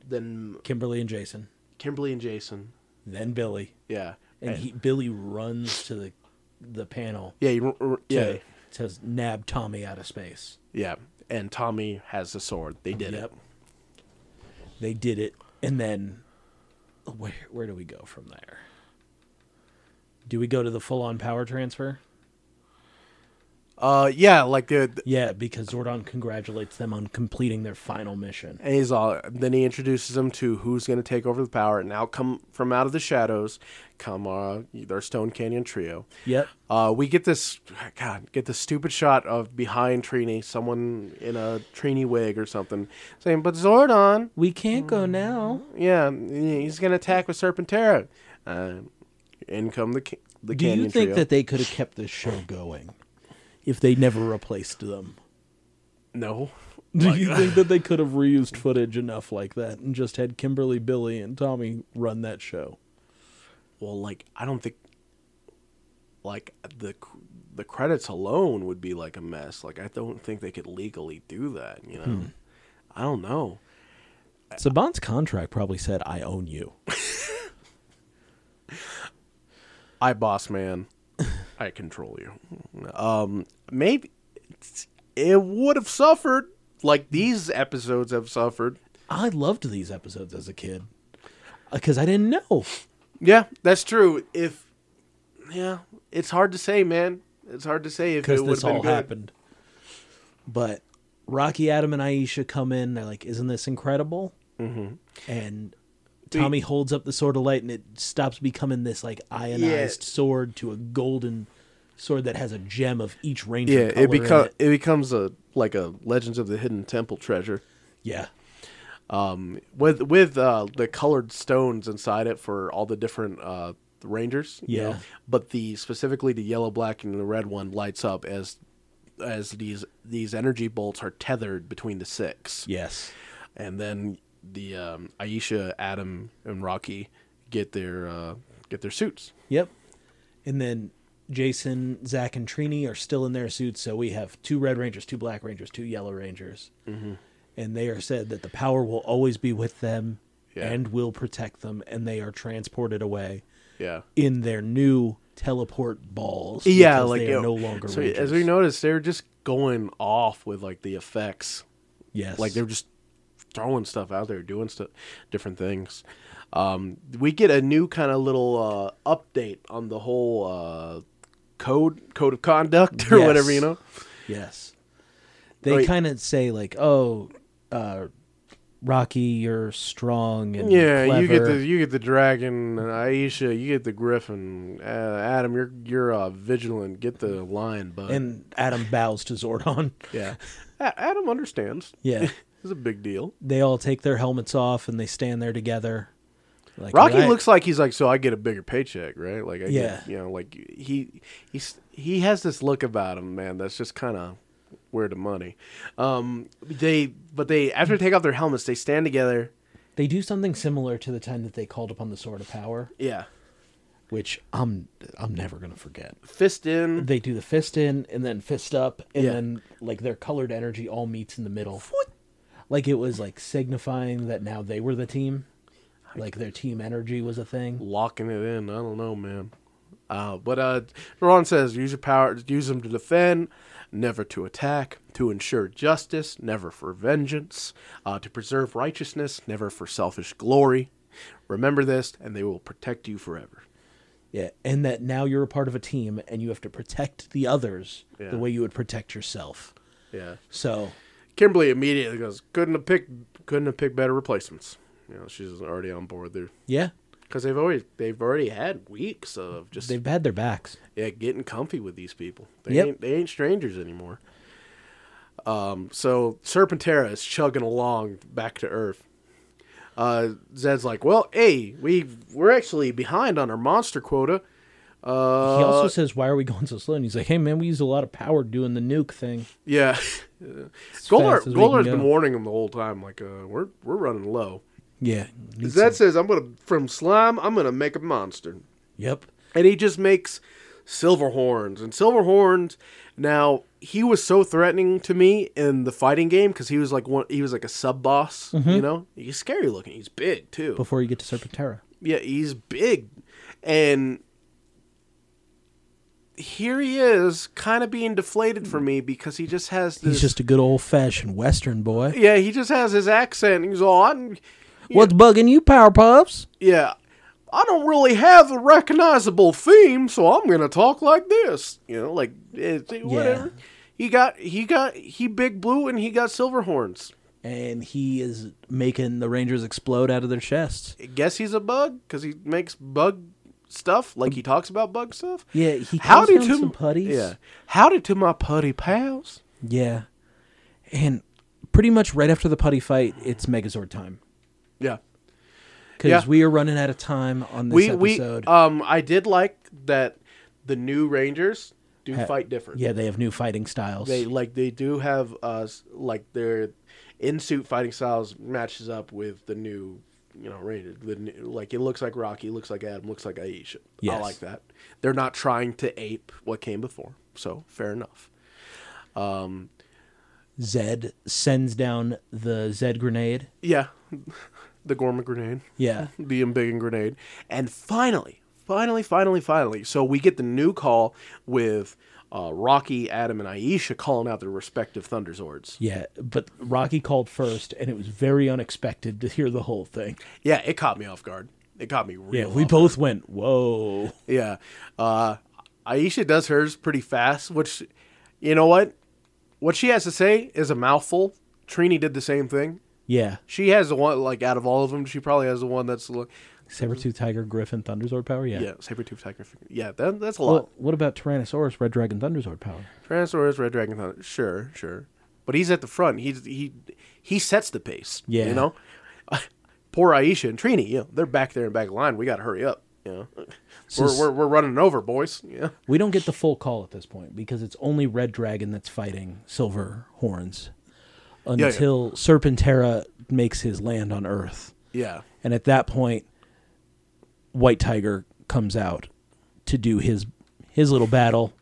then
Kimberly and Jason,
Kimberly and Jason.
then Billy,
Yeah.
and he, Billy runs to the the panel.
yeah, you, r- r- yeah.
To, to nab Tommy out of space.
Yeah. And Tommy has the sword. They did it.
Yep. They did it, and then where where do we go from there? Do we go to the full on power transfer?
Uh yeah, like the
Yeah, because Zordon congratulates them on completing their final mission.
And he's all. Then he introduces them to who's going to take over the power. And now come from out of the shadows, come uh, their Stone Canyon trio.
Yep.
Uh, we get this, God, get this stupid shot of behind Trini, someone in a Trini wig or something, saying, "But Zordon,
We can't go now.
yeah, he's going to attack with Serpentera." Uh, in come the ca- the
Do
Canyon
you think
trio.
that they could have kept this show going if they never replaced them?
no,
Do
[LAUGHS]
you think that they could have reused footage enough like that and just had Kimberly, Billy, and Tommy run that show?
well, like I don't think, like the the credits alone would be like a mess. Like I don't think they could legally do that. You know,
Hmm.
I don't know.
Saban's contract probably said, I own you.
I boss [LAUGHS] man, I control you. Um, maybe it's- it would have suffered like these episodes have suffered.
I loved these episodes as a kid because I didn't know.
Yeah, that's true. If yeah, it's hard to say, man. It's hard to say if it
because
would have
this
been
all
good.
happened. But Rocky, Adam, and Aisha come in. They're like, "Isn't this incredible?" Mm-hmm. And Tommy holds up the sword of light, and it stops becoming this like ionized sword to a golden sword that has a gem of each range.
Yeah,
of color
it becomes
in it.
it becomes a like a Legends of the Hidden Temple treasure.
yeah,
with with uh, the colored stones inside it for all the different uh, rangers. you
Yeah.
know. but the specifically the yellow, black, and the red one lights up as as these these energy bolts are tethered between the six.
yes,
and then the um, Aisha, Adam, and Rocky get their uh, get their suits.
yep. And then Jason, Zach, and Trini are still in their suits, so we have two Red Rangers, two Black Rangers, two Yellow Rangers,
Mm-hmm.
and they are said that the power will always be with them
Yeah.
and will protect them, and they are transported away
Yeah.
in their new teleport balls.
Yeah,
because
like
they
you
are no
know,
longer
So
Rangers.
as we noticed, they're just going off with like the effects
yes,
Like they're just throwing stuff out there, doing stuff, different things. Um, we get a new kind of little uh, update on the whole uh, code code of conduct or
Yes.
whatever you know.
yes, they
Like-
kind of say like, "Oh, uh, Rocky, you're strong and
Yeah, you get
clever."
the you get the dragon, Aisha, you get the griffin, uh, Adam, you're you're uh, vigilant. Get the lion, bud.
and Adam bows to Zordon.
[LAUGHS] yeah, A- Adam understands.
Yeah.
it's a big deal.
They all take their helmets off and they stand there together. Like,
Rocky
"Alright."
looks like he's like, so I get a bigger paycheck, right? Like, I
Yeah.
get, you know, like he he's he has this look about him, man. That's just kind of where the money. Um, they but they after they take off their helmets, they stand together.
They do something similar to the time that they called upon the Sword of Power,
Yeah,
which I'm I'm never gonna forget.
fist in.
They do the fist in and then fist up, and
Yeah.
then like their colored energy all meets in the middle. Like it was like signifying that now they were the team. Like their team energy was a thing.
locking it in. I don't know, man. Uh, but uh, Ron says use your power, use them to defend, never to attack, to ensure justice, never for vengeance, uh, to preserve righteousness, never for selfish glory. Remember this, and they will protect you forever.
Yeah. And that now you're a part of a team and you have to protect the others
Yeah.
the way you would protect yourself.
Yeah.
So
Kimberly immediately goes, couldn't have picked, couldn't have picked better replacements. You know, she's already on board there
yeah.
because they've already they've already had weeks of just
They've had their backs.
yeah, getting comfy with these people. They
Yep.
ain't they ain't strangers anymore. Um, so Serpentera is chugging along back to Earth. Uh, Zed's like, well, hey, we we're actually behind on our monster quota. Uh,
He also says, "Why are we going so slow?" And he's like, "Hey man, we use a lot of power doing the nuke thing."
yeah, [LAUGHS] Golar
fast as we
Golar's
can
been
go.
warning him the whole time, like, uh, we're we're running low.
Yeah.
'Cause that says I'm gonna from slime. I'm gonna make a monster,
Yep.
and he just makes silver horns and silver horns. Now he was so threatening to me in the fighting game because he was like one. He was like a sub boss.
Mm-hmm.
You know, he's scary looking. He's big too.
Before you get to Serpentera.
Yeah, he's big. And here he is, kind of being deflated for me because he just has this.
Mm. He's just a good old fashioned Western boy.
yeah, he just has his accent. He's all, I, don't-
What's bugging you, Power Puffs?
yeah, I don't really have a recognizable theme, so I'm gonna talk like this. You know, like it, whatever. He got, he got, he big blue, and he got silver horns.
And he is making the Rangers explode out of their chests.
I guess he's a bug because he makes bug stuff, like he talks about bug stuff.
Yeah, he
How
calls
did
down
to
some putties.
Yeah. Howdy to my putty pals.
Yeah. And pretty much right after the putty fight, it's Megazord time.
Yeah.
Because
Yeah.
we are running out of time on this
We
episode.
we um I did like that the new Rangers do
Ha-
fight different.
yeah, they have new fighting styles.
They like they do have uh s- like their in suit fighting styles matches up with the new you know Rangers. The new, like it looks like Rocky, looks like Adam, looks like Aisha. I
Yes.
like that. They're not trying to ape what came before. So fair enough. Um,
Zed sends down the Zed grenade.
Yeah. [LAUGHS] the Gorma grenade.
Yeah.
the embiggen grenade. And finally, finally, finally, finally, so we get the new call with uh, Rocky, Adam, and Aisha calling out their respective Thunder Zords.
Yeah, but Rocky called first, and it was very unexpected to hear the whole thing.
Yeah, it caught me off guard. It caught me real.
Yeah, we
off
both went, whoa.
Yeah. Uh, Aisha does hers pretty fast, which, you know what? What she has to say is a mouthful. Trini did the same thing.
Yeah.
She has the one, like, out of all of them, she probably has the one that's, lo-
Sabretooth, Tiger, Griffin, Thunderzord power? Yeah.
yeah, Sabretooth Tiger. Figure. Yeah, that, that's a lot.
Well, what about Tyrannosaurus, Red Dragon, Thunderzord power?
Tyrannosaurus, Red Dragon, Thunder. Sure, sure. But he's at the front. He's he he sets the pace.
Yeah.
You know? [LAUGHS] Poor Aisha and Trini, you know, they're back there in back line. We gotta hurry up. You know.
is-
we're, we're we're running over, boys. Yeah.
We don't get the full call at this point because it's only Red Dragon that's fighting Silver Horns
yeah.
until Serpentera makes his land on Earth.
Yeah.
And at that point, White Tiger comes out to do his his little battle.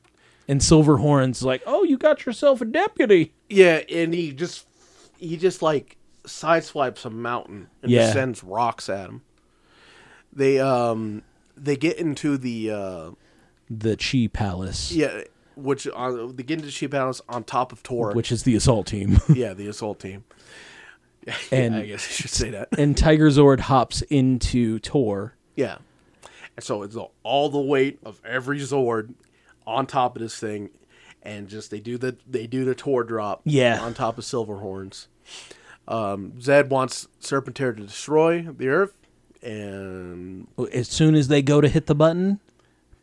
And Silver Horns like, "Oh, you got yourself a deputy."
Yeah, and he just he just like sideswipes a mountain and just
Yeah.
sends rocks at him. They um they get into the uh
The Chi Palace,
yeah which uh, on they get into Sheep Palace on top of Tor.
which is the assault team.
[LAUGHS] yeah, the assault team.
and
I guess I should
[LAUGHS]
say that.
and Tiger Zord hops into Tor.
Yeah. And so it's all- all the weight of every Zord on top of this thing, and just they do the they do the Tor drop.
Yeah.
On top of Silverhorns. Um, Zed wants Serpentair to destroy the Earth, and
As soon as they go to hit the button,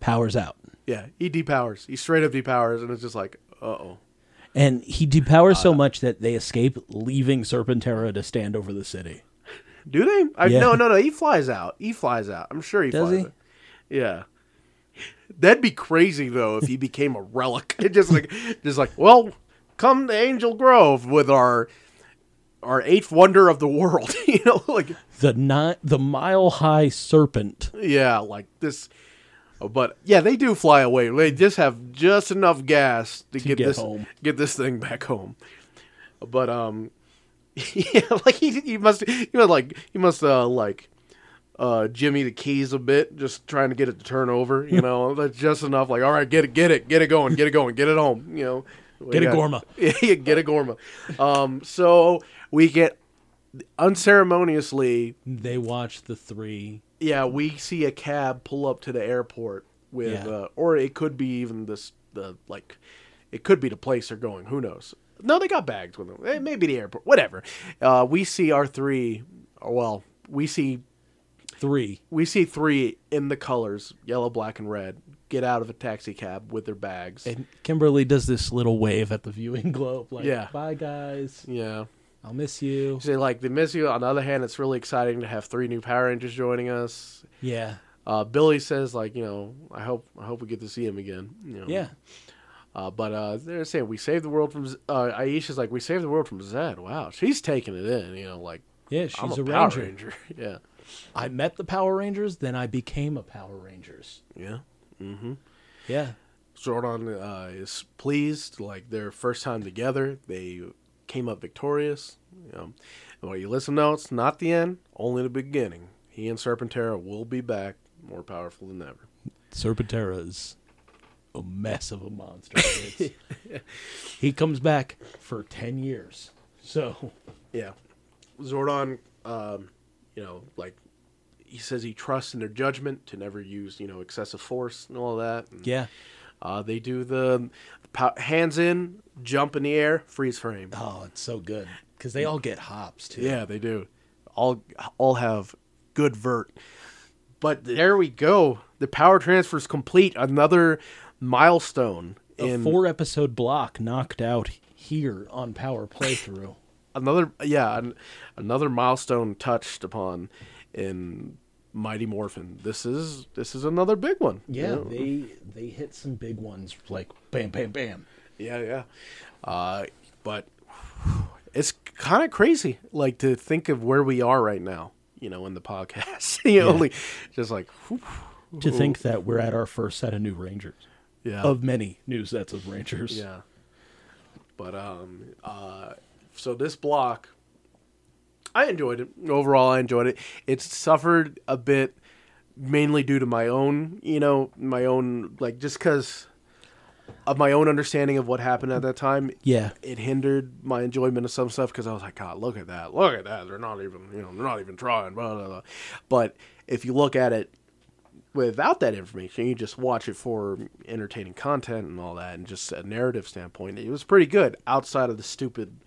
powers out.
yeah, he depowers. He straight up depowers, and it's just like, uh oh.
And he depowers
Uh,
so much that they escape, leaving Serpentera to stand over the city.
Do they? I,
Yeah.
No, no, no. He flies out. He flies out. I'm sure he
Does
flies
he?
out. Yeah. That'd be crazy though if he became a relic. [LAUGHS] just like, just like, well, come to Angel Grove with our our eighth wonder of the world. [LAUGHS] you know, like,
The ni- the mile high serpent.
yeah, like this. But yeah, they do fly away. They just have just enough gas to, get,
get
this
home.
get this thing back home. But um, [LAUGHS] yeah, like he, he must he must like he must uh like uh Jimmy the keys a bit, just trying to get it to turn over.
[LAUGHS]
You know, that's just enough. Like all right, get it, get it, get it going, get it going, get it home. You know, We
Get a
got-
Gorma.
[LAUGHS] yeah, get a Gorma. Um, so we get unceremoniously
They watch the three.
yeah, we see a cab pull up to the airport with,
Yeah.
uh, or it could be even this the like, it could be the place they're going. Who knows? No, they got bags with them. Eh, Maybe the airport. Whatever. Uh, we see our three. Well, we see
Three.
we see three in the colors yellow, black, and red get out of a taxi cab with their bags.
And Kimberly does this little wave at the viewing globe, like,
Yeah.
bye guys.
yeah.
I'll miss you.
So like they miss you. On the other hand, it's really exciting to have three new Power Rangers joining us.
Yeah.
Uh, Billy says like you know I hope I hope we get to see him again. You know.
Yeah.
Uh, but uh, they're saying we saved the world from Z- uh, Aisha's like we saved the world from Zed. Wow, she's taking it in, you know, like
Yeah, she's
I'm
a,
Power
ranger.
Ranger. [LAUGHS] yeah.
I met the Power Rangers, then I became a Power Rangers.
Yeah.
Yeah.
Zordon uh, is pleased. Like their first time together, they came up victorious. You know, well, you listen now, it's not the end, only the beginning. He and Serpentera will be back, more powerful than ever.
Serpentera is a mess of a [LAUGHS] monster. It's- he comes back for 10 years. So,
Yeah, Zordon. Um, you know, like he says, he trusts in their judgment to never use you know excessive force and all that. And,
yeah.
uh, they do the pow- hands in, jump in the air, freeze frame.
Oh, it's so good. Because they all get hops, too.
Yeah, they do. All all have good vert. But there we go. The power transfer's complete. Another milestone
A
in
four episode block knocked out here on Power Playthrough.
another yeah, an, another milestone touched upon in Mighty Morphin. This is this is another big one.
yeah, they they hit some big ones like bam, bam, bam.
Yeah, yeah. Uh, but it's kind of crazy, like to think of where we are right now. You know, in the podcast, [LAUGHS] you know, like, just like whew,
To think that we're at our first set of new Rangers.
yeah,
Of many new sets of Rangers.
Yeah. But um uh so this block I enjoyed it. Overall I enjoyed it. It suffered a bit mainly due to my own, you know, my own like just cuz of my own understanding of what happened at that time.
Yeah.
It hindered my enjoyment of some stuff because I was like, God, look at that, look at that. They're not even, you know, they're not even trying. Blah, blah, blah. But if you look at it without that information, you just watch it for entertaining content and all that, and just a narrative standpoint, it was pretty good outside of the stupid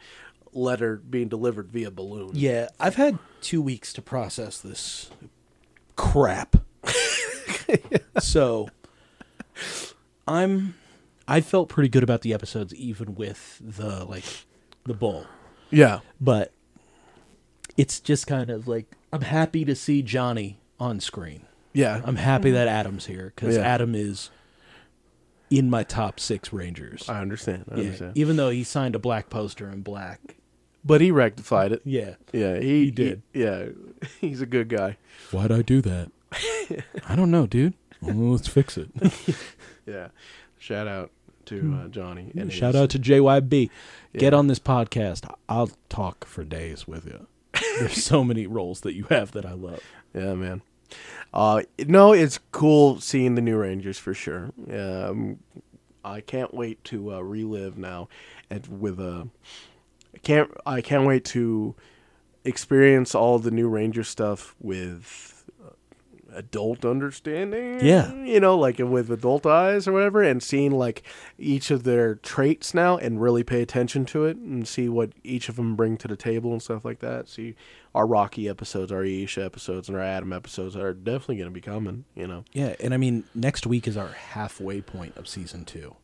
letter being delivered via balloon.
Yeah, I've had two weeks to process this crap. [LAUGHS] so I'm I felt pretty good about the episodes even with the like the bull.
yeah,
But it's just kind of like I'm happy to see Johnny on screen.
yeah.
I'm happy that Adam's here cuz
Yeah.
Adam is in my top 6 Rangers.
I understand. I
yeah,
understand.
even though he signed a black poster in black.
but he rectified it.
Yeah.
Yeah, he,
did.
he- yeah, [LAUGHS] he's a good guy.
Why'd I do [LAUGHS] that? I don't know, dude. Well, let's fix it.
Yeah. Shout out to uh, Johnny. And
[LAUGHS] Hmm. Shout
his-
out to JYB. Get on this podcast. I'll talk for days with you. There's so many roles that you have that I love.
Yeah, man. Uh, no, it's cool seeing the new Rangers for sure. Um, I can't wait to uh, relive now, and with a I can't I can't wait to experience all the new Ranger stuff with uh, adult understanding.
Yeah.
you know, like with adult eyes or whatever, and seeing like each of their traits now, and really pay attention to it and see what each of them bring to the table and stuff like that. See our Rocky episodes, our Aisha episodes, and our Adam episodes are definitely going to be coming. You know,
Yeah, and I mean, next week is our halfway point of season [SIGHS] two.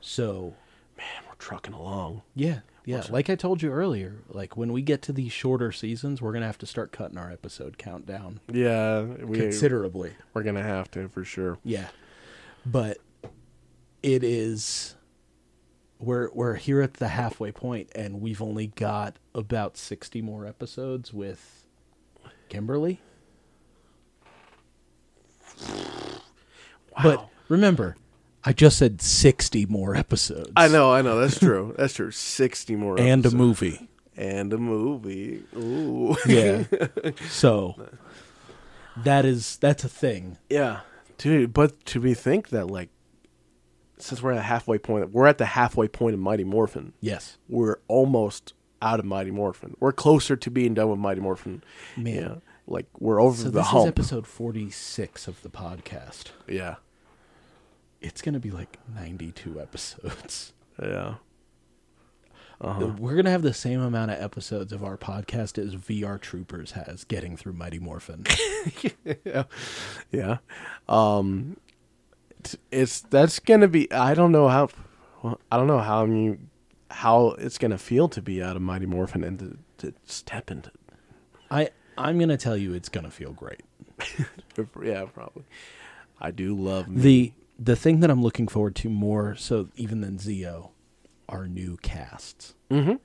So,
and we're trucking along.
yeah, yeah. Like I told you earlier, like when we get to these shorter seasons, we're going to have to start cutting our episode countdown
Yeah, we
considerably.
we're gonna have to for sure.
Yeah. But it is we're we're here at the halfway point and we've only got about 60 more episodes with Kimberly. But remember, I just said 60 more episodes.
I know, I know. That's [LAUGHS] true. That's true. Sixty more
And a
episodes.
movie.
and a movie.
[LAUGHS]
Ooh,
Yeah. so that is that's a thing.
yeah, dude. But to be think that like, since we're at a halfway point, we're at the halfway point of Mighty Morphin.
Yes.
We're almost out of Mighty Morphin. We're closer to being done with Mighty Morphin.
Man.
Yeah, like we're over
So
the
this is
hump.
episode 46 of the podcast.
yeah,
it's gonna be like 92 [LAUGHS] episodes
yeah.
we're gonna have the same amount of episodes of our podcast as vr troopers has getting through mighty morphin
Yeah. Um t- it's that's going to be I don't know how well, I don't know how you how it's going to feel to be out of Mighty Morphin and to, to step into
i i'm gonna tell you it's gonna feel great
yeah, probably. I do love me.
the the thing that i'm looking forward to more so even than zeo are new casts mm-hmm.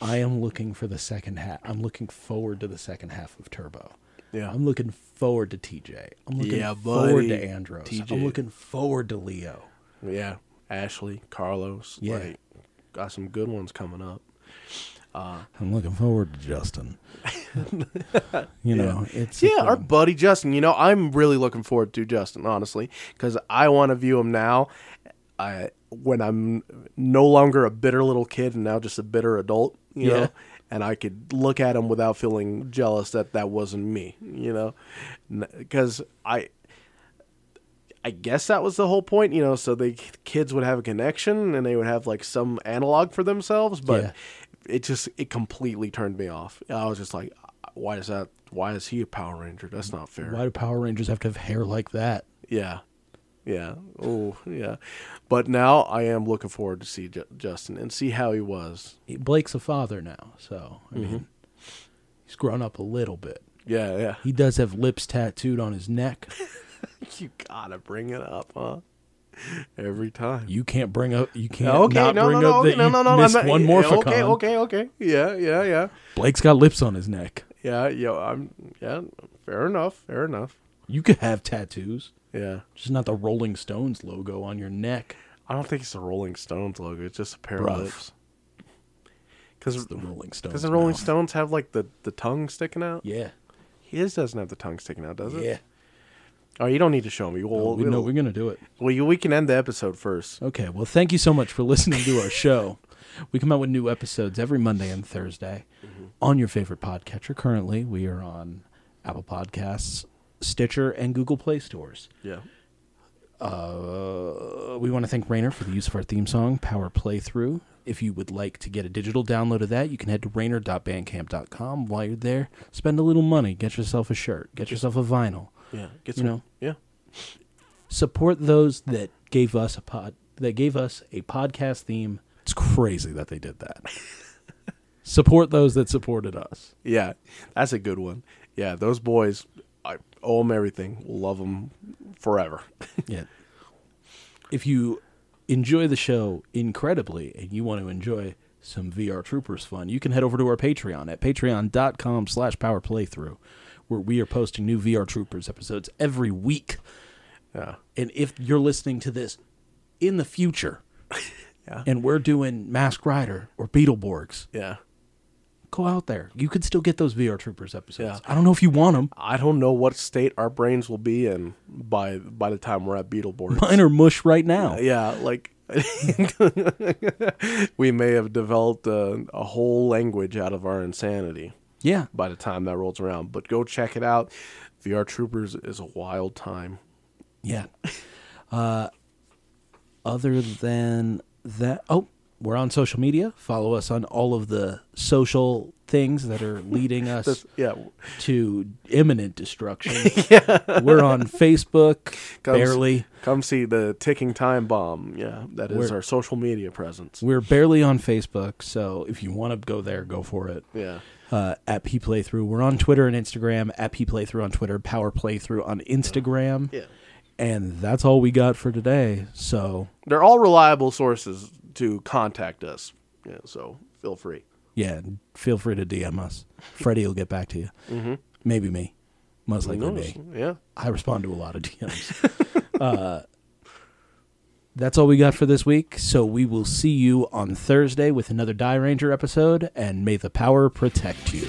I am looking for the second half. I'm looking forward to the second half of Turbo.
Yeah.
I'm looking forward to TJ. I'm looking
Yeah,
forward to
buddy.
Andros.
TJ.
I'm looking forward to Leo.
Yeah. Ashley, Carlos.
Yeah.
Like, got some good ones coming up.
I'm looking forward to
[LAUGHS]
Justin. you know, it's a
yeah, our
thing.
buddy Justin. You know, I'm really looking forward to Justin, honestly, because I want to view him now. I when I'm no longer a bitter little kid and now just a bitter adult. You
Yeah.
know, and I could look at him without feeling jealous that that wasn't me. You know, because I. I guess that was the whole point, you know. So the kids would have a connection, and they would have like some analog for themselves. But
Yeah.
it just it completely turned me off. I was just like, why is that? Why is he a Power Ranger? That's not fair.
why do Power Rangers have to have hair like that?
Yeah, yeah. Oh, yeah. But now I am looking forward to see Ju- Justin and see how he was.
Blake's a father now, so I
Mm-hmm.
mean, he's grown up a little bit.
Yeah, yeah.
He does have lips tattooed on his neck.
[LAUGHS] You gotta bring it up, huh? Every time.
You can't bring up. You can't
Okay,
not
no,
bring
no, no,
up
okay,
that
no,
you
no, no, I'm
missed
not-
one
yeah,
Morphicon.
Okay, okay, okay. Yeah, yeah, yeah,
Blake's got lips on his neck.
yeah, yeah. I'm yeah. Fair enough. Fair enough.
You could have tattoos,
Yeah.
just not the Rolling Stones logo on your neck.
I don't think it's the Rolling Stones logo. It's just a pair
Bruv.
of lips. Because
It's the Rolling Stones.
Does the Rolling
mouth.
Stones have like the, the tongue sticking out?
Yeah,
His doesn't have the tongue sticking out, does it?
yeah.
Oh, you don't need to show me. We'll,
we Oh.
we'll-
know we're gonna do it.
well, you, we can end the episode first.
Okay. Well, thank you so much for listening to our show. We come out with new episodes every Monday and Thursday
Mm-hmm.
on your favorite podcatcher. Currently, we are on Apple Podcasts, Stitcher, and Google Play Stores.
Yeah.
Uh, we want to thank Rainer for the use of our theme song, Power Playthrough. If you would like to get a digital download of that, you can head to rainer.bandcamp.com. While you're there, spend a little money, get yourself a shirt, get yourself a vinyl.
Yeah. Get
You
some,
know.
Yeah.
Support those that gave us a pod that gave us a podcast theme. It's crazy that they did that. [LAUGHS] Support those that supported us.
Yeah. That's a good one. Yeah. Those boys, I owe them everything. Love them forever. [LAUGHS]
Yeah. If you enjoy the show incredibly and you want to enjoy some VR Troopers fun, you can head over to our Patreon at patreon.com slash power playthrough, where we are posting new VR Troopers episodes every week.
Yeah.
And if you're listening to this in the future
[LAUGHS] Yeah.
and we're doing Mask Rider or Beetleborgs,
Yeah.
go out there. You could still get those VR Troopers episodes.
Yeah.
I don't know if you want them.
I don't know what state our brains will be in by by the time we're at
[LAUGHS]
Beetleborgs.
Mine are mush right now.
Yeah, like [LAUGHS] we may have developed a, a whole language out of our insanity
Yeah.
by the time that rolls around. But go check it out. VR Troopers is a wild time.
Yeah. Uh, other than that, oh, we're on social media. Follow us on all of the social things that are
[LAUGHS]
leading us
This- yeah,
to imminent
[LAUGHS]
destruction. We're on Facebook,
Comes-
barely.
come see the ticking time bomb. Yeah, that is
We're-
our social media presence.
We're barely on Facebook, so if you want to go there, go for it.
Yeah,
uh, at P Playthrough. We're on Twitter and Instagram at P Playthrough on Twitter, Power Playthrough on Instagram.
yeah,
And that's all we got for today. So
they're all reliable sources to contact us. Yeah, so feel free.
yeah, feel free to DM us. Freddie will get back to you. Mm-hmm. Maybe me. Most likely me.
Yeah,
I respond to a lot of DMs. [LAUGHS] uh, that's all we got for this week. So we will see you on Thursday with another Die Ranger episode, and may the power protect you.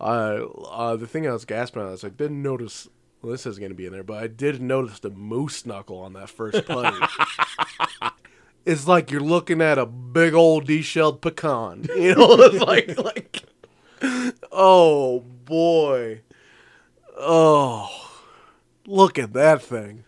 Uh, uh, the thing I was gasping at is I didn't notice. Well, this is going to be in there, but I did notice the moose knuckle on that first putty. it's like you're looking at a big old de-shelled pecan. [LAUGHS] You know, it's like like, oh boy, oh, look at that thing.